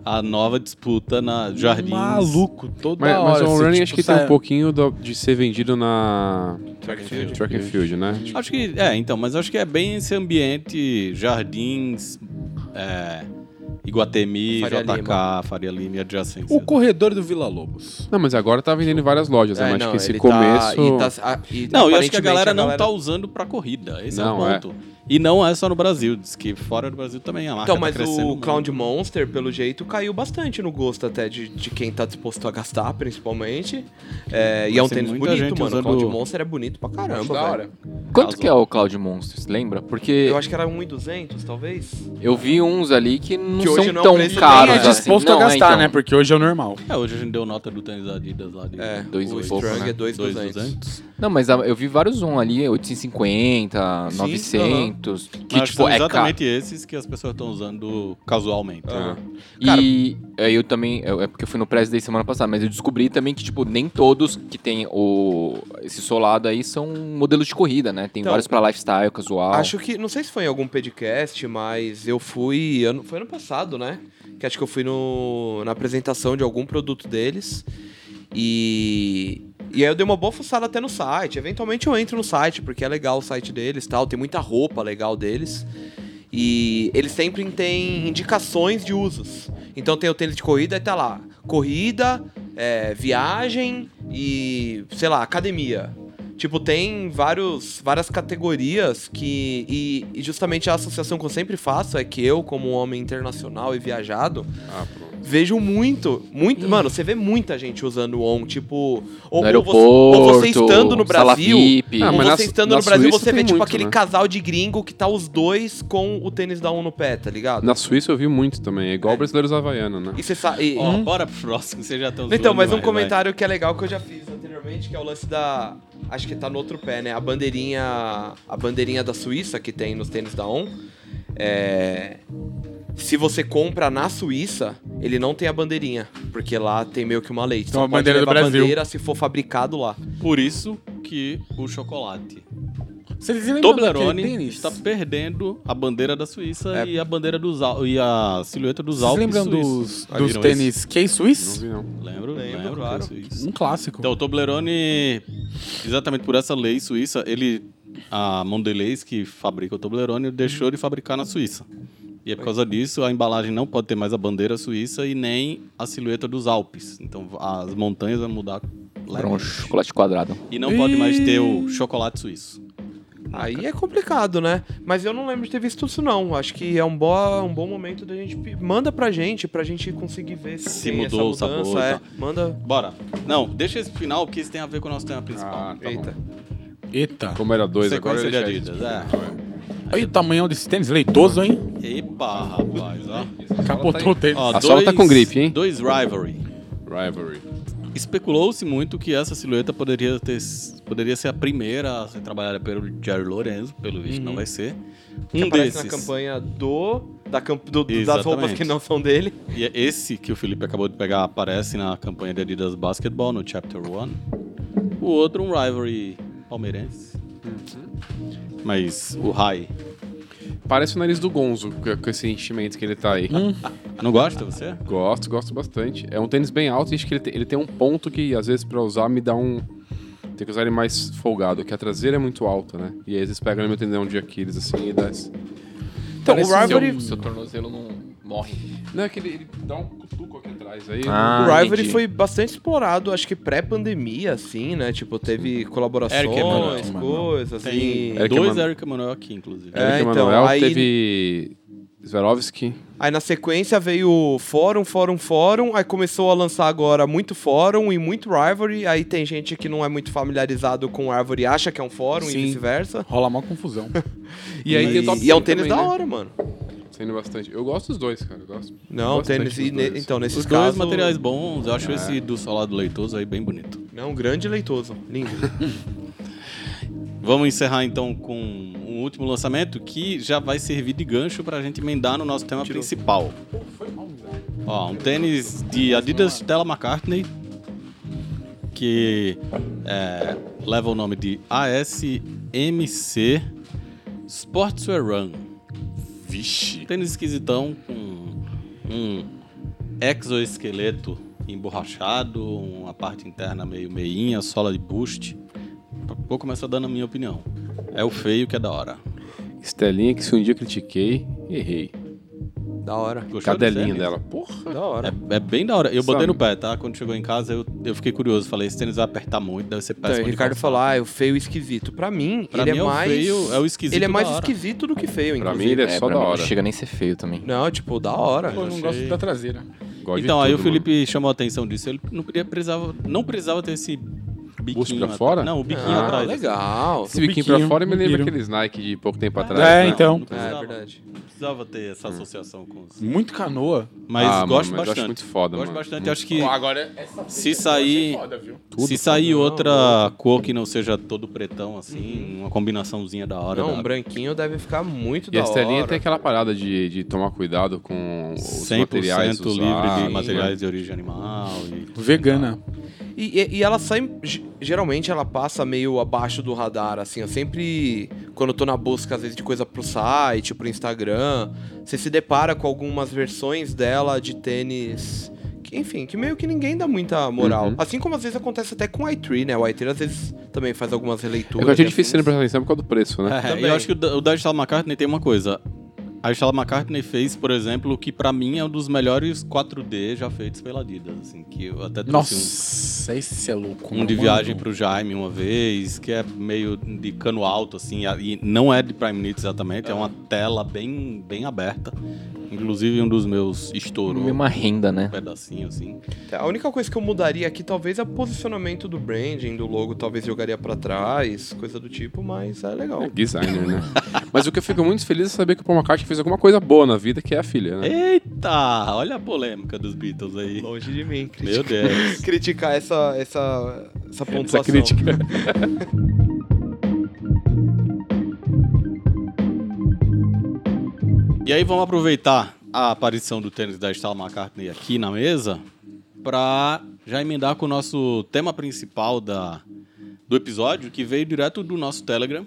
Speaker 1: a nova disputa na Jardins.
Speaker 3: Maluco, toda
Speaker 4: Mas,
Speaker 3: hora.
Speaker 4: mas o
Speaker 3: você,
Speaker 4: running
Speaker 3: tipo,
Speaker 4: acho que
Speaker 3: sai-
Speaker 4: tem um pouquinho do- de ser vendido na
Speaker 2: Track and field.
Speaker 4: track and field, né? Tipo,
Speaker 1: Acho que. É, então, mas acho que é bem esse ambiente, jardins, é, Iguatemi,
Speaker 2: Faria
Speaker 1: JK,
Speaker 2: Lima.
Speaker 1: Faria Lima e adjacência.
Speaker 3: O corredor do Vila Lobos.
Speaker 4: Não, mas agora tá vendendo em várias lojas, né?
Speaker 2: É,
Speaker 4: Mas
Speaker 2: não,
Speaker 4: acho que esse
Speaker 2: ele
Speaker 4: começo...
Speaker 2: Tá, e tá- ah, e
Speaker 1: Não, eu acho que a
Speaker 2: aparentemente
Speaker 1: galera não tá usando pra corrida. Esse é o
Speaker 4: Não, é.
Speaker 1: ponto. E não é só no Brasil, diz que fora do Brasil também a marca
Speaker 2: Então,
Speaker 1: tá
Speaker 2: mas
Speaker 1: crescendo
Speaker 2: o
Speaker 1: muito.
Speaker 2: Clown de Monster, pelo jeito, caiu bastante no gosto até de, de quem tá disposto a gastar, principalmente. É, e é um
Speaker 1: Mas tem
Speaker 2: tênis
Speaker 1: muita
Speaker 2: bonito,
Speaker 1: gente
Speaker 2: mano. O Clown de
Speaker 1: usando-
Speaker 2: Monster é bonito pra
Speaker 4: Acho
Speaker 2: caramba,
Speaker 4: da
Speaker 2: velho.
Speaker 4: hora.
Speaker 5: Quanto
Speaker 1: Azul.
Speaker 5: que é o Cloud Monsters, lembra? Porque
Speaker 2: Eu acho que era 1,200, talvez.
Speaker 5: eu vi uns ali que não
Speaker 2: Que hoje
Speaker 5: são
Speaker 2: não,
Speaker 5: tão
Speaker 2: o preço
Speaker 5: caros
Speaker 2: nem é
Speaker 5: assim.
Speaker 3: disposto
Speaker 5: Não,
Speaker 3: a
Speaker 5: é,
Speaker 3: gastar,
Speaker 5: então.
Speaker 3: né? Porque hoje é o normal.
Speaker 1: É, hoje a gente deu nota do tênis Adidas lá de
Speaker 2: É,
Speaker 5: Dois
Speaker 2: o
Speaker 5: e pouco,
Speaker 2: Strong
Speaker 5: né?
Speaker 2: é 2,200.
Speaker 1: 2,200.
Speaker 5: Não, mas a- eu vi vários on ali, 850,
Speaker 2: Sim,
Speaker 5: 900, que
Speaker 1: Mas
Speaker 5: tipo
Speaker 1: são
Speaker 5: é caro.
Speaker 1: exatamente esses que as pessoas estão usando casualmente.
Speaker 2: Aham. Cara-
Speaker 5: E é, eu também, é é porque eu fui no Press Day semana passada, mas eu descobri também que, tipo, nem todos que tem o, esse solado aí são modelos de corrida, né? Tem
Speaker 2: Então,
Speaker 5: vários pra lifestyle, casual.
Speaker 2: Acho que, não sei se foi em algum podcast, mas eu fui, ano, foi ano passado, né? Que acho que eu fui no, na apresentação de algum produto deles. E, e aí eu dei uma boa fuçada até no site. Eventualmente eu entro no site, porque é legal o site deles tal. Tem muita roupa legal deles. E eles sempre têm indicações de usos. Então tem o tênis de corrida e tá lá. Corrida, é, viagem e, sei lá, academia. Tipo, tem vários, várias categorias que. E, e justamente a associação que eu sempre faço é que eu, como um homem internacional e viajado,
Speaker 4: Ah, pronto.
Speaker 2: vejo muito, muito. Mano, você vê muita gente usando o ON, tipo. Ou,
Speaker 5: no
Speaker 2: ou você,
Speaker 5: aeroporto,
Speaker 2: ou você estando no
Speaker 5: sala
Speaker 2: Brasil.
Speaker 5: VIP.
Speaker 4: Ah,
Speaker 2: ou
Speaker 4: mas
Speaker 2: você
Speaker 4: na-
Speaker 2: estando
Speaker 4: na
Speaker 2: no Brasil,
Speaker 4: Suíça
Speaker 2: você vê,
Speaker 4: tem
Speaker 2: tipo,
Speaker 4: muito,
Speaker 2: aquele
Speaker 4: né?
Speaker 2: casal de gringo que tá os dois com o tênis da ON no pé, tá ligado?
Speaker 4: Na Suíça eu vi muito também. É igual brasileiros havaiano, né?
Speaker 2: E você sabe.
Speaker 1: Ó, bora pro próximo, vocês já estão
Speaker 2: Hum? Então,
Speaker 1: zoando
Speaker 2: mas um
Speaker 1: demais, vai.
Speaker 2: comentário que é legal que eu já fiz anteriormente, que é o lance da. Acho que tá no outro pé, né? A bandeirinha. A bandeirinha da Suíça que tem nos tênis da ON. É. Se você compra na Suíça, ele não tem a bandeirinha, porque lá tem meio que uma lei. Você
Speaker 3: Então,
Speaker 2: só
Speaker 3: a bandeira do
Speaker 2: pode levar
Speaker 3: Brasil.
Speaker 2: bandeira se for fabricado lá.
Speaker 1: Por isso que o chocolate
Speaker 3: Vocês lembram
Speaker 1: Toblerone
Speaker 3: daquele tênis?
Speaker 1: está perdendo a bandeira da Suíça e a bandeira dos Al e a silhueta dos
Speaker 3: Vocês
Speaker 1: Alpes
Speaker 3: lembram
Speaker 1: suíços.
Speaker 3: dos,
Speaker 1: Ah,
Speaker 3: dos
Speaker 1: viram
Speaker 3: tênis K
Speaker 4: Não
Speaker 3: Swiss?
Speaker 4: vi, Então, não.
Speaker 1: esse? Lembro,
Speaker 2: Lembro,
Speaker 1: lembro,
Speaker 2: claro.
Speaker 1: foi isso.
Speaker 3: Um clássico.
Speaker 1: Então, o Toblerone, exatamente por essa lei suíça, ele a Mondelez, que fabrica o Toblerone, deixou de fabricar na Suíça. E é por causa disso, a embalagem não pode ter mais a bandeira suíça e nem a silhueta dos Alpes. Então, as montanhas vão mudar
Speaker 5: Era um
Speaker 1: levemente.
Speaker 5: chocolate quadrado.
Speaker 1: E não pode mais ter o chocolate suíço.
Speaker 2: Aí é complicado, né? Mas eu não lembro de ter visto isso, não. Acho que é um, boa, um bom momento da gente. pe- Manda pra gente, pra gente conseguir ver se,
Speaker 1: Se
Speaker 2: tem essa
Speaker 1: mudou o sabor tá.
Speaker 2: mudança.
Speaker 1: e
Speaker 2: é.
Speaker 1: tal.
Speaker 2: Manda.
Speaker 1: Bora. Não, deixa esse pro final, porque isso tem a ver com o nosso tema principal.
Speaker 4: Ah, tá
Speaker 2: Eita.
Speaker 3: Eita.
Speaker 4: Como era dois agora,
Speaker 1: Sequência
Speaker 4: eu
Speaker 1: de
Speaker 4: deixei
Speaker 1: Adidas, é.
Speaker 3: Olha
Speaker 4: tá.
Speaker 3: o tamanhão desse tênis, leitoso, hein?
Speaker 1: Epa, rapaz, ó.
Speaker 3: Capotou o tênis.
Speaker 1: Ó,
Speaker 4: A Sol tá com gripe, hein?
Speaker 1: Dois Rivalry.
Speaker 4: Rivalry.
Speaker 1: Especulou-se muito que essa silhueta poderia, ter, poderia ser a primeira a ser trabalhada pelo Jerry Lorenzo, pelo visto
Speaker 4: Uhum.
Speaker 1: não vai ser.
Speaker 2: Que
Speaker 1: Um
Speaker 2: aparece
Speaker 1: desses,
Speaker 2: na campanha do. Da camp, do- do- das roupas
Speaker 1: Exatamente.
Speaker 2: que não são dele.
Speaker 1: e é esse que o Felipe acabou de pegar, aparece na campanha de Adidas Basketball, no Chapter 1. O outro, um Rivalry palmeirense.
Speaker 2: Uhum.
Speaker 1: Mas o High.
Speaker 4: Parece o nariz do Gonzo com com esse enchimento que ele tá aí.
Speaker 2: Hum.
Speaker 1: Não gosta você?
Speaker 4: Gosto, gosto bastante. É um tênis bem alto e acho que ele tem, ele tem um ponto que, às vezes, pra usar, me dá um. Tem que usar ele mais folgado, que a traseira é muito alta, né? E aí, às vezes, pega no meu tendão de Aquiles, assim, e dá esse...
Speaker 2: Então,
Speaker 4: Parece
Speaker 2: o
Speaker 4: ser
Speaker 2: Rivalry.
Speaker 5: Seu, seu tornozelo não morre.
Speaker 4: Não, é que ele, ele dá um cutuco aqui atrás, aí... né?
Speaker 5: Ah.
Speaker 2: O Rivalry
Speaker 5: entendi.
Speaker 2: foi bastante explorado, acho que pré-pandemia, assim, né? Tipo, teve colaborações,
Speaker 1: Eric Emanuel,
Speaker 2: coisas,
Speaker 1: Tem
Speaker 2: assim.
Speaker 4: Eric
Speaker 1: dois
Speaker 4: Emanuel.
Speaker 1: Eric Emanuel aqui, inclusive.
Speaker 2: É,
Speaker 4: Eric
Speaker 2: então,
Speaker 4: Emanuel,
Speaker 2: aí-
Speaker 4: teve... Swarovski.
Speaker 2: Aí na sequência veio o fórum, fórum, fórum. Aí começou a lançar agora muito fórum e muito Rivalry. Aí tem gente que não é muito familiarizado com Rivalry e acha que é um fórum e
Speaker 4: Sim.
Speaker 2: vice-versa.
Speaker 3: Rola mó confusão.
Speaker 2: E aí
Speaker 4: tem o top
Speaker 2: e é um
Speaker 4: 5
Speaker 2: tênis
Speaker 4: também,
Speaker 2: da
Speaker 4: né?
Speaker 2: hora, mano.
Speaker 4: Saindo bastante. Eu gosto dos dois, cara. Eu gosto.
Speaker 2: Não,
Speaker 4: bastante
Speaker 2: tênis.
Speaker 4: dos
Speaker 2: E ne-
Speaker 4: dois.
Speaker 2: então, nesses
Speaker 1: Os dois
Speaker 2: casos. É.
Speaker 1: materiais bons, eu acho esse do solado leitoso aí bem bonito.
Speaker 2: Não, um grande e leitoso. Lindo.
Speaker 1: Vamos encerrar então com um último lançamento que já vai servir de gancho para a gente emendar no nosso tema principal. Ó, um tênis de Adidas Stella McCartney que é, leva o nome de ASMC Sportswear Run. Vixe! Tênis esquisitão com um exoesqueleto emborrachado, uma parte interna meio meinha, sola de boost. Vou começar dando a minha opinião. É o feio que é da hora.
Speaker 4: Estelinha, que se um dia critiquei, errei.
Speaker 2: da hora.
Speaker 1: Gostou do
Speaker 4: Cadelinha
Speaker 1: tênis?
Speaker 4: dela. Porra.
Speaker 2: Da hora.
Speaker 1: É, é bem da hora. Eu
Speaker 4: Sabe?
Speaker 1: botei no pé, tá? Quando chegou em casa, eu, eu fiquei curioso. Falei, esse tênis vai apertar muito, deve ser
Speaker 2: Então,
Speaker 1: péssimo.
Speaker 2: o
Speaker 1: de
Speaker 2: Ricardo
Speaker 1: calçar.
Speaker 2: falou, ah, é o feio e esquisito. Pra mim,
Speaker 1: Pra
Speaker 2: ele
Speaker 1: mim
Speaker 2: é
Speaker 1: é o
Speaker 2: mais.
Speaker 1: feio, é o esquisito
Speaker 2: Ele é
Speaker 1: da
Speaker 2: mais
Speaker 1: hora.
Speaker 2: esquisito do que feio,
Speaker 4: Pra
Speaker 2: inclusive.
Speaker 4: mim, ele é, só
Speaker 5: pra
Speaker 4: da
Speaker 5: mim
Speaker 4: hora.
Speaker 5: Não chega nem a ser feio
Speaker 1: é-
Speaker 5: também.
Speaker 2: Não, tipo, da hora.
Speaker 1: um
Speaker 3: Pô, eu não gosto da traseira.
Speaker 4: Gosto de
Speaker 1: Então, aí
Speaker 4: tudo,
Speaker 1: o Felipe chamou a atenção disso. Ele não podia- precisava, não precisava ter esse
Speaker 4: Busto
Speaker 1: biquinho.
Speaker 4: pra
Speaker 1: atrás.
Speaker 4: fora?
Speaker 1: Não, o biquinho
Speaker 2: Ah,
Speaker 1: atrás. assim.
Speaker 2: legal.
Speaker 4: Esse biquinho pra
Speaker 3: biquinho,
Speaker 4: fora me lembra
Speaker 3: biquinho.
Speaker 4: aqueles Nike de pouco tempo atrás.
Speaker 3: É,
Speaker 4: né? Hum.
Speaker 3: então.
Speaker 1: Não
Speaker 2: É, é
Speaker 1: precisava,
Speaker 2: verdade.
Speaker 1: não precisava ter essa associação com os...
Speaker 3: Muito canoa.
Speaker 1: Mas
Speaker 4: Ah, mano,
Speaker 1: gosto
Speaker 4: mas eu
Speaker 1: bastante.
Speaker 4: acho muito foda,
Speaker 1: Gosto
Speaker 4: mano.
Speaker 1: bastante.
Speaker 4: Muito
Speaker 1: acho que
Speaker 3: Agora, essa é
Speaker 1: se sair...
Speaker 3: viu?
Speaker 1: se
Speaker 4: assim, né?
Speaker 1: sair outra cor que não seja todo pretão, assim, uma combinaçãozinha da hora.
Speaker 2: Não,
Speaker 1: da-
Speaker 2: um branquinho deve ficar muito
Speaker 4: E
Speaker 2: da
Speaker 4: a
Speaker 2: hora.
Speaker 4: Estelinha tem aquela parada de, de tomar cuidado com os
Speaker 1: 100%
Speaker 4: materiais
Speaker 1: livre
Speaker 4: usados,
Speaker 1: de
Speaker 4: né?
Speaker 1: materiais de origem animal. E...
Speaker 3: Vegana.
Speaker 4: Tá.
Speaker 2: E, e- e ela sai. ge- Geralmente ela passa meio abaixo do radar, assim. Eu sempre. Quando eu tô na busca, às vezes, de coisa pro site, pro Instagram, você se depara com algumas versões dela de tênis. que, Enfim, que meio que ninguém dá muita moral.
Speaker 4: Uhum.
Speaker 2: Assim como às vezes acontece até com o iTree, né? O iTree às vezes também faz algumas
Speaker 4: É
Speaker 2: releituras. assim.
Speaker 4: que eu achei
Speaker 2: e
Speaker 4: difícil de
Speaker 2: afins.
Speaker 4: prestar atenção por causa do preço, né?
Speaker 1: É,
Speaker 2: Também.
Speaker 1: eu acho que o da- o da Stella McCartney tem uma coisa. A Stella McCartney fez, por exemplo, o que pra mim é um dos melhores 4D já feitos pela Adidas, assim, que eu até
Speaker 4: Tá
Speaker 1: trouxe
Speaker 3: Nossa, esse é louco.
Speaker 1: um, um de viagem pro Jaime uma vez, que é meio de cano alto, assim, e não é de Prime Minute exatamente, é, uma tela bem, bem aberta. Inclusive um dos meus estourou
Speaker 5: Uma renda, né?
Speaker 1: um pedacinho, assim.
Speaker 2: A única coisa que eu mudaria aqui talvez é o posicionamento do branding, do logo, talvez jogaria pra trás, coisa do tipo, mas é legal.
Speaker 4: É designer, né? Mas o que eu fico muito feliz é saber que o Paul McCartney fez alguma coisa boa na vida, que é a filha, né?
Speaker 1: Eita! Olha a polêmica dos Beatles aí.
Speaker 2: Longe de mim,
Speaker 1: Meu Deus.
Speaker 2: criticar essa, essa, essa pontuação.
Speaker 4: Essa crítica.
Speaker 1: E aí vamos aproveitar a aparição do tênis da Stella McCartney aqui na mesa para já emendar com o nosso tema principal da, do episódio, que veio direto do nosso Telegram.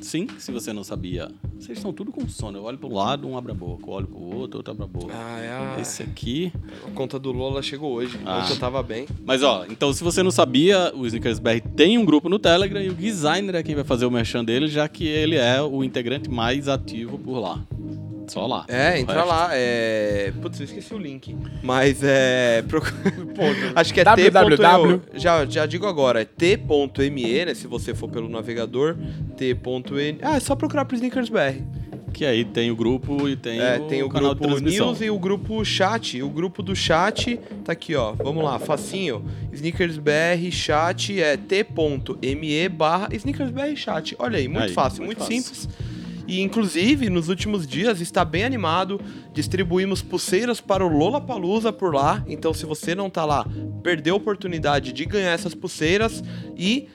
Speaker 1: Sim, se você não sabia, Vocês estão tudo com sono. Eu olho pro lado, um abre a boca. Eu olho pro outro, outro abre a boca.
Speaker 2: Ah, é a-
Speaker 1: Esse aqui.
Speaker 2: A conta do Lola chegou hoje.
Speaker 1: Ah.
Speaker 2: Ontem eu tava bem.
Speaker 1: Mas ó, então se você não sabia, o Snickers BR tem um grupo no Telegram e o designer é quem vai fazer o merchan dele, já que ele é o integrante mais ativo por lá. Só lá.
Speaker 2: É, entra
Speaker 1: resto.
Speaker 2: lá. É... Putz, eu esqueci o link. Mas é. procura- Acho que é
Speaker 3: www.
Speaker 2: www. Já, já digo agora, é t.me, né? Se você for pelo navegador, t.me. Ah, é só procurar pro Sneakers BR.
Speaker 1: Que aí tem o grupo e tem,
Speaker 2: É,
Speaker 1: o,
Speaker 2: tem o
Speaker 1: canal de
Speaker 2: grupo
Speaker 1: transmissão.
Speaker 2: News e o grupo chat. O grupo do chat tá aqui, ó. Vamos lá, facinho. SneakersBR chat é t.me barra SneakersBR chat. Olha aí, muito
Speaker 1: Aí,
Speaker 2: fácil,
Speaker 1: muito
Speaker 2: muito,
Speaker 1: fácil.
Speaker 2: simples. E inclusive, nos últimos dias está bem animado. Distribuímos pulseiras para o Lollapalooza por lá. Então, se você não tá lá, perdeu a oportunidade de ganhar essas pulseiras. E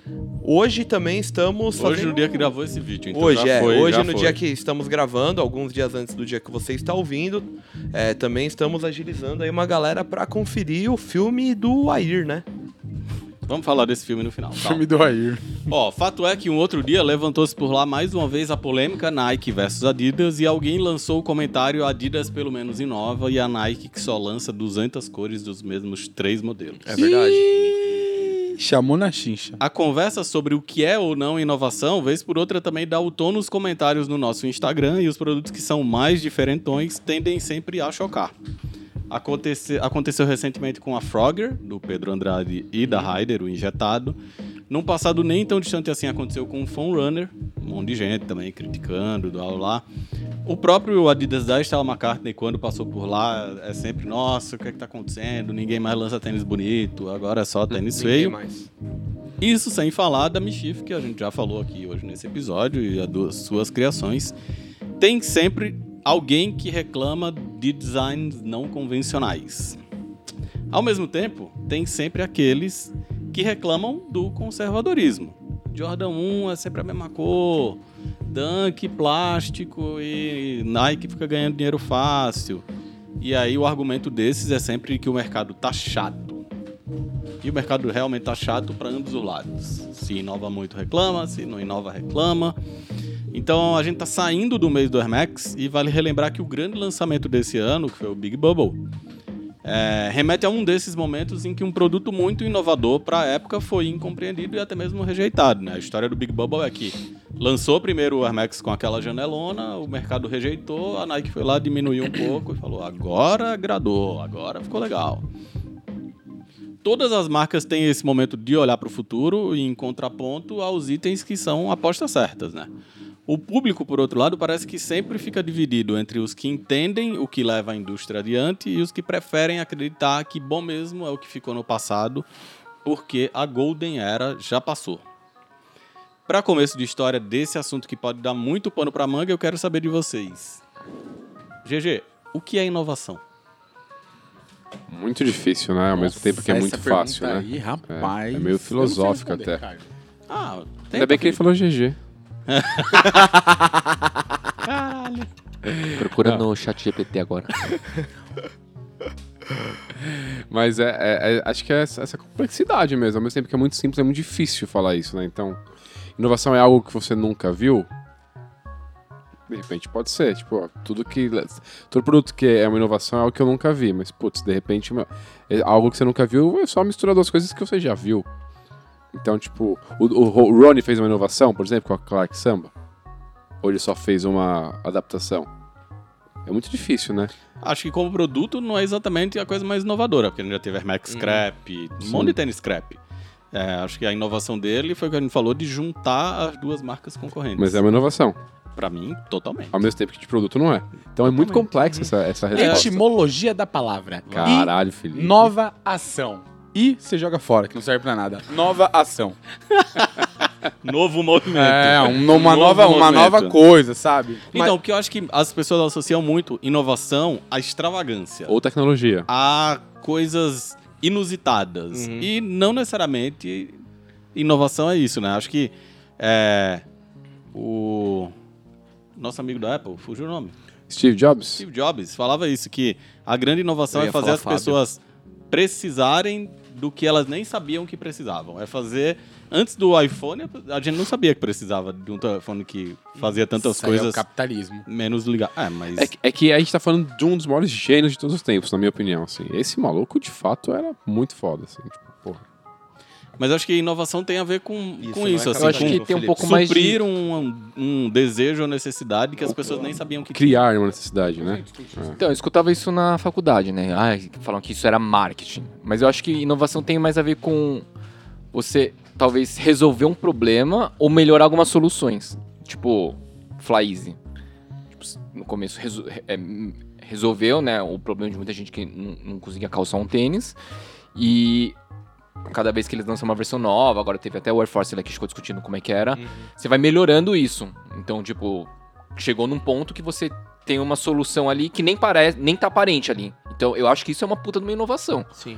Speaker 2: hoje também estamos
Speaker 1: Hoje
Speaker 2: fazendo um
Speaker 1: no dia que gravou esse vídeo. Então
Speaker 2: hoje,
Speaker 1: já
Speaker 2: é.
Speaker 1: Foi,
Speaker 2: hoje,
Speaker 1: já
Speaker 2: no
Speaker 1: foi.
Speaker 2: dia que estamos gravando, alguns dias antes do dia que você está ouvindo, é, também estamos agilizando aí uma galera pra conferir o filme do Air, né?
Speaker 1: Vamos falar desse filme no final. calma.
Speaker 3: Filme do Air.
Speaker 1: Ó, fato é que um outro dia levantou-se por lá mais uma vez a polêmica Nike versus Adidas e alguém lançou o comentário Adidas pelo menos inova e a Nike que só lança 200 cores dos mesmos três modelos.
Speaker 2: É verdade.
Speaker 3: Chamou na chincha.
Speaker 1: A conversa sobre o que é ou não inovação, vez por outra, também dá o tom nos comentários no nosso Instagram e os produtos que são mais diferentões tendem sempre a chocar. Acontece- aconteceu recentemente com a Frogger, do Pedro Andrade, e da Raider, o injetado. Num passado nem tão distante assim aconteceu com o Phone Runner, um monte de gente também criticando, blá blá blá. O próprio Adidas da Stella McCartney, quando passou por lá, é sempre, nossa, o que é que tá acontecendo? Ninguém mais lança tênis bonito, agora é só tênis
Speaker 2: Ninguém
Speaker 1: feio.
Speaker 2: mais.
Speaker 1: Isso sem falar da Michif, que a gente já falou aqui hoje nesse episódio, e as suas criações. Tem sempre alguém que reclama de designs não convencionais. Ao mesmo tempo, tem sempre aqueles que reclamam do conservadorismo. Jordan 1 é sempre a mesma cor, Dunk, plástico e Nike fica ganhando dinheiro fácil. E aí o argumento desses é sempre que o mercado tá chato. E o mercado realmente tá chato para ambos os lados. Se inova muito, reclama. Se não inova, reclama. Então a gente tá saindo do mês do Air Max e vale relembrar que o grande lançamento desse ano, que foi o Big Bubble, é, remete a um desses momentos em que um produto muito inovador para a época foi incompreendido e até mesmo rejeitado. Né? A história do Big Bubble é que lançou primeiro o Air Max com aquela janelona, o mercado rejeitou, a Nike foi lá, diminuiu um pouco e falou: agora agradou, agora ficou legal todas as marcas têm esse momento de olhar para o futuro e em contraponto aos itens que são apostas certas, né? O público, por outro lado, parece que sempre fica dividido entre os que entendem o que leva a indústria adiante e os que preferem acreditar que bom mesmo é o que ficou no passado, porque a Golden Era já passou. Para começo de história desse assunto que pode dar muito pano para manga, eu quero saber de vocês. GG, o que é inovação? É.
Speaker 4: Muito difícil, né? Ao mesmo tempo que é muito fácil, né?
Speaker 3: Ih, rapaz.
Speaker 4: É, é meio
Speaker 3: Eu não sei
Speaker 4: filosófico
Speaker 3: responder,
Speaker 4: até.
Speaker 3: cara.
Speaker 1: Ah,
Speaker 4: Ainda bem que ele falou GG.
Speaker 5: Procura no chat GPT agora.
Speaker 4: Mas é, é- é- acho que é essa, essa complexidade mesmo. Ao mesmo tempo que é muito simples, é muito difícil falar isso, né? Então, inovação é algo que você nunca viu? De repente pode ser. Tipo, ó, tudo que. Todo produto que é uma inovação é algo que eu nunca vi. Mas, putz, de repente, meu, é algo que você nunca viu é só misturar duas coisas que você já viu. Então, tipo, o, o Ro- o Ronnie fez uma inovação, por exemplo, com a Clark Samba? Ou ele só fez uma adaptação? É muito difícil, né?
Speaker 1: Acho que como produto não é exatamente a coisa mais inovadora, porque a gente já teve Air Max Scrap, um
Speaker 4: Uhum. Sim.
Speaker 1: monte de tênis Scrap. É, acho que a inovação dele foi o que a gente falou de juntar as duas marcas concorrentes.
Speaker 4: Mas é uma inovação.
Speaker 1: Pra mim, totalmente.
Speaker 4: ao mesmo tempo que de produto não é. Então é muito
Speaker 1: Totalmente.
Speaker 4: complexa essa, essa resposta.
Speaker 3: Etimologia da palavra.
Speaker 4: Caralho, Felipe.
Speaker 3: Nova ação. E você joga fora, que não serve pra nada. Nova ação.
Speaker 1: Novo movimento.
Speaker 3: É, um-
Speaker 1: Um
Speaker 3: uma,
Speaker 1: novo
Speaker 3: nova, uma
Speaker 1: movimento.
Speaker 3: nova coisa, sabe?
Speaker 1: Então, porque eu acho que as pessoas associam muito inovação à extravagância,
Speaker 4: Ou tecnologia.
Speaker 1: a coisas inusitadas.
Speaker 2: Uhum.
Speaker 1: E não necessariamente inovação é isso, né? Acho que é, o nosso amigo da Apple, fugiu o nome.
Speaker 4: Steve Jobs?
Speaker 1: Steve Jobs falava isso, que a grande inovação
Speaker 2: Eu
Speaker 1: é
Speaker 2: ia
Speaker 1: fazer
Speaker 2: falar
Speaker 1: as
Speaker 2: Fábio.
Speaker 1: pessoas precisarem do que elas nem sabiam que precisavam. É fazer. Antes do iPhone, a gente não sabia que precisava de um telefone que fazia tantas
Speaker 2: um
Speaker 3: Isso aí É o
Speaker 1: coisas
Speaker 3: capitalismo.
Speaker 1: menos ligar. É, mas.
Speaker 4: É, que- é que a gente tá falando de um dos maiores gênios de todos os tempos, na minha opinião, assim. Esse maluco, de fato, era muito foda, assim. Tipo, porra.
Speaker 1: Mas eu acho que inovação tem a ver com isso, com
Speaker 2: não é
Speaker 1: isso assim,
Speaker 5: Eu acho
Speaker 1: com
Speaker 5: que tem um
Speaker 2: Felipe.
Speaker 5: pouco mais de...
Speaker 1: suprir um, um desejo ou necessidade que as pessoas nem sabiam que tinha.
Speaker 4: Criar uma necessidade, né?
Speaker 5: Então, eu escutava isso na faculdade, né? Ah, falam que isso era marketing. Mas eu acho que inovação tem mais a ver com você talvez resolver um problema ou melhorar algumas soluções. Tipo, Flyze. Tipo, s- no começo reso- re- é, hum, resolveu, né, o problema de muita gente que não, não conseguia calçar um tênis. E cada vez que eles lançam uma versão nova, agora teve até o Air Force lá que ficou discutindo como é que era, você vai melhorando isso. Então, tipo, chegou num ponto que você tem uma solução ali que nem parece, nem tá aparente ali. Então, eu acho que isso é uma puta de uma inovação.
Speaker 2: Sim.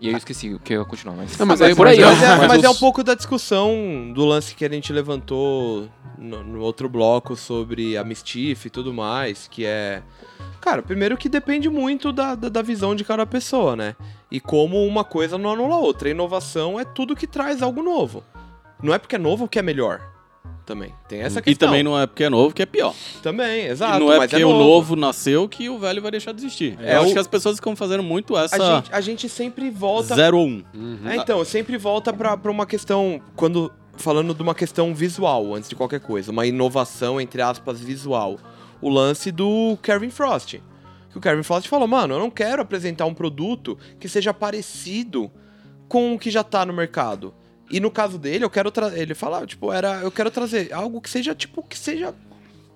Speaker 5: E aí eu esqueci o que eu ia continuar, mas...
Speaker 4: Não, mas
Speaker 5: é
Speaker 4: aí-
Speaker 5: por aí,
Speaker 4: mas
Speaker 5: ó.
Speaker 4: aí-
Speaker 2: Mas, é,
Speaker 4: Mas
Speaker 2: mas é
Speaker 4: os-
Speaker 2: um pouco da discussão do lance que a gente levantou no, no outro bloco sobre a Mischief e tudo mais, que é. Cara, primeiro que depende muito da, da, da visão de cada pessoa, né? E como uma coisa não anula a outra. A inovação é tudo que traz algo novo. Não é porque é novo que é melhor. Também. Tem essa
Speaker 1: E
Speaker 2: questão.
Speaker 1: também não é porque é novo que é pior.
Speaker 2: Também, exato.
Speaker 1: e não é
Speaker 2: mas
Speaker 1: porque
Speaker 2: é
Speaker 1: o novo nasceu que o velho vai deixar de existir.
Speaker 2: É,
Speaker 1: eu acho
Speaker 2: o-
Speaker 1: que as pessoas ficam fazendo muito
Speaker 2: A
Speaker 1: essa um.
Speaker 2: gente, a gente sempre volta
Speaker 1: 0 ou 1.
Speaker 2: É, então, sempre volta pra pra uma questão, quando falando de uma questão visual, antes de qualquer coisa, uma inovação, entre aspas, visual. O lance do Kevin Frost. Que o Kevin Frost falou, mano, eu não quero apresentar um produto que seja parecido com o que já tá no mercado. E no caso dele, eu quero tra- ele falava, tipo, era, eu quero trazer algo que seja tipo que seja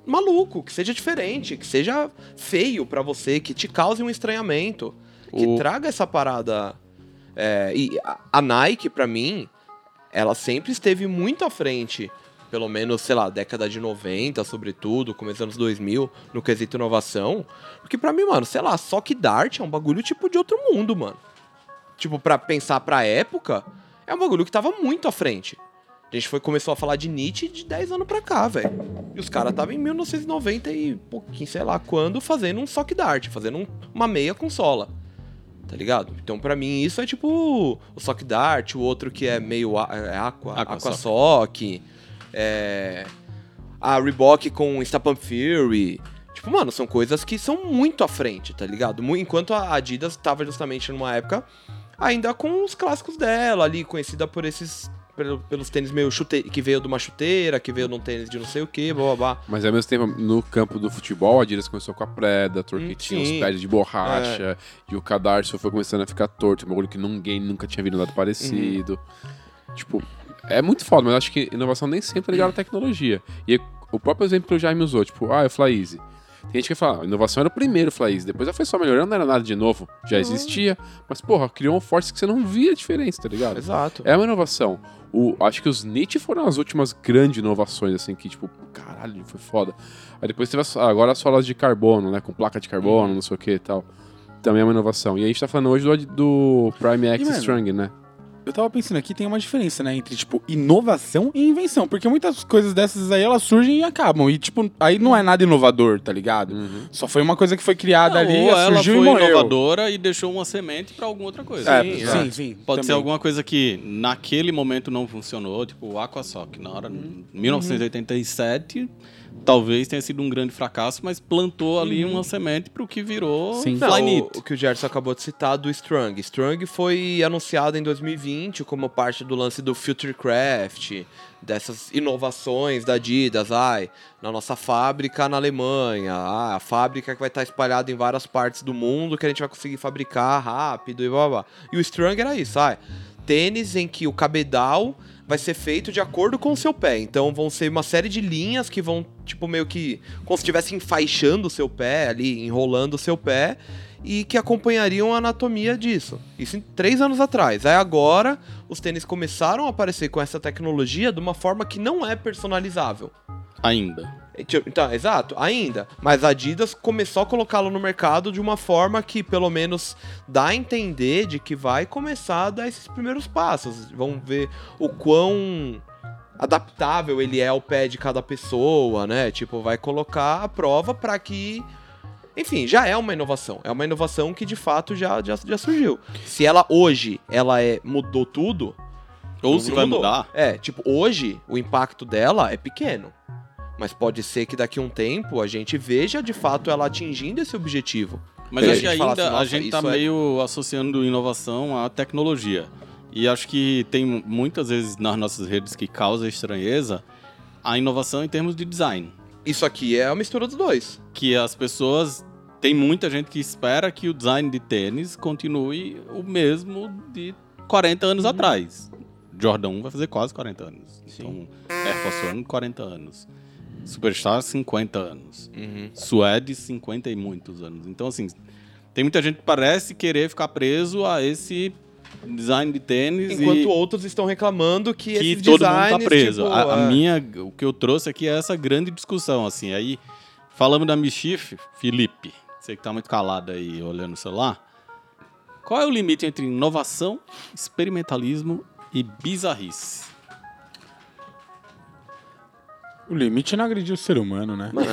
Speaker 2: maluco, que seja diferente, que seja feio pra você, que te cause um estranhamento, que
Speaker 4: O-
Speaker 2: traga essa parada. É, e a, a Nike pra mim, ela sempre esteve muito à frente, pelo menos, sei lá, década de 90, sobretudo, começo dos anos 2000, no quesito inovação, porque pra mim, mano, sei lá, só que Dart é um bagulho tipo de outro mundo, mano. Tipo, pra pensar pra época, é um bagulho que tava muito à frente. A gente foi, começou a falar de Nietzsche de 10 anos pra cá, velho. E os caras estavam em 1990 e pouquinho, sei lá quando, fazendo um sock dart, fazendo um- uma meia com sola. Tá ligado? Então, pra mim, isso é tipo o sock dart, o outro que é meio a- é aqua,
Speaker 1: Aqua
Speaker 2: aqua, sock. é, a Reebok com o Instapump Fury. Tipo, mano, são coisas que são muito à frente, tá ligado? Mu- Enquanto a Adidas tava justamente numa época ainda com os clássicos dela ali, conhecida por esses. pelo- pelos tênis meio chute que veio de uma chuteira, que veio de um tênis de não sei o que, blá blá blá.
Speaker 4: Mas ao mesmo tempo, no campo do futebol, a Adidas começou com a Predator,
Speaker 2: Hum,
Speaker 4: que tinha
Speaker 2: sim.
Speaker 4: os pés de borracha, e o cadarço foi começando a ficar torto, um bagulho que ninguém nunca tinha visto nada parecido.
Speaker 2: Uhum.
Speaker 4: Tipo, é muito foda, mas eu acho que inovação nem sempre é ligada à tecnologia. E o próprio exemplo que o Jaime usou, tipo, ah, é o Fly Easy. Tem gente que fala, ah, inovação era o primeiro Fly Easy, depois já foi só melhorando, não era nada de novo, já
Speaker 2: Uhum.
Speaker 4: existia, mas porra, criou um force que você não via a diferença, tá ligado?
Speaker 2: Exato.
Speaker 4: É uma inovação. O, acho que os Nietzsche foram as últimas grandes inovações, assim, que, tipo, caralho, foi foda. Aí depois teve as, agora as solas de carbono, né? Com placa de
Speaker 2: Uhum.
Speaker 4: carbono, não sei o que e tal. Também é uma inovação. E a gente tá falando hoje do, do Prime X
Speaker 3: mano,
Speaker 4: Strang, né?
Speaker 3: Eu tava pensando aqui, tem uma diferença, né? Entre, tipo, inovação e invenção. Porque muitas coisas dessas aí, elas surgem e acabam. E, tipo, aí não é nada inovador, tá ligado? Só foi uma coisa que foi criada ali,
Speaker 1: Uhum. ou ela
Speaker 3: surgiu
Speaker 1: foi
Speaker 3: e morreu.
Speaker 1: inovadora e deixou uma semente pra alguma outra coisa.
Speaker 3: É,
Speaker 1: Sim,
Speaker 3: sim,
Speaker 1: é.
Speaker 3: sim,
Speaker 1: Pode ser
Speaker 3: também.
Speaker 1: alguma coisa que naquele momento não funcionou, tipo o Aquasoc. Na hora, em 1987, talvez tenha sido um grande fracasso, mas plantou ali uma semente pro que virou
Speaker 3: Sim.
Speaker 2: Não,
Speaker 1: Fly
Speaker 2: o,
Speaker 1: Knit.
Speaker 2: o que o Gerson acabou de citar do Strang. Strang foi anunciado em 2020 como parte do lance do Futurecraft, dessas inovações da Adidas, ai, na nossa fábrica na Alemanha, ah, a fábrica que vai estar espalhada em várias partes do mundo que a gente vai conseguir fabricar rápido e blá blá. blá. E o Strang era isso, ai, tênis em que o cabedal vai ser feito de acordo com o seu pé. Então vão ser uma série de linhas que vão, tipo, meio que como se estivesse enfaixando o seu pé ali, enrolando o seu pé, e que acompanhariam a anatomia disso. Isso em três anos atrás. Aí agora os tênis começaram a aparecer com essa tecnologia de uma forma que não é personalizável.
Speaker 1: Ainda.
Speaker 2: E, tipo, Então, exato, ainda. Mas a Adidas começou a colocá-lo no mercado de uma forma que, pelo menos, dá a entender de que vai começar a dar esses primeiros passos. Vamos ver o quão adaptável ele é ao pé de cada pessoa, né? Tipo, vai colocar a prova para que Enfim, já é uma inovação. É uma inovação que de fato já, já, já surgiu. Se ela hoje ela é, mudou tudo,
Speaker 1: Ou se vai mudar.
Speaker 2: é, tipo, hoje o impacto dela é pequeno. Mas pode ser que daqui a um tempo a gente veja de fato ela atingindo esse objetivo.
Speaker 1: Mas
Speaker 2: É,
Speaker 1: acho que
Speaker 2: a gente fala
Speaker 1: ainda
Speaker 2: assim,
Speaker 1: a
Speaker 2: nossa,
Speaker 1: gente tá
Speaker 2: isso é-
Speaker 1: meio associando inovação à tecnologia. E acho que tem muitas vezes nas nossas redes que causa estranheza a inovação em termos de design.
Speaker 2: Isso aqui é a mistura dos dois.
Speaker 1: Que as pessoas. Tem muita gente que espera que o design de tênis continue o mesmo de 40 anos atrás. Jordan 1 vai fazer quase 40 anos.
Speaker 2: Uhum. Sim.
Speaker 1: Então, Air Force One, 40 anos. Superstar, 50 anos. Suede, 50 e muitos anos. Então, assim, tem muita gente que parece querer ficar preso a esse design de tênis
Speaker 2: Enquanto
Speaker 1: e
Speaker 2: outros estão reclamando que,
Speaker 1: que
Speaker 2: esses
Speaker 1: todo
Speaker 2: designs,
Speaker 1: mundo tá preso.
Speaker 2: tipo,
Speaker 1: a, a
Speaker 2: é,
Speaker 1: minha, o que eu trouxe aqui é essa grande discussão, assim. Aí, falando da Michif, Felipe, você que tá muito calado aí olhando o celular, qual é o limite entre inovação, experimentalismo e bizarrice?
Speaker 3: O limite é não agredir o ser humano, né?
Speaker 2: Mano,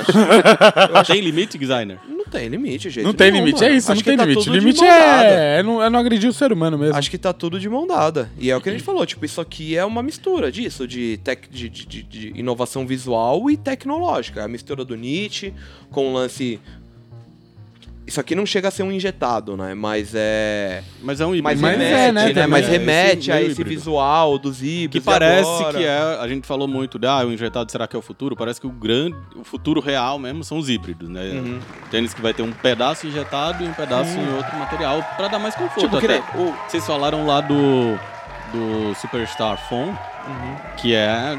Speaker 1: Tem limite, designer?
Speaker 2: Não tem limite, gente.
Speaker 3: não tem limite, é isso, não
Speaker 2: tá
Speaker 1: tá
Speaker 3: tem limite. O limite é, é, não, é não agredir o ser humano mesmo.
Speaker 2: Acho que tá tudo de mão dada. E é o que a gente falou, tipo, isso aqui é uma mistura disso, de, tec de, de- de- de inovação visual e tecnológica. A mistura do Nietzsche com o lance. Isso aqui não chega a ser um injetado, né? Mas é.
Speaker 1: Mas é um híbrido.
Speaker 2: Mas
Speaker 3: Mas
Speaker 2: remete,
Speaker 3: é, né,
Speaker 2: né?
Speaker 3: também.
Speaker 1: É,
Speaker 2: Mas
Speaker 1: esse
Speaker 2: remete a
Speaker 1: meio
Speaker 2: esse
Speaker 1: híbrido.
Speaker 2: visual dos híbridos.
Speaker 1: Que
Speaker 2: de
Speaker 1: parece
Speaker 2: agora.
Speaker 1: que é. A gente falou muito, de, ah, o injetado será que é o futuro? Parece que o grande. O futuro real mesmo são os híbridos, né?
Speaker 2: Uhum.
Speaker 1: Tênis que vai ter um pedaço injetado e um pedaço em outro material pra dar mais conforto.
Speaker 2: Tipo, que
Speaker 1: até.
Speaker 2: nem o-
Speaker 1: Vocês falaram lá do. Do Superstar Phone, que é.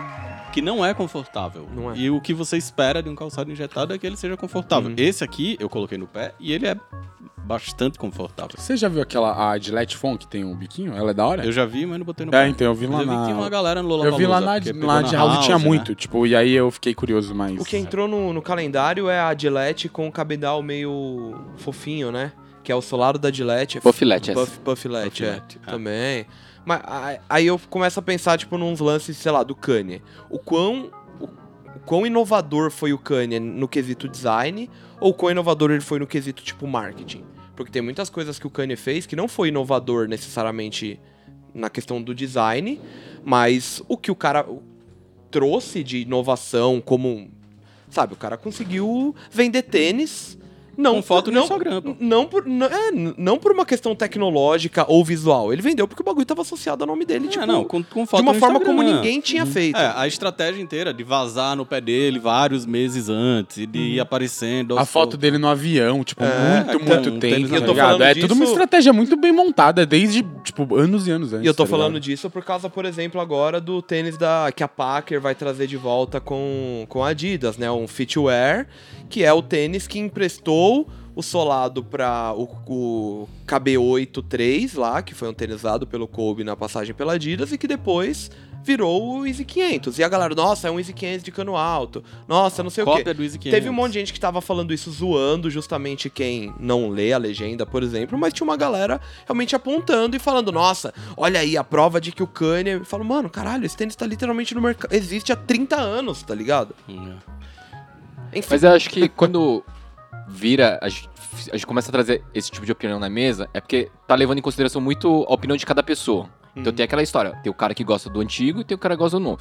Speaker 1: que não é confortável.
Speaker 2: Uhum. Não é.
Speaker 1: E o que você espera de um calçado injetado é que ele seja confortável.
Speaker 2: Uhum.
Speaker 1: Esse aqui eu coloquei no pé e ele é bastante confortável.
Speaker 3: Você já viu aquela a Gillette Phone que tem um biquinho? Ela é da hora?
Speaker 1: Eu já vi, mas não botei no
Speaker 3: é,
Speaker 1: pé.
Speaker 3: então eu vi
Speaker 1: Mas
Speaker 3: lá
Speaker 1: eu vi que tinha uma
Speaker 3: na.
Speaker 1: galera no Lola
Speaker 3: Eu vi lá na, lá de house,
Speaker 1: né?
Speaker 3: tinha muito, tipo, e aí eu fiquei curioso, mas.
Speaker 2: O que entrou no, no calendário é a Gillette com o cabedal meio fofinho, né? Que é o solado da Gillette. É
Speaker 5: Buffilete, essa.
Speaker 2: Puff, Puffilete, é.
Speaker 1: Puffilete, é.
Speaker 2: Também. Mas a- aí eu começo a pensar, tipo, nos lances, sei lá, do Kanye. O quão, o, o quão inovador foi o Kanye no quesito design ou quão inovador ele foi no quesito, tipo, marketing? Porque tem muitas coisas que o Kanye fez que não foi inovador necessariamente na questão do design, mas o que o cara trouxe de inovação como... um, Sabe, o cara conseguiu vender tênis... Não,
Speaker 1: Com foto no
Speaker 2: Então, não,
Speaker 1: Instagram, pô.
Speaker 2: não por, não, é, n- não por uma questão tecnológica ou visual. Ele vendeu porque o bagulho tava associado ao nome dele, tipo,
Speaker 1: É, não, com, com foto
Speaker 2: de uma
Speaker 1: no
Speaker 2: forma
Speaker 1: Instagram. né?
Speaker 2: como ninguém tinha feito.
Speaker 1: É, a estratégia inteira de vazar no pé dele vários meses antes e de ir
Speaker 2: Uhum.
Speaker 1: aparecendo.
Speaker 3: A
Speaker 1: aos
Speaker 3: foto
Speaker 1: poucos.
Speaker 3: dele no avião, tipo,
Speaker 2: É,
Speaker 3: muito,
Speaker 1: então,
Speaker 3: muito
Speaker 1: um
Speaker 3: tempo,
Speaker 1: tênis
Speaker 3: tá
Speaker 1: eu tô
Speaker 3: ligado?
Speaker 2: falando
Speaker 3: É
Speaker 2: disso-
Speaker 3: tudo uma estratégia muito bem montada, desde, tipo, anos e anos antes.
Speaker 2: E eu tô
Speaker 3: tá ligado?
Speaker 2: falando disso por causa, por exemplo, agora do tênis da que a Packer vai trazer de volta com, com a Adidas, né? Um Fitwear, que é o tênis que emprestou o solado para o, o KB83 lá, que foi um tênis usado pelo Kobe na passagem pela Adidas e que depois virou o Easy 500. E a galera, nossa, é um Easy 500 de cano alto. Nossa, não sei o quê.
Speaker 1: Cópia do Easy 500.
Speaker 2: Teve um monte de gente que tava falando isso zoando, justamente quem não lê a legenda, por exemplo, mas tinha uma galera realmente apontando e falando: nossa, olha aí a prova de que o Kanye. Eu falo, mano, caralho, esse tênis tá literalmente no mercado. Existe há 30 anos, tá ligado?
Speaker 1: Hum, é.
Speaker 2: Enfim.
Speaker 5: Mas eu acho que quando vira, a gente, a gente começa a trazer esse tipo de opinião na mesa, é porque tá levando em consideração muito a opinião de cada pessoa. Então
Speaker 2: Uhum.
Speaker 5: tem aquela história, tem o cara que gosta do antigo e tem o cara que gosta do novo.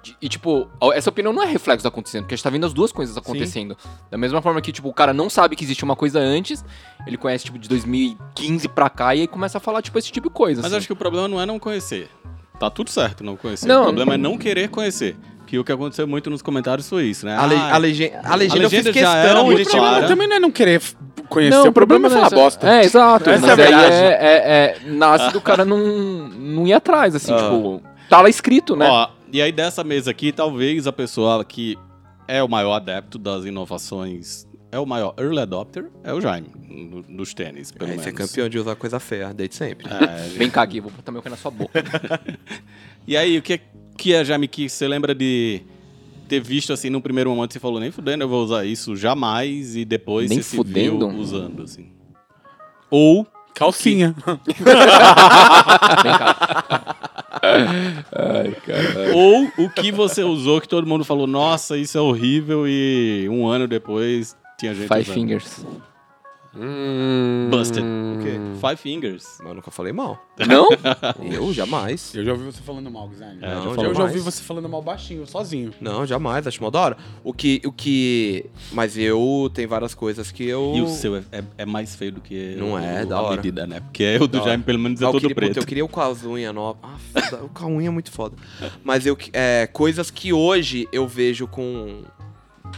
Speaker 5: De- E, tipo, a- essa opinião não é reflexo do acontecendo, porque a gente tá vendo as duas coisas acontecendo. Da mesma forma que, tipo, o cara não sabe que existe uma coisa antes, ele conhece, tipo, de 2015 pra cá e aí começa a falar, tipo, esse tipo de coisa.
Speaker 1: Mas
Speaker 5: assim.
Speaker 1: acho que o problema não é não conhecer. Tá tudo certo não conhecer.
Speaker 5: Não.
Speaker 1: O problema é não querer conhecer. Que o que aconteceu muito nos comentários foi isso, né?
Speaker 2: A, le-
Speaker 1: Ah,
Speaker 2: a, lege- a legenda eu fiz
Speaker 1: legenda já era
Speaker 2: questão
Speaker 1: muito
Speaker 2: de
Speaker 3: O problema
Speaker 1: Para.
Speaker 3: também não é não querer f- conhecer, o problema é falar
Speaker 5: essa-
Speaker 3: bosta.
Speaker 5: É, exato.
Speaker 3: Essa
Speaker 5: mas
Speaker 3: é a
Speaker 5: aí
Speaker 3: verdade. Ah.
Speaker 5: é, é- é- nasce do cara não, não ir atrás, assim,
Speaker 2: Ah.
Speaker 5: tipo. Tá lá escrito, né?
Speaker 1: Ó, e aí dessa mesa aqui, talvez a pessoa que é o maior adepto das inovações, é o maior early adopter, é o Jaime, no- nos tênis, pelo
Speaker 2: É,
Speaker 1: menos.
Speaker 2: você é campeão de usar coisa feia, desde sempre.
Speaker 1: É,
Speaker 5: Vem cá aqui, vou botar meu pé na sua boca.
Speaker 1: E aí, o que é, que é Jaime, que você lembra de ter visto assim no primeiro momento? Você falou, nem fudendo, eu vou usar isso jamais, e depois
Speaker 5: Nem
Speaker 1: você
Speaker 5: fudendo?
Speaker 1: se viu usando, assim. Ou
Speaker 3: Calcinha.
Speaker 1: Ou o que você usou que todo mundo falou, nossa, isso é horrível, e um ano depois tinha gente
Speaker 5: Five
Speaker 1: usando.
Speaker 5: fingers.
Speaker 4: Hum.
Speaker 1: Busted. O quê? Five Fingers.
Speaker 2: Mas eu nunca falei mal.
Speaker 5: Não?
Speaker 2: Eu jamais.
Speaker 3: Eu já ouvi você falando mal, Guilherme.
Speaker 1: É, já
Speaker 3: eu
Speaker 1: falou
Speaker 3: já
Speaker 2: mais.
Speaker 3: ouvi você falando mal baixinho, sozinho.
Speaker 2: Não, jamais, acho mó da hora. O que, o que. Mas eu tem várias coisas que eu.
Speaker 1: E o seu é, é- é mais feio do que
Speaker 2: Não
Speaker 1: o-
Speaker 2: é,
Speaker 1: o-
Speaker 2: da
Speaker 1: a
Speaker 2: hora.
Speaker 1: medida, né? Porque o do
Speaker 2: Da
Speaker 1: Jaime, pelo menos, é
Speaker 2: Ah, eu
Speaker 1: todo
Speaker 2: queria, puta,
Speaker 1: preto.
Speaker 2: eu queria o com as unhas nova. Ah, foda, o com a unha é muito foda. Mas eu, que- é, coisas que hoje eu vejo com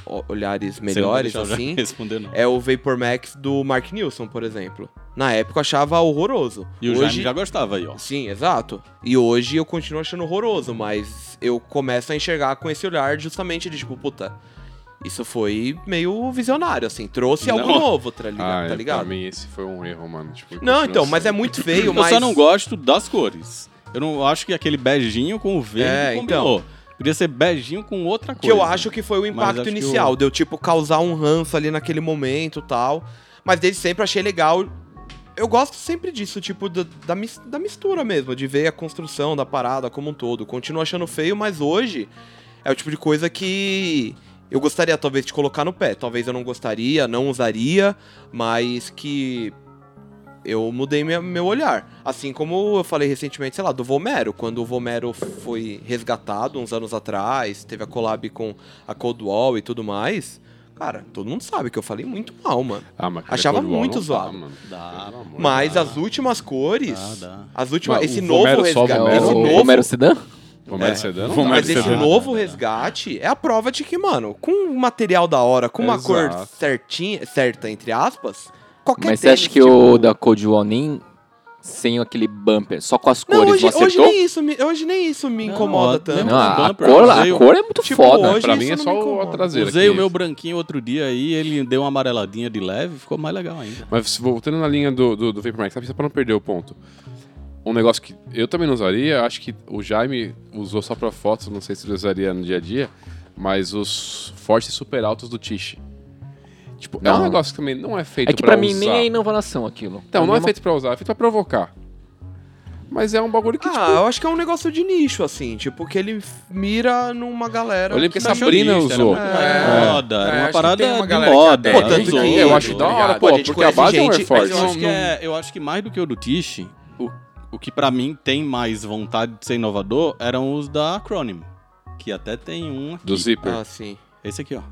Speaker 2: o- olhares
Speaker 1: Você não vai
Speaker 2: melhores,
Speaker 1: deixar eu já
Speaker 2: assim,
Speaker 1: Responder, não.
Speaker 2: é o Vapor Max do Mark Nilsson, por exemplo. Na época eu achava horroroso.
Speaker 1: E o
Speaker 2: hoje,
Speaker 1: Jaime já gostava aí, ó.
Speaker 2: Sim, exato. E hoje eu continuo achando horroroso, mas eu começo a enxergar com esse olhar justamente de tipo, puta, isso foi meio visionário, assim, trouxe algo
Speaker 1: Não.
Speaker 2: novo, tá ligado?
Speaker 4: Ah,
Speaker 2: tá
Speaker 4: é,
Speaker 2: ligado?
Speaker 4: pra mim esse foi um erro, mano. Tipo,
Speaker 2: Não,
Speaker 4: continua
Speaker 2: então,
Speaker 4: assim.
Speaker 2: mas é muito feio,
Speaker 1: Eu
Speaker 2: mas.
Speaker 1: só não gosto das cores. Eu não acho que aquele beijinho com o verde
Speaker 2: É,
Speaker 1: combinou. Podia ser beijinho com outra coisa.
Speaker 2: Que eu acho que foi o
Speaker 1: acho
Speaker 2: impacto
Speaker 1: que
Speaker 2: inicial,
Speaker 1: o-
Speaker 2: deu tipo causar um ranço ali naquele momento e tal. Mas desde sempre achei legal. Eu gosto sempre disso, tipo, da, da mis- da mistura mesmo, de ver a construção da parada como um todo. Continuo achando feio, mas hoje é o tipo de coisa que eu gostaria talvez de colocar no pé. Talvez eu não gostaria, não usaria, mas que eu mudei minha- meu olhar. Assim como eu falei recentemente, sei lá, do Vomero. Quando o Vomero foi resgatado uns anos atrás, teve a collab com a Cold Wall e tudo mais. Cara, todo mundo sabe que eu falei muito mal, mano.
Speaker 4: Ah, mas aquele
Speaker 2: Achava
Speaker 4: Cold War
Speaker 2: muito
Speaker 4: não dá,
Speaker 2: zoado. Ah,
Speaker 4: mano.
Speaker 1: Dá,
Speaker 4: Pelo amor.
Speaker 2: Mas as últimas cores.
Speaker 1: dá.
Speaker 2: As últimas.
Speaker 4: Mas
Speaker 2: Esse
Speaker 4: o
Speaker 2: novo
Speaker 4: Vomero só
Speaker 5: É
Speaker 2: resgate.
Speaker 4: Vomero
Speaker 2: Esse
Speaker 4: ou-
Speaker 2: novo,
Speaker 5: Romero Sedan?
Speaker 4: Romero
Speaker 2: É.
Speaker 4: Sedan não
Speaker 3: Vomero
Speaker 4: dá,
Speaker 2: mas
Speaker 4: cara.
Speaker 2: esse
Speaker 1: Sedan.
Speaker 2: novo resgate é a prova de que, mano, com um material da hora, com uma cor
Speaker 4: Exato.
Speaker 2: certinha, certa, entre aspas, qualquer
Speaker 5: Mas você acha
Speaker 2: tênis,
Speaker 5: que
Speaker 2: tipo-
Speaker 5: o da Cold War nem sem aquele bumper, só com as
Speaker 2: Não, hoje,
Speaker 5: cores, não
Speaker 2: hoje,
Speaker 5: acertou?
Speaker 2: nem isso, me- hoje nem isso me
Speaker 1: Não,
Speaker 2: incomoda
Speaker 1: ó,
Speaker 2: tanto.
Speaker 5: Não, a, a
Speaker 1: Bumper,
Speaker 5: cor,
Speaker 1: usei o-
Speaker 5: a cor é muito
Speaker 2: Tipo,
Speaker 5: foda.
Speaker 2: hoje-
Speaker 4: Pra
Speaker 2: isso
Speaker 4: mim é
Speaker 2: não
Speaker 4: só
Speaker 2: me
Speaker 4: o- a
Speaker 2: incomoda.
Speaker 4: traseira.
Speaker 1: Usei o
Speaker 4: que-
Speaker 1: meu branquinho outro dia aí, ele deu uma amareladinha de leve, ficou mais legal ainda.
Speaker 4: Mas voltando na linha do, do, do Vapor Max, sabe, só pra não perder o ponto. Um negócio que eu também não usaria, acho que o Jaime usou só pra fotos, não sei se ele usaria no dia a dia, mas os fortes super altos do Tiche. Tipo, é um
Speaker 5: Não.
Speaker 4: negócio que também não é feito
Speaker 5: É que pra mim
Speaker 4: usar.
Speaker 5: nem é inovação aquilo.
Speaker 4: Então, não é
Speaker 5: mesmo-
Speaker 4: feito pra usar, é feito pra provocar. Mas é um bagulho que,
Speaker 2: Ah, eu acho que é um negócio de nicho, assim, tipo, que ele f- mira numa galera.
Speaker 4: Eu lembro que
Speaker 2: Mas-
Speaker 4: Sabrina
Speaker 1: Fashionista,
Speaker 4: usou.
Speaker 1: Era
Speaker 3: É,
Speaker 1: uma moda,
Speaker 3: é,
Speaker 1: era
Speaker 3: acho
Speaker 1: uma
Speaker 3: que
Speaker 1: parada
Speaker 3: tem uma
Speaker 1: de
Speaker 3: galera que
Speaker 1: moda.
Speaker 2: adere. Pô, tanto
Speaker 1: usou,
Speaker 2: que
Speaker 4: eu acho da
Speaker 1: usou.
Speaker 4: hora,
Speaker 2: é tá ligado?
Speaker 4: pô,
Speaker 2: A gente
Speaker 4: porque a
Speaker 2: conhece
Speaker 4: base é um
Speaker 2: gente-
Speaker 4: Air Force.
Speaker 1: Mas eu
Speaker 2: Não,
Speaker 1: acho que
Speaker 2: não-
Speaker 1: é, eu acho que mais do que o do Tish, o, o que pra mim tem mais vontade de ser inovador eram os da Acronym, que até tem um aqui.
Speaker 4: Do Zipper.
Speaker 2: Ah, sim.
Speaker 1: Esse aqui, ó.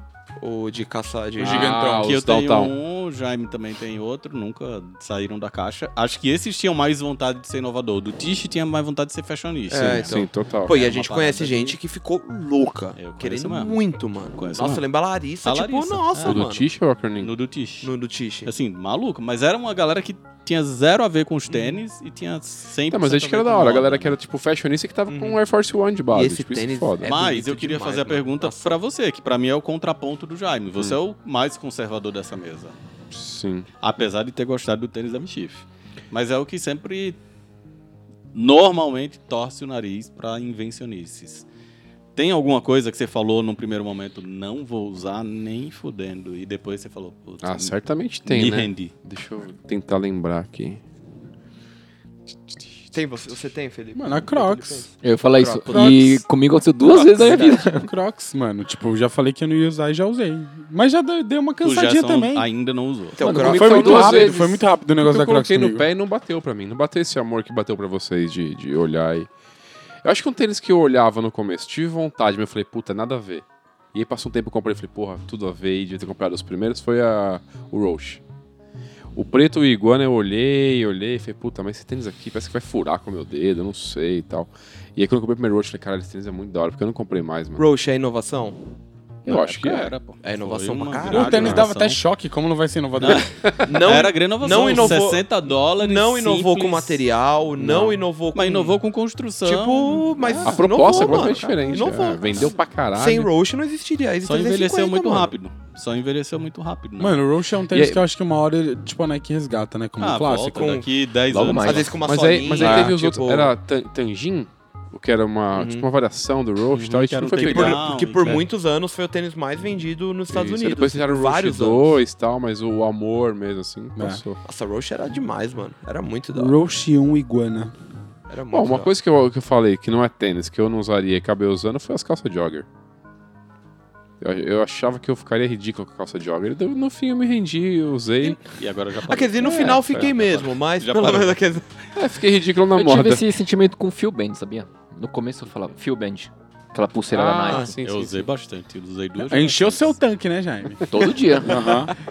Speaker 2: O de caça de.
Speaker 4: O
Speaker 2: Ah,
Speaker 4: gigantão.
Speaker 1: que eu
Speaker 4: os Downtown.
Speaker 1: tenho um, o Jaime também tem outro, nunca saíram da caixa. Acho que esses tinham mais vontade de ser inovador. O Do Tish tinha mais vontade de ser fashionista.
Speaker 2: É,
Speaker 1: né?
Speaker 2: então.
Speaker 4: Sim, total.
Speaker 2: Pô, e
Speaker 1: É
Speaker 2: a
Speaker 1: uma
Speaker 2: gente
Speaker 1: parada
Speaker 2: conhece
Speaker 1: que-
Speaker 2: gente que ficou louca.
Speaker 1: Eu conheço
Speaker 2: Querendo
Speaker 1: mesmo.
Speaker 2: muito, mano.
Speaker 1: Conheço
Speaker 2: nossa,
Speaker 1: mesmo.
Speaker 2: lembra a Larissa,
Speaker 1: A
Speaker 2: tipo,
Speaker 1: Larissa,
Speaker 2: nossa,
Speaker 1: é.
Speaker 4: o do
Speaker 2: mano.
Speaker 4: Tiche ou o Acronym?
Speaker 1: No do Tish.
Speaker 2: No do Tiche.
Speaker 1: Assim, maluco, mas era uma galera que tinha zero a ver com os tênis e tinha 100%
Speaker 2: Então,
Speaker 4: Não, Então, Tá, mas acho que
Speaker 2: tá
Speaker 4: era da hora. A galera
Speaker 1: né?
Speaker 4: que era, tipo, fashionista que tava com o Air Force One de
Speaker 2: né?
Speaker 4: base.
Speaker 2: Uhum. E esse
Speaker 4: tipo, isso é
Speaker 2: tênis
Speaker 4: foda.
Speaker 2: é
Speaker 1: Mas
Speaker 2: bonito
Speaker 1: eu queria
Speaker 2: demais,
Speaker 1: fazer a
Speaker 2: mano.
Speaker 1: pergunta
Speaker 2: Nossa.
Speaker 1: pra você, que pra mim é o contraponto do Jaime. Você
Speaker 4: Hum.
Speaker 1: é o mais conservador dessa mesa.
Speaker 4: Sim.
Speaker 1: Apesar de ter gostado do tênis da Michif. Mas é o que sempre normalmente torce o nariz pra invencionices. Tem alguma coisa que você falou num primeiro momento, não vou usar nem fudendo, e depois você falou, putz,
Speaker 4: Ah,
Speaker 1: me-
Speaker 4: certamente
Speaker 1: me
Speaker 4: tem, né?
Speaker 1: rendi.
Speaker 4: Deixa eu tentar lembrar aqui.
Speaker 2: Tem, você, você tem, Felipe?
Speaker 3: Mano, a Crocs. é
Speaker 5: Eu ia falar isso.
Speaker 3: Crocs.
Speaker 5: E comigo aconteceu duas vezes na minha vida.
Speaker 3: Crocs, mano. Tipo, eu já falei que eu não ia usar e já usei. Mas já deu deu uma
Speaker 1: O
Speaker 3: cansadinha
Speaker 1: Gerson
Speaker 3: também.
Speaker 1: ainda não usou.
Speaker 2: Então,
Speaker 4: Mano,
Speaker 2: Crocs.
Speaker 4: comigo
Speaker 3: Foi
Speaker 4: Foi
Speaker 3: muito
Speaker 4: duas
Speaker 3: rápido,
Speaker 4: vezes.
Speaker 3: foi muito rápido o
Speaker 4: Então Eu
Speaker 3: negócio da Crocs
Speaker 4: coloquei no
Speaker 3: comigo.
Speaker 4: pé e não bateu pra mim. Não bateu esse amor que bateu pra vocês de, de olhar e... Eu acho que um tênis que eu olhava no começo, tive vontade, mas eu falei, puta, nada a ver. E aí passou um tempo, eu comprei, falei, porra, tudo a ver, e devia ter comprado os primeiros, foi a, o Roche. O preto e o iguana eu olhei, olhei, falei, puta, mas esse tênis aqui parece que vai furar com o meu dedo, eu não sei e tal. E aí quando eu comprei o primeiro Roche, eu falei, cara, esse tênis é muito da hora, porque eu não comprei mais, mano.
Speaker 2: Roche é inovação?
Speaker 4: Eu acho que era.
Speaker 1: pô.
Speaker 2: É inovação
Speaker 1: Foi
Speaker 2: pra
Speaker 1: uma
Speaker 2: caralho.
Speaker 1: grande
Speaker 3: O tênis dava
Speaker 1: inovação.
Speaker 3: até choque, como não vai ser inovador?
Speaker 2: Não,
Speaker 1: era grande inovação.
Speaker 2: não inovou-
Speaker 1: 60 dólares.
Speaker 2: não inovou
Speaker 1: simples,
Speaker 2: com material, não, inovou com.
Speaker 1: Mas inovou com construção.
Speaker 2: Tipo, mas.
Speaker 4: A
Speaker 2: inovou,
Speaker 4: proposta agora é
Speaker 2: mano.
Speaker 4: diferente.
Speaker 2: Inovou.
Speaker 4: é, vendeu pra caralho.
Speaker 2: Sem Roche não existiria.
Speaker 1: só
Speaker 2: existiria
Speaker 1: envelheceu
Speaker 2: 350,
Speaker 1: muito
Speaker 2: mano.
Speaker 1: rápido. Só envelheceu muito rápido. Né?
Speaker 3: Mano, o Roche é um tênis
Speaker 4: E-
Speaker 3: que eu acho que uma hora, ele- tipo, a Nike resgata, né? Como
Speaker 1: ah,
Speaker 3: um clássico.
Speaker 1: volta daqui 10
Speaker 5: Logo
Speaker 1: anos.
Speaker 5: mais.
Speaker 2: Às vezes com uma
Speaker 4: mas,
Speaker 2: solinha.
Speaker 4: aí, mas aí teve os
Speaker 2: tipo,
Speaker 4: outros. Era tan- Tanjin, o que era uma, tipo uma variação do Roche e tal. Isso
Speaker 1: que era
Speaker 4: não
Speaker 1: um
Speaker 4: foi
Speaker 1: tênis
Speaker 2: Por,
Speaker 4: pegado.
Speaker 1: legal,
Speaker 2: que por
Speaker 1: então.
Speaker 2: muitos anos foi o tênis mais vendido nos Estados
Speaker 4: Isso, aí
Speaker 2: Unidos. tipo,
Speaker 4: Depois fizeram o Roche
Speaker 2: vários
Speaker 4: 2 e tal, mas o amor mesmo, assim, passou.
Speaker 2: anos. Nossa, Roche era demais, mano. Era muito da hora.
Speaker 3: Roche 1 Iguana.
Speaker 2: Era muito
Speaker 4: Bom,
Speaker 2: da
Speaker 4: uma
Speaker 2: hora.
Speaker 4: coisa que eu, que eu falei que não é tênis, que eu não usaria e acabei usando, foi as calças jogger. Eu, eu achava que eu ficaria ridículo com a calça de jogger. Eu, no fim eu me rendi, eu usei.
Speaker 1: E agora já É.
Speaker 2: Ah, quer dizer, no final fiquei mesmo, mas
Speaker 1: Já
Speaker 2: pelo
Speaker 1: parou.
Speaker 2: menos quer dizer,
Speaker 4: É, fiquei ridículo na
Speaker 5: Eu tive
Speaker 4: moda.
Speaker 5: esse sentimento com Feel Band, sabia? No começo eu falava Feel Band. Aquela pulseira da Nike.
Speaker 4: Ah, sim,
Speaker 1: Eu
Speaker 4: sim,
Speaker 1: usei
Speaker 4: sim.
Speaker 1: bastante, eu usei duas.
Speaker 3: Encheu
Speaker 1: gerações.
Speaker 3: seu tanque, né, Jaime?
Speaker 5: Todo dia.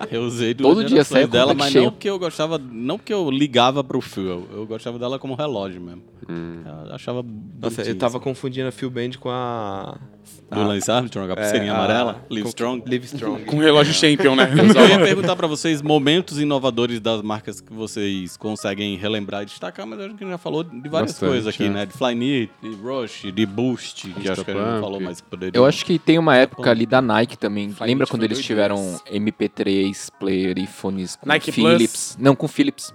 Speaker 1: Eu usei duas
Speaker 5: Todo dia
Speaker 1: gerações
Speaker 5: saía com
Speaker 1: dela,
Speaker 5: tanque
Speaker 1: mas
Speaker 5: cheio.
Speaker 1: não porque eu gostava, não porque eu ligava pro fio. Eu gostava dela como relógio mesmo. Eu achava
Speaker 2: Nossa, eu
Speaker 1: bonitinho,
Speaker 2: tava confundindo a Phil Band com a. é,
Speaker 1: assim. Do Lance Armstrong, a pulseirinha
Speaker 2: a-
Speaker 1: amarela, Live
Speaker 2: ah, com-
Speaker 1: Strong.
Speaker 2: Live Strong.
Speaker 3: Com o relógio champion, né?
Speaker 1: Eu ia perguntar pra vocês momentos inovadores das marcas que vocês conseguem relembrar e destacar, mas acho que a gente já falou de várias
Speaker 4: Bastante,
Speaker 1: coisas aqui,
Speaker 4: é.
Speaker 1: né? De Flyknit, de Rush, de Boost, que acho que a gente não
Speaker 4: Instapump.
Speaker 1: falou, mas poderia.
Speaker 5: Eu acho que tem
Speaker 1: Tá
Speaker 5: uma época ali da Nike também.
Speaker 1: Flight
Speaker 5: Lembra
Speaker 1: foi
Speaker 5: quando eles
Speaker 1: doido
Speaker 5: tiveram
Speaker 1: isso.
Speaker 5: MP3, player e fones com
Speaker 3: Nike
Speaker 5: Philips? Não, com Philips.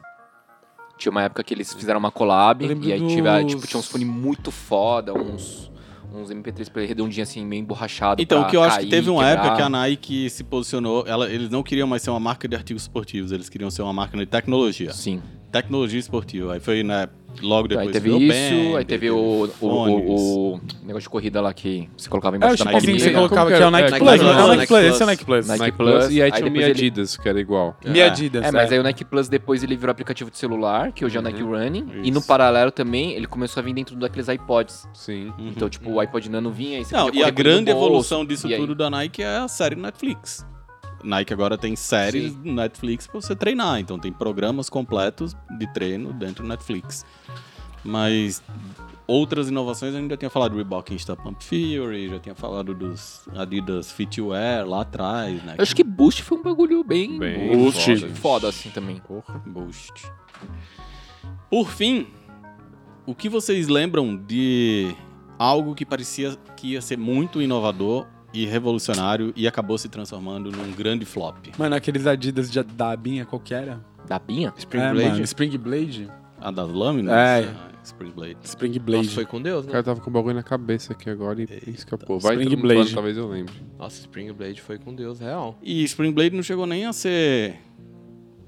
Speaker 5: Tinha uma época que eles fizeram uma collab
Speaker 3: Eu lembro
Speaker 5: e aí tiveram,
Speaker 3: dos-
Speaker 5: tipo, tinha uns fones muito foda, uns, uns MP3 player redondinhos assim, meio emborrachado.
Speaker 1: Então,
Speaker 5: pra
Speaker 1: o que eu acho que
Speaker 5: cair,
Speaker 1: teve uma
Speaker 5: quebrar.
Speaker 1: época que a Nike se posicionou, ela- eles não queriam mais ser uma marca de artigos esportivos, eles queriam ser uma marca de tecnologia.
Speaker 5: Sim.
Speaker 1: Tecnologia esportiva. Aí foi, né, logo depois
Speaker 5: Então, Aí teve
Speaker 1: veio o
Speaker 5: isso,
Speaker 1: Band,
Speaker 5: aí teve o, o, o- o
Speaker 1: fones.
Speaker 5: negócio de corrida lá que você
Speaker 3: É
Speaker 5: colocava embaixo
Speaker 3: o
Speaker 5: da
Speaker 3: chipzinho que você
Speaker 5: maquininha.
Speaker 4: colocou.
Speaker 3: colocava, que
Speaker 4: Como
Speaker 3: é o
Speaker 4: que era?
Speaker 3: Nike
Speaker 2: É,
Speaker 3: Plus.
Speaker 2: Nike
Speaker 3: Não, é o
Speaker 2: Plus,
Speaker 3: Nike Plus,
Speaker 2: Nike
Speaker 3: esse é o Nike Plus.
Speaker 5: Nike
Speaker 4: Nike Plus, e aí,
Speaker 5: Aí
Speaker 4: tinha o
Speaker 5: depois
Speaker 4: Mi
Speaker 5: ele-
Speaker 4: Adidas, que era igual.
Speaker 3: Me
Speaker 5: É.
Speaker 3: Adidas.
Speaker 5: É, mas
Speaker 3: é.
Speaker 5: aí o Nike Plus depois ele virou aplicativo de celular, que hoje é o Nike Running. E no
Speaker 1: Isso.
Speaker 5: paralelo também, ele começou a vir dentro daqueles iPods.
Speaker 4: Sim.
Speaker 1: Uhum.
Speaker 5: Então, tipo, o iPod Nano vinha e você
Speaker 1: Não,
Speaker 5: podia
Speaker 1: e a
Speaker 5: correr com ele
Speaker 1: grande
Speaker 5: no bolso.
Speaker 1: evolução disso
Speaker 5: e aí?
Speaker 1: tudo da Nike é a série Netflix. Nike agora tem séries no Netflix pra você treinar, então tem programas completos de treino dentro do Netflix. Mas outras inovações a gente já tinha falado do Reebok Instapump Fury, já tinha falado dos Adidas Fitwear lá atrás, né?
Speaker 5: Eu acho que Boost foi um bagulho bem,
Speaker 4: Bem
Speaker 5: Boost.
Speaker 4: foda.
Speaker 5: foda assim também.
Speaker 1: Boost. Por fim, o que vocês lembram de algo que parecia que ia ser muito inovador e revolucionário e acabou se transformando num grande flop?
Speaker 3: Mano, aqueles Adidas de, da abinha qualquer era.
Speaker 5: Da Binha?
Speaker 3: é,
Speaker 2: Blade?
Speaker 3: Mano, Spring Blade?
Speaker 1: A das lâminas?
Speaker 3: É.
Speaker 1: Ah, Spring Blade.
Speaker 3: Spring Blade.
Speaker 2: Nossa, foi com Deus,
Speaker 4: O
Speaker 2: né?
Speaker 4: cara tava com o bagulho na cabeça aqui agora e escapou.
Speaker 3: Vai Spring todo
Speaker 4: Vai Spring
Speaker 3: mundo Blade. falando,
Speaker 4: talvez eu lembre.
Speaker 2: Nossa, Spring Blade foi com Deus, real.
Speaker 1: E Spring Blade não chegou nem a ser,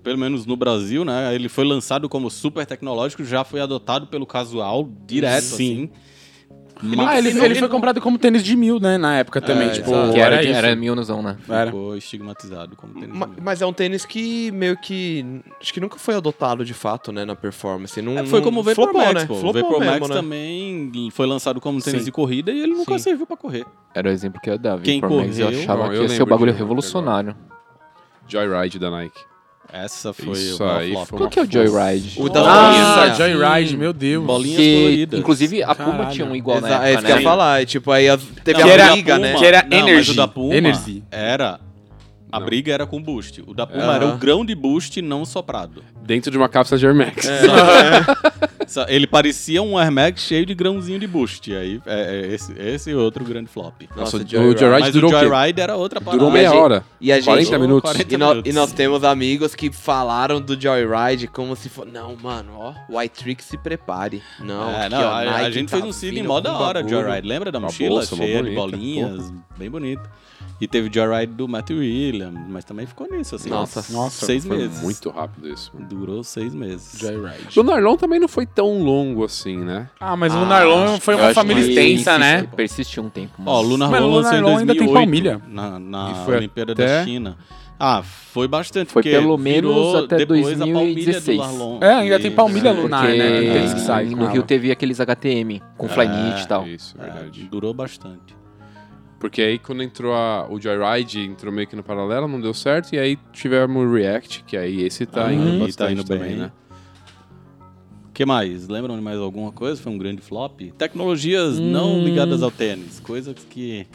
Speaker 1: pelo menos no Brasil, né? Ele foi lançado como super tecnológico, já foi adotado pelo casual direto,
Speaker 3: Sim.
Speaker 1: Sim. assim.
Speaker 3: Ah, ele, ele foi comprado como tênis de mil, né? Na época também.
Speaker 2: É,
Speaker 3: tipo,
Speaker 2: exato.
Speaker 5: Que era, de-
Speaker 3: isso.
Speaker 5: era Mionzão, né?
Speaker 3: Era.
Speaker 1: Ficou estigmatizado como tênis.
Speaker 2: Ma-
Speaker 1: de mesa.
Speaker 2: mas é um tênis que meio que. Acho que nunca foi adotado de fato, né? Na performance. Não,
Speaker 1: É, foi como o
Speaker 2: não-
Speaker 1: Vapor
Speaker 2: flopou,
Speaker 1: Max,
Speaker 2: né?
Speaker 1: pô. O
Speaker 2: Flopou
Speaker 1: Vapor
Speaker 2: mesmo,
Speaker 1: Max
Speaker 2: né?
Speaker 1: também foi lançado como tênis
Speaker 3: Sim.
Speaker 1: de corrida e ele nunca
Speaker 2: Sim.
Speaker 1: serviu pra correr.
Speaker 5: Era o exemplo que eu dava.
Speaker 1: Quem
Speaker 5: Por mais Eu
Speaker 1: correu-
Speaker 5: achava
Speaker 4: Não,
Speaker 5: que
Speaker 4: eu
Speaker 5: ia ser um
Speaker 4: lembro
Speaker 5: bagulho
Speaker 4: de um
Speaker 5: revolucionário.
Speaker 4: Joyride da Nike.
Speaker 1: Essa foi
Speaker 4: Isso
Speaker 1: o
Speaker 4: aí
Speaker 1: flop.
Speaker 4: foi
Speaker 5: Qual que é o Joyride?
Speaker 1: O da
Speaker 3: Ah,
Speaker 1: bolinha.
Speaker 3: Joyride, meu Deus.
Speaker 1: Bolinha. bolinhas
Speaker 5: que,
Speaker 1: coloridas.
Speaker 5: inclusive, a Puma
Speaker 3: Caralho.
Speaker 5: tinha um igual
Speaker 2: Exa-
Speaker 5: na
Speaker 2: é
Speaker 5: época,
Speaker 2: isso que eu
Speaker 5: né?
Speaker 2: ia falar. E, tipo, aí a- teve
Speaker 1: Não,
Speaker 3: Que
Speaker 2: a
Speaker 3: era-
Speaker 2: briga, né?
Speaker 3: que era
Speaker 1: não, mas
Speaker 3: Energy.
Speaker 1: o da Puma
Speaker 3: Energy.
Speaker 1: era... A briga era com boost. O da Puma
Speaker 2: Aham.
Speaker 1: era o grão de boost não soprado.
Speaker 4: Dentro de uma cápsula de Air Max.
Speaker 1: É. Só- Ele parecia um Air Max cheio de grãozinho de boost. E aí, é, é esse, esse é outro grande flop.
Speaker 2: Nossa,
Speaker 4: Nossa, o
Speaker 2: Joyride.
Speaker 4: Joyride,
Speaker 1: Mas
Speaker 4: durou
Speaker 1: o
Speaker 4: o quê?
Speaker 1: Joyride era outra parada.
Speaker 4: Durou meia
Speaker 2: Mas,
Speaker 4: hora.
Speaker 2: E a gente.
Speaker 4: 40 minutos.
Speaker 2: E, nó- e nós temos amigos que falaram do Joyride como se fosse. Não, mano, ó, o iTrix se prepare. Não,
Speaker 1: É,
Speaker 2: aqui,
Speaker 1: não,
Speaker 2: ó,
Speaker 1: a, a
Speaker 2: Nike
Speaker 1: gente
Speaker 2: tá
Speaker 1: fez um cine
Speaker 2: vindo
Speaker 1: mó da
Speaker 2: com
Speaker 1: hora,
Speaker 2: bagulho.
Speaker 1: Joyride. Lembra da
Speaker 4: Uma
Speaker 1: mochila
Speaker 4: bolsa, uma
Speaker 1: cheia de
Speaker 4: bonita,
Speaker 1: bolinhas? Bem bonito. E teve Joyride do Matt Williams, mas também ficou nisso, assim.
Speaker 2: Nossa.
Speaker 1: uns
Speaker 3: Nossa,
Speaker 1: seis
Speaker 4: Foi
Speaker 1: meses.
Speaker 4: muito rápido isso. mano.
Speaker 1: Durou seis meses.
Speaker 3: Joyride.
Speaker 4: O Narlon também não foi tão longo assim, né?
Speaker 3: Ah, mas o
Speaker 2: Ah,
Speaker 3: Lunarlon foi
Speaker 5: Eu
Speaker 3: uma
Speaker 5: acho
Speaker 3: família
Speaker 5: que
Speaker 3: extensa,
Speaker 5: persiste-
Speaker 3: né?
Speaker 5: Persistiu um tempo.
Speaker 1: Ó,
Speaker 5: mas-
Speaker 1: Luna
Speaker 3: Mas
Speaker 1: Rolon lançou em
Speaker 3: Lunarlon ainda
Speaker 1: 2008.
Speaker 3: tem palmilha.
Speaker 1: Na, na
Speaker 4: E foi
Speaker 1: Olimpíada da
Speaker 4: até-
Speaker 1: China. Ah, foi bastante.
Speaker 5: Foi
Speaker 1: porque
Speaker 5: pelo menos
Speaker 1: virou
Speaker 5: até
Speaker 1: depois A
Speaker 5: 2016.
Speaker 1: palmilha do Larlon.
Speaker 3: É, ainda tem
Speaker 1: Isso.
Speaker 3: palmilha
Speaker 1: É,
Speaker 3: lunar,
Speaker 5: Porque
Speaker 3: né? Tem que sair com
Speaker 5: no Rio
Speaker 3: ela.
Speaker 5: teve aqueles HTM com
Speaker 1: É.
Speaker 5: Flyknit e tal.
Speaker 4: Isso, é verdade.
Speaker 1: Durou bastante.
Speaker 4: Porque aí quando entrou a- o Joyride, entrou meio que no paralelo, não deu certo. E aí tivemos o React, que aí esse tá
Speaker 1: Ah,
Speaker 4: indo
Speaker 1: e tá
Speaker 4: bastante
Speaker 1: indo bem.
Speaker 4: também, né?
Speaker 1: O que mais? Lembram de mais alguma coisa? Foi um grande flop? Tecnologias não
Speaker 3: Hum.
Speaker 1: ligadas ao tênis. Coisas que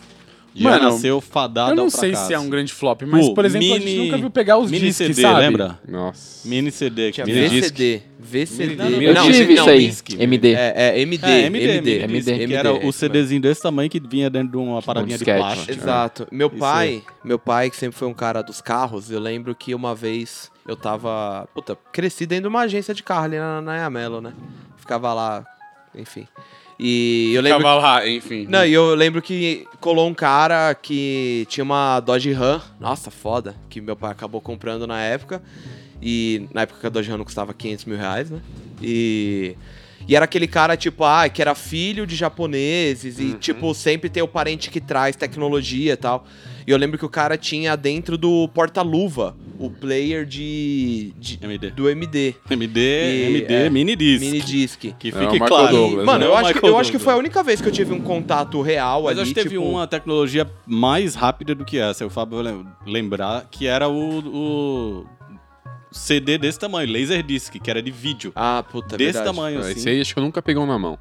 Speaker 1: já
Speaker 3: Mano,
Speaker 1: nasceu fadada
Speaker 3: Eu não
Speaker 1: ao
Speaker 3: sei
Speaker 1: fracasso.
Speaker 3: se é um grande flop, mas,
Speaker 1: Pô,
Speaker 3: por exemplo, a
Speaker 1: mini-
Speaker 3: gente nunca viu pegar os
Speaker 1: Mini
Speaker 3: discos,
Speaker 1: CD,
Speaker 3: sabe?
Speaker 1: lembra?
Speaker 4: Nossa.
Speaker 1: Mini CD.
Speaker 2: Tinha
Speaker 1: que mini disc.
Speaker 2: VCD. VCD.
Speaker 1: Não, não,
Speaker 5: Eu
Speaker 1: não,
Speaker 5: tive
Speaker 1: não,
Speaker 5: isso aí,
Speaker 1: disque.
Speaker 5: MD.
Speaker 2: É, é MD,
Speaker 1: É,
Speaker 2: MD,
Speaker 1: MD,
Speaker 2: MD,
Speaker 1: MD, que era
Speaker 2: é
Speaker 1: o
Speaker 2: isso mesmo.
Speaker 1: CDzinho desse tamanho que vinha dentro de uma paradinha de
Speaker 5: disquete.
Speaker 1: plástico.
Speaker 2: Exato. Meu
Speaker 1: Isso
Speaker 2: pai, meu pai que sempre foi um cara dos carros, eu lembro que uma vez eu tava, puta, cresci dentro de uma agência de carro ali na, na Yamelo, né? Ficava lá, enfim. E eu lembro
Speaker 3: Cavalar, enfim.
Speaker 2: Não, e eu lembro que colou um cara que tinha uma Dodge Ram, nossa, foda, que meu pai acabou comprando na época. E na época que a Dodge Ram não custava 500 mil reais, né? E. E era aquele cara, tipo, ah, que
Speaker 1: Uhum.
Speaker 2: era filho de japoneses e, tipo, sempre tem o parente que traz tecnologia e tal. E E eu lembro que o cara tinha dentro do porta-luva o player de, de-
Speaker 1: MD.
Speaker 2: do MD,
Speaker 1: MD,
Speaker 2: E,
Speaker 1: MD,
Speaker 2: é,
Speaker 1: mini disc.
Speaker 2: mini disc.
Speaker 1: Que
Speaker 4: É, o
Speaker 1: fique
Speaker 4: Michael
Speaker 1: claro.
Speaker 4: Douglas,
Speaker 2: Mano,
Speaker 1: Não
Speaker 2: eu,
Speaker 1: é o
Speaker 2: acho que,
Speaker 1: Michael
Speaker 2: eu acho que
Speaker 1: Douglas.
Speaker 2: foi a única vez que eu tive um contato real
Speaker 1: Mas
Speaker 2: ali.
Speaker 1: acho que teve um,
Speaker 2: tipo,
Speaker 1: uma tecnologia mais rápida do que essa. O Fábio vai lem- lembrar que era o, o CD desse tamanho, Laserdisc, que era de vídeo.
Speaker 2: Ah, puta,
Speaker 1: desse
Speaker 2: verdade.
Speaker 1: tamanho, assim.
Speaker 4: Esse aí acho que eu nunca peguei um na mão.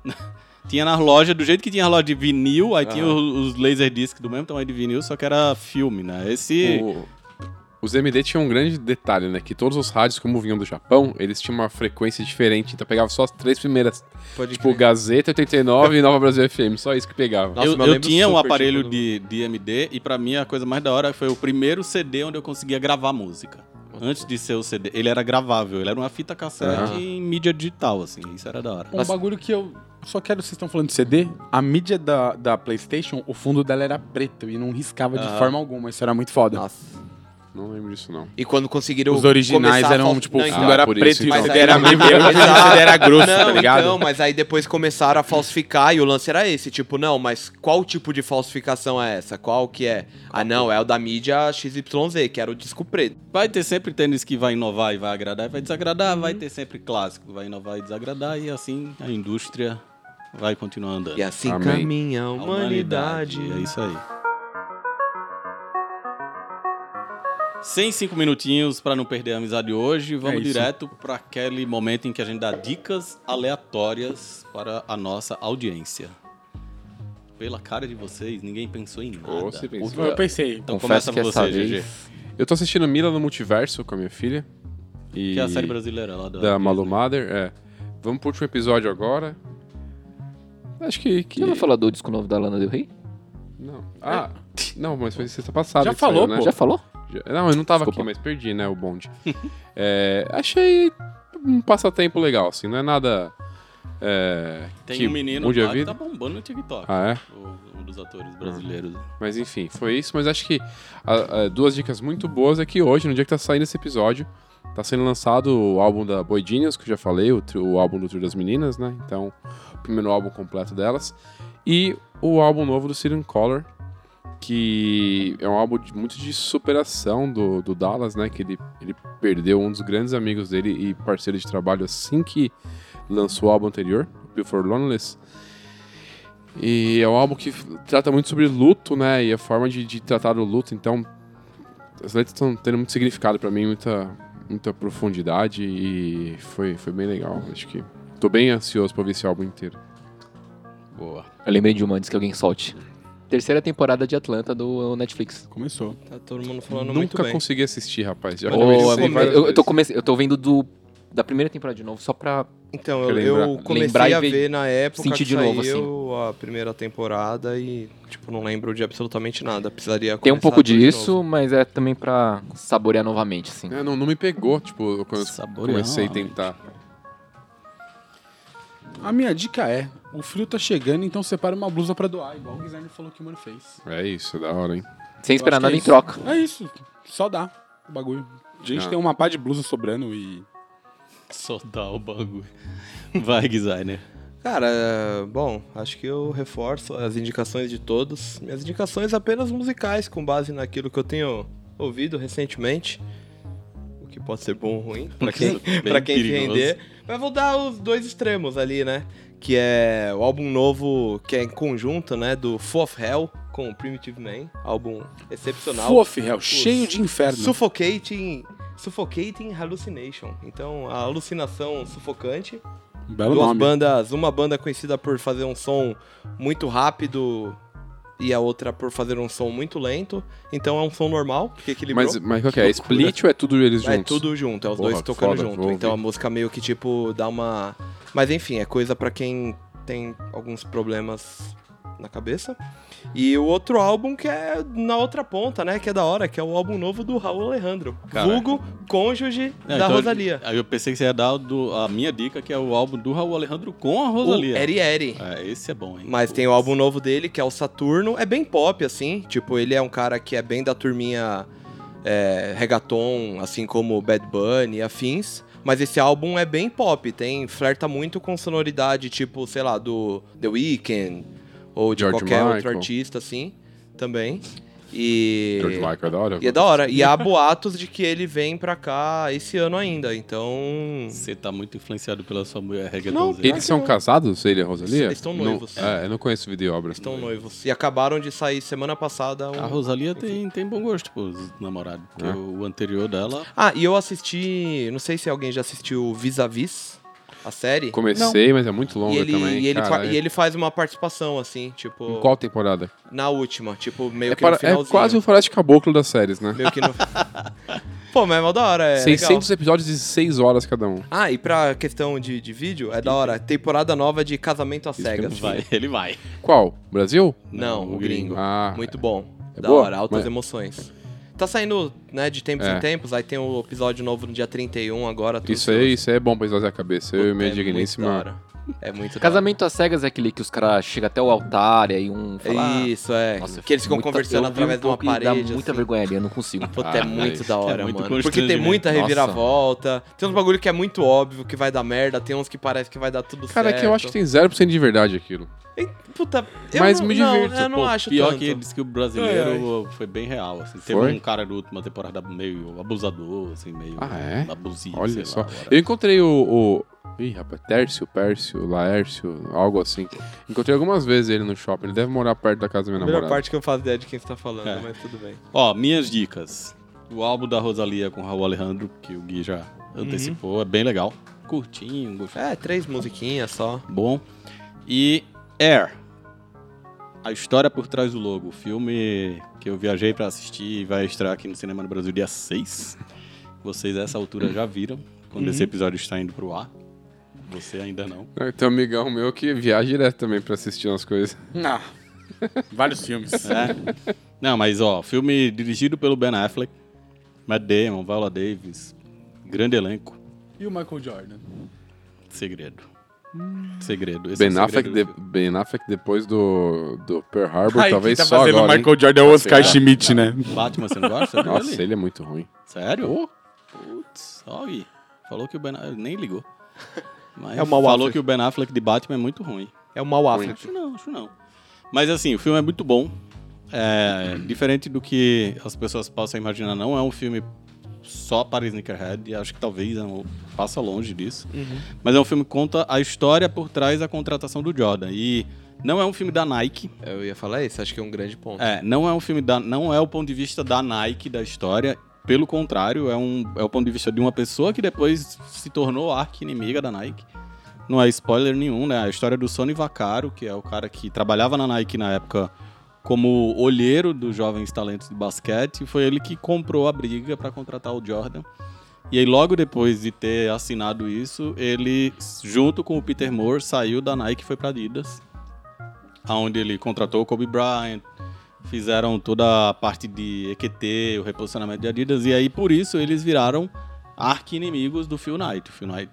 Speaker 1: Tinha na loja, do jeito que tinha a loja de vinil, aí
Speaker 2: Ah.
Speaker 1: tinha os, os Laserdisc do mesmo tamanho de vinil, só que era filme, né? Esse.
Speaker 2: Tipo,
Speaker 4: O-
Speaker 2: assim.
Speaker 4: Os MD tinham um grande detalhe, né? Que todos os rádios, como vinham do Japão, eles tinham uma frequência diferente. Então pegava só as três primeiras.
Speaker 2: Pode
Speaker 4: Tipo,
Speaker 2: crer.
Speaker 4: Gazeta 89 e Nova Brasil FM. Só isso que pegava.
Speaker 2: Nossa,
Speaker 1: eu
Speaker 2: mas eu
Speaker 1: eu
Speaker 2: lembro
Speaker 1: tinha um
Speaker 2: super de
Speaker 1: aparelho
Speaker 2: quando-
Speaker 1: de, de MD e pra mim a coisa mais da hora foi o primeiro CD onde eu conseguia gravar música. Antes de ser o CD, ele era gravável, ele era uma fita cassete
Speaker 2: Ah.
Speaker 1: em mídia digital, assim, isso era da hora.
Speaker 3: Um
Speaker 2: Nossa.
Speaker 3: bagulho que eu só quero, vocês estão falando de CD, a mídia da, da Playstation, o fundo dela era preto e não riscava de
Speaker 1: Aham.
Speaker 3: forma alguma, isso era muito foda.
Speaker 2: Nossa.
Speaker 4: Não lembro disso, não.
Speaker 2: E quando conseguiram.
Speaker 3: Os originais
Speaker 2: começar a
Speaker 3: eram,
Speaker 2: fal-
Speaker 3: tipo,
Speaker 2: Não,
Speaker 3: o
Speaker 2: então, é
Speaker 3: fundo era
Speaker 4: por
Speaker 3: preto
Speaker 4: isso,
Speaker 3: e o
Speaker 4: então.
Speaker 3: CD era meio e o CD era grosso, tá ligado?
Speaker 2: Não, então, mas aí depois começaram a falsificar e o lance era esse, tipo, não, mas qual tipo de falsificação é essa? Qual que é? Ah, não, é o da mídia XYZ, que era o disco preto.
Speaker 1: Vai ter sempre tênis que vai inovar e vai agradar e vai desagradar, vai
Speaker 2: Uhum.
Speaker 1: ter sempre clássico, que vai inovar e desagradar, e assim a indústria vai continuar andando.
Speaker 2: E assim
Speaker 4: Amém.
Speaker 2: caminha a
Speaker 1: A
Speaker 2: humanidade.
Speaker 1: É isso aí. Sem cinco minutinhos para não perder a amizade hoje, vamos
Speaker 2: É
Speaker 3: isso.
Speaker 1: direto para aquele momento em que a gente dá dicas aleatórias para a nossa audiência. Pela cara de vocês, ninguém pensou em nada.
Speaker 4: Ou se
Speaker 3: Ou
Speaker 4: pensa.
Speaker 3: Eu pensei,
Speaker 1: Então começa
Speaker 5: Confesso que
Speaker 1: com
Speaker 5: essa
Speaker 1: você,
Speaker 5: vez-
Speaker 1: GG.
Speaker 4: Eu tô assistindo Mila no Multiverso com a minha filha. E
Speaker 1: Que é a série brasileira lá da,
Speaker 4: da Malu Mother. É. Vamos pro último episódio agora. Acho que. que...
Speaker 5: Já vai falar do disco novo da Lana Del Rei?
Speaker 4: Não. Ah, não, mas foi sexta passada.
Speaker 3: Já
Speaker 4: que saiu,
Speaker 3: falou,
Speaker 4: né?
Speaker 3: pô.
Speaker 5: Já falou?
Speaker 4: Já- Não, eu não tava
Speaker 5: Desculpa.
Speaker 4: aqui, mas perdi, né, o bonde. É, achei um passatempo legal, assim, não é nada. é,
Speaker 1: Tem
Speaker 4: que
Speaker 1: um menino
Speaker 4: mude a
Speaker 1: lá que
Speaker 4: vida.
Speaker 1: tá bombando no TikTok.
Speaker 4: Ah, é? Ah,
Speaker 1: O- Um dos atores brasileiros.
Speaker 4: Mas enfim, foi isso. Mas acho que a- a- duas dicas muito boas é que hoje, no dia que tá saindo esse episódio, tá sendo lançado o álbum da Boy Genius, que eu já falei, o, trio- o álbum do Trio das Meninas, né? Então, o primeiro álbum completo delas. E o álbum novo do Siren Collar, que é um álbum de- muito de superação do, do Dallas, né? Que ele, ele perdeu um dos grandes amigos dele e parceiro de trabalho assim que lançou o álbum anterior, Before Loneless. E é um álbum que trata muito sobre luto, né? E a forma de, de tratar o luto. Então, as letras estão tendo muito significado pra mim, muita, muita profundidade. E foi, foi bem legal. Acho que tô bem ansioso pra ver esse álbum inteiro.
Speaker 1: Boa.
Speaker 5: Eu lembrei de uma antes que alguém solte. Terceira temporada de Atlanta do Netflix.
Speaker 3: começou.
Speaker 2: Tá todo mundo falando muito
Speaker 4: Nunca
Speaker 2: bem.
Speaker 4: consegui assistir, rapaz. Já
Speaker 5: Ô,
Speaker 4: comecei
Speaker 5: é muito-
Speaker 4: várias
Speaker 5: eu, eu tô
Speaker 4: vezes.
Speaker 5: comece... eu tô vendo do da primeira temporada de novo, só pra.
Speaker 2: Então,
Speaker 4: Quer
Speaker 2: eu,
Speaker 4: lembrar-
Speaker 2: eu comecei
Speaker 5: lembrar e
Speaker 2: a
Speaker 5: ver-
Speaker 2: ver na época
Speaker 5: sentir
Speaker 2: que
Speaker 5: de
Speaker 2: saiu
Speaker 5: novo, assim.
Speaker 2: a primeira temporada e, tipo, não lembro de absolutamente nada. Precisaria
Speaker 5: Tem um
Speaker 2: começar
Speaker 5: pouco
Speaker 2: tudo de novo.
Speaker 5: disso, mas é também pra saborear novamente, assim.
Speaker 4: É, não, não me pegou, tipo, quando eu
Speaker 1: Saborear
Speaker 4: comecei a
Speaker 1: novamente.
Speaker 4: tentar.
Speaker 3: A minha dica é, o frio tá chegando, então separa uma blusa pra doar, igual o Guilherme falou que o mano fez.
Speaker 4: É isso, da hora, hein?
Speaker 5: Sem
Speaker 3: Eu
Speaker 5: esperar
Speaker 3: acho que
Speaker 5: nada
Speaker 3: é
Speaker 5: em
Speaker 3: isso.
Speaker 5: troca.
Speaker 3: É isso, só dá o bagulho. A gente
Speaker 4: Ah.
Speaker 3: tem uma pá de blusa sobrando e...
Speaker 1: Só dá o bagulho. Vai, designer.
Speaker 2: Cara, bom, acho que eu reforço as indicações de todos. Minhas indicações apenas musicais, com base naquilo que eu tenho ouvido recentemente. O que pode ser bom ou ruim, pra quem,
Speaker 1: Bem
Speaker 2: pra quem
Speaker 1: perigoso.
Speaker 2: entender. Mas vou dar os dois extremos ali, né? Que é o álbum novo, que é em conjunto, né? Do Fourth Hell com o Primitive Man. Álbum excepcional.
Speaker 3: Fofo, réu, cheio de inferno.
Speaker 2: Suffocating, Suffocating Hallucination. Então, a alucinação sufocante.
Speaker 3: Um Belo
Speaker 2: Duas
Speaker 3: nome.
Speaker 2: bandas, uma banda conhecida por fazer um som muito rápido e a outra por fazer um som muito lento. Então é um som normal, que equilibrou.
Speaker 4: Mas, mas qual que é? É Split ou é tudo eles
Speaker 2: é
Speaker 4: juntos?
Speaker 2: tudo junto, é os
Speaker 4: Porra,
Speaker 2: dois tocando
Speaker 4: foda,
Speaker 2: junto.
Speaker 4: vou
Speaker 2: Então a
Speaker 4: ouvir.
Speaker 2: música meio que tipo dá uma. Mas enfim, é coisa pra quem tem alguns problemas na cabeça. E o outro álbum que é na outra ponta, né? Que é da hora, que é o álbum novo do Raul Alejandro.
Speaker 1: Caraca.
Speaker 2: Vulgo cônjuge
Speaker 1: Não,
Speaker 2: da
Speaker 1: então,
Speaker 2: Rosalia.
Speaker 1: Aí eu pensei que você ia dar o do- a minha dica, que é o álbum do Raul Alejandro com a
Speaker 2: O
Speaker 1: Rosalia.
Speaker 2: Eri Eri.
Speaker 1: É, esse é bom, hein?
Speaker 2: Mas tem o álbum novo dele, que é o Saturno. É bem pop, assim. Tipo, ele é um cara que é bem da turminha é, reggaeton, assim como Bad Bunny e afins. Mas esse álbum é bem pop, tem flerta muito com sonoridade, tipo, sei lá, do The Weeknd ou de
Speaker 4: George
Speaker 2: qualquer outro
Speaker 4: Michael.
Speaker 2: artista, assim, também. E.
Speaker 4: George Michael é da hora.
Speaker 2: E é da hora. E há boatos de que ele vem pra cá esse ano ainda. Então.
Speaker 1: Você tá muito influenciado pela sua mulher reggaetonzeira.
Speaker 4: Eles são casados, ele e a Rosalia?
Speaker 2: Eles estão
Speaker 4: Não-
Speaker 2: noivos.
Speaker 4: é, eu não conheço vídeo e obra.
Speaker 2: Estão noivos. E acabaram de sair semana
Speaker 1: A
Speaker 2: passada.
Speaker 4: Ah,
Speaker 2: Um...
Speaker 1: Rosalia tem, tem bom gosto pros namorados, porque
Speaker 4: É.
Speaker 1: o anterior dela...
Speaker 2: Ah, e eu assisti. Não sei se alguém já assistiu Vis a Vis, a série.
Speaker 4: Comecei, mas é muito
Speaker 2: e
Speaker 4: longa
Speaker 2: ele,
Speaker 4: também.
Speaker 2: e, ele fa-
Speaker 4: caralho.
Speaker 2: e ele faz uma participação, assim, tipo.
Speaker 4: Em qual temporada?
Speaker 2: Na última, tipo, meio
Speaker 4: É,
Speaker 2: que no
Speaker 4: para- é
Speaker 2: finalzinho.
Speaker 4: quase o Forest Caboclo das séries, né?
Speaker 2: Meio que no... Pô, mas é mó da hora, é
Speaker 4: 600
Speaker 2: legal.
Speaker 4: episódios de 6 horas cada um.
Speaker 2: Ah, e pra questão de, de vídeo, é da hora. Temporada nova de Casamento às Cegas.
Speaker 1: Vai, ele vai.
Speaker 4: Qual? Brasil?
Speaker 2: Não,
Speaker 1: Não,
Speaker 2: o
Speaker 1: o
Speaker 2: gringo.
Speaker 4: né? Ah,
Speaker 2: Muito bom.
Speaker 4: É
Speaker 2: da
Speaker 4: boa?
Speaker 2: hora, altas
Speaker 4: Mas-
Speaker 2: emoções. Tá saindo, né, de tempos
Speaker 4: É.
Speaker 2: em tempos. Aí tem o episódio novo no dia 31 agora. tudo
Speaker 4: isso aí, isso aí é bom pra esvaziar a cabeça. Eu e minha
Speaker 2: É muito
Speaker 4: digníssima.
Speaker 2: da hora. É muito da
Speaker 5: Casamento às cegas é aquele que os caras chegam até o altar e aí um
Speaker 2: hora.
Speaker 5: fala... "Ah,
Speaker 2: Isso, é.
Speaker 5: nossa, eu
Speaker 2: que eles
Speaker 5: fico
Speaker 2: ficam
Speaker 5: muito-
Speaker 2: conversando
Speaker 5: eu vi
Speaker 2: através
Speaker 5: um
Speaker 2: de uma
Speaker 5: pouco e dá
Speaker 2: parede.
Speaker 5: muita
Speaker 2: assim.
Speaker 5: vergonha ali, eu não consigo.
Speaker 2: Puta, é muito da hora,
Speaker 1: É muito
Speaker 2: mano. Porque tem
Speaker 1: constrangimento.
Speaker 2: muita
Speaker 5: Nossa.
Speaker 2: reviravolta. Tem uns bagulho que é muito óbvio que vai dar merda. Tem uns que parece que vai dar tudo
Speaker 4: Cara,
Speaker 2: certo.
Speaker 4: é que eu acho que tem 0% de verdade aquilo.
Speaker 2: E, Puta, eu
Speaker 4: Mas
Speaker 2: não,
Speaker 4: me
Speaker 2: não,
Speaker 4: divirto,
Speaker 2: eu não
Speaker 1: Pô,
Speaker 2: acho
Speaker 1: Pior
Speaker 2: tanto.
Speaker 1: que ele disse que o brasileiro foi bem real, assim. Teve
Speaker 4: Foi?
Speaker 1: um cara na última temporada meio abusador, assim, meio
Speaker 4: Ah, é?
Speaker 1: abusivo, sei
Speaker 4: Olha só.
Speaker 1: lá, agora.
Speaker 4: Eu encontrei o. o... Ih, rapaz, Tércio, Pércio, Laércio, algo assim. Encontrei algumas vezes ele no shopping. Ele deve morar perto da casa da
Speaker 2: A
Speaker 4: minha
Speaker 2: melhor
Speaker 4: namorada.
Speaker 2: parte que eu faço ideia de quem você tá falando,
Speaker 1: É.
Speaker 2: mas tudo bem.
Speaker 1: Ó, minhas dicas. O álbum da Rosalia com Raul Alejandro, que o Gui já antecipou, é bem legal. Curtinho, gostoso.
Speaker 2: É, três musiquinhas só.
Speaker 1: Bom. E Air. A história por trás do logo. Filme que eu viajei pra assistir e vai estrear aqui no Cinema no Brasil dia 6. Vocês a essa altura já viram, quando esse episódio está indo pro ar. Você ainda não.
Speaker 4: É, Tem um amigão meu que viaja direto também pra assistir umas coisas.
Speaker 3: Ah, vários filmes.
Speaker 1: É. Não, mas ó, filme dirigido pelo Ben Affleck, Matt Damon, Viola Davis, grande elenco,
Speaker 3: E o Michael Jordan?
Speaker 1: segredo. Segredo. Esse é o
Speaker 4: Ben Affleck,
Speaker 1: segredo do
Speaker 4: de-
Speaker 1: filme.
Speaker 4: ben Affleck depois do, do Pearl Harbor,
Speaker 3: Ai,
Speaker 4: talvez
Speaker 3: quem tá
Speaker 4: só
Speaker 3: fazendo
Speaker 4: agora.
Speaker 3: o
Speaker 4: hein?
Speaker 3: Michael Jordan é o
Speaker 1: Será?
Speaker 3: Oscar Schmidt, né?
Speaker 1: Batman, você não gosta? dele?
Speaker 4: Nossa, ele é muito ruim.
Speaker 1: Sério? Putz, ó, Gui. Falou que o Ben Affleck. Nem ligou. Mas
Speaker 2: É o mau
Speaker 1: falou
Speaker 2: Affleck.
Speaker 1: que o Ben Affleck de Batman é muito ruim.
Speaker 2: É o mau Affleck.
Speaker 1: Acho não, acho não. Mas assim, o filme é muito bom. É, diferente do que as pessoas possam imaginar, não é um filme só para Sneakerhead. e Acho que talvez não, passa longe disso. Mas é um filme que conta a história por trás da contratação do Jordan. E não é um filme da Nike.
Speaker 2: Eu ia falar isso, acho que é um grande ponto.
Speaker 1: É, não é um filme da. Não é o ponto de vista da Nike da história. Pelo contrário, é, um, é o ponto de vista de uma pessoa que depois se tornou arqui-inimiga da Nike. Não é spoiler nenhum, né? A história do Sony Vaccaro, que é o cara que trabalhava na Nike na época como olheiro dos jovens talentos de basquete, e foi ele que comprou a briga para contratar o Jordan. E aí, logo depois de ter assinado isso, ele, junto com o Peter Moore, saiu da Nike e foi para Adidas, aonde ele contratou o Kobe Bryant, fizeram toda a parte de EQT, o reposicionamento de Adidas, e aí por isso eles viraram arqui-inimigos do Phil Knight. O Phil Knight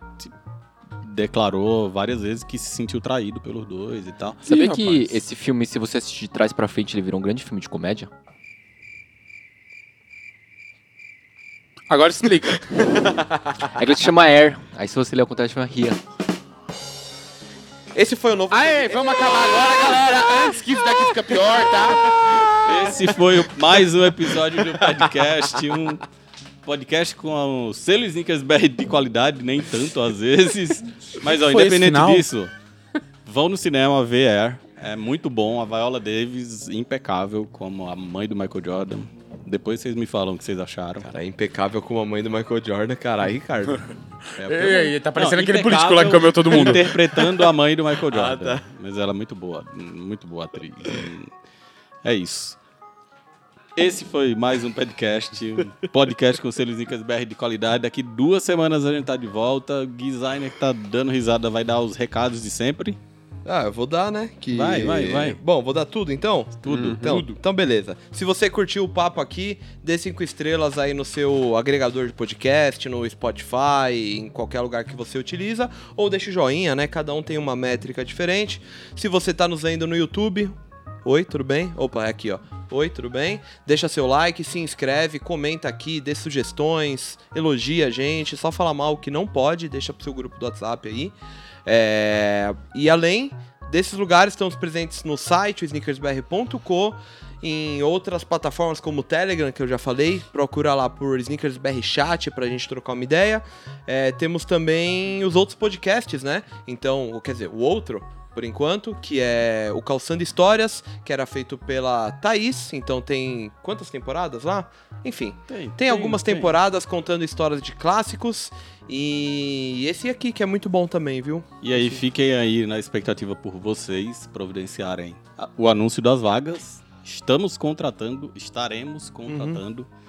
Speaker 1: declarou várias vezes que se sentiu traído pelos dois e tal.
Speaker 5: Sabia
Speaker 3: Ih,
Speaker 5: que
Speaker 3: rapaz.
Speaker 5: esse filme, se você assistir de trás pra frente, ele virou um grande filme de comédia?
Speaker 3: Agora explica.
Speaker 5: É que ele se chama Air. Aí se você ler o contrário, chama Ria.
Speaker 2: Esse foi o novo.
Speaker 3: Aê, vamos acabar agora, galera. Antes que isso daqui fica pior, tá?
Speaker 1: Esse foi o- mais um episódio do podcast, um podcast com um o selo Snickers BR de qualidade, nem tanto às vezes. Mas ó,
Speaker 3: Foi esse
Speaker 1: independente
Speaker 3: final?
Speaker 1: disso, vão no cinema ver Air. É muito bom, a Viola Davis impecável como a mãe do Michael Jordan. Depois vocês me falam o que vocês acharam.
Speaker 2: Cara, é impecável como a mãe do Michael Jordan, caralho, Ricardo.
Speaker 3: Ei, ei, tá parecendo
Speaker 1: Não,
Speaker 3: aquele
Speaker 1: impecável,
Speaker 3: político lá que comeu todo mundo.
Speaker 1: Interpretando a mãe do Michael
Speaker 2: Ah,
Speaker 1: Jordan.
Speaker 2: tá.
Speaker 1: Mas ela é muito boa, muito boa atriz. É isso. Esse foi mais um podcast, um podcast com selos Incas BR de qualidade. Daqui duas semanas a gente tá de volta. O designer que tá dando risada vai dar os recados de sempre.
Speaker 2: Ah, eu vou dar, né? Que...
Speaker 1: Vai, vai, vai.
Speaker 2: Bom, vou dar tudo então?
Speaker 1: Tudo.
Speaker 2: Então, então, beleza. Se você curtiu o papo aqui, dê cinco estrelas aí no seu agregador de podcast, no Spotify, em qualquer lugar que você utiliza, ou deixa o joinha, né? Cada um tem uma métrica diferente. Se você tá nos vendo no YouTube, oi, tudo bem? Opa, é aqui, ó. Oi, tudo bem? Deixa seu like, se inscreve, comenta aqui, dê sugestões, elogia a gente, só fala mal o que não pode, deixa pro seu grupo do WhatsApp aí. É, E além desses lugares, estamos presentes no site, o sneakersbr.com, em outras plataformas como o Telegram, que eu já falei. Procura lá por Sneakers BR Chat pra gente trocar uma ideia. É, temos também os outros podcasts, né? Então, quer dizer, o outro, por enquanto, que é o Calçando Histórias, que era feito pela Thaís. Então tem quantas temporadas lá? Enfim,
Speaker 1: Tem,
Speaker 2: tem algumas temporadas contando histórias de clássicos. E esse aqui, que é muito bom também, viu?
Speaker 1: E aí fiquem aí na expectativa por vocês providenciarem a- o anúncio das vagas. Estamos contratando, estaremos contratando.
Speaker 2: Uhum.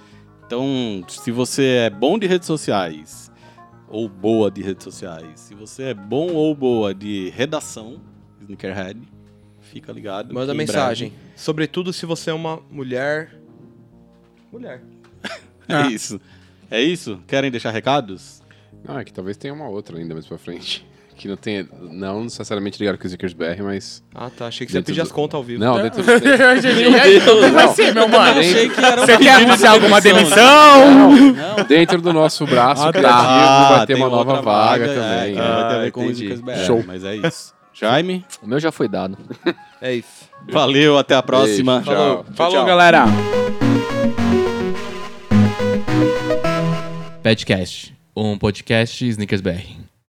Speaker 1: Então, se você é bom de redes sociais ou boa de redes sociais, se você é bom ou boa de redação, Sneakerhead, fica ligado.
Speaker 2: Manda
Speaker 1: que em
Speaker 2: mensagem. Sobretudo se você é uma mulher. Mulher.
Speaker 1: breve-
Speaker 3: Ah.
Speaker 1: É isso. É isso? Querem deixar recados?
Speaker 4: Não, é que talvez tenha uma outra ainda mais pra frente. Que não tenha. Não necessariamente ligado com o Snickers BR, mas.
Speaker 2: Ah, tá. Achei que você ia
Speaker 4: Dentro
Speaker 2: pedir
Speaker 4: do-
Speaker 2: as contas ao vivo.
Speaker 3: Então,
Speaker 4: Não, dentro do.
Speaker 3: Vai ser, meu mano.
Speaker 1: Achei que era
Speaker 3: Você
Speaker 1: um
Speaker 3: quer
Speaker 1: pedido de
Speaker 3: anunciar alguma
Speaker 1: né?
Speaker 3: demissão?
Speaker 1: Não.
Speaker 4: Dentro do nosso braço
Speaker 3: Ah, tá.
Speaker 4: criativo
Speaker 1: Ah,
Speaker 4: vai ter
Speaker 1: tem
Speaker 4: uma nova
Speaker 1: outra
Speaker 4: vaga,
Speaker 1: É,
Speaker 4: também.
Speaker 1: que vai ter a ver
Speaker 4: Ah,
Speaker 1: com
Speaker 4: entendi.
Speaker 1: músicas BR,
Speaker 4: Show.
Speaker 1: mas é isso. Jaime,
Speaker 5: O meu já foi dado.
Speaker 2: É isso.
Speaker 1: valeu, até a próxima.
Speaker 4: Beijo, tchau.
Speaker 3: Falou, galera.
Speaker 6: Petcast, um podcast Snickers BR.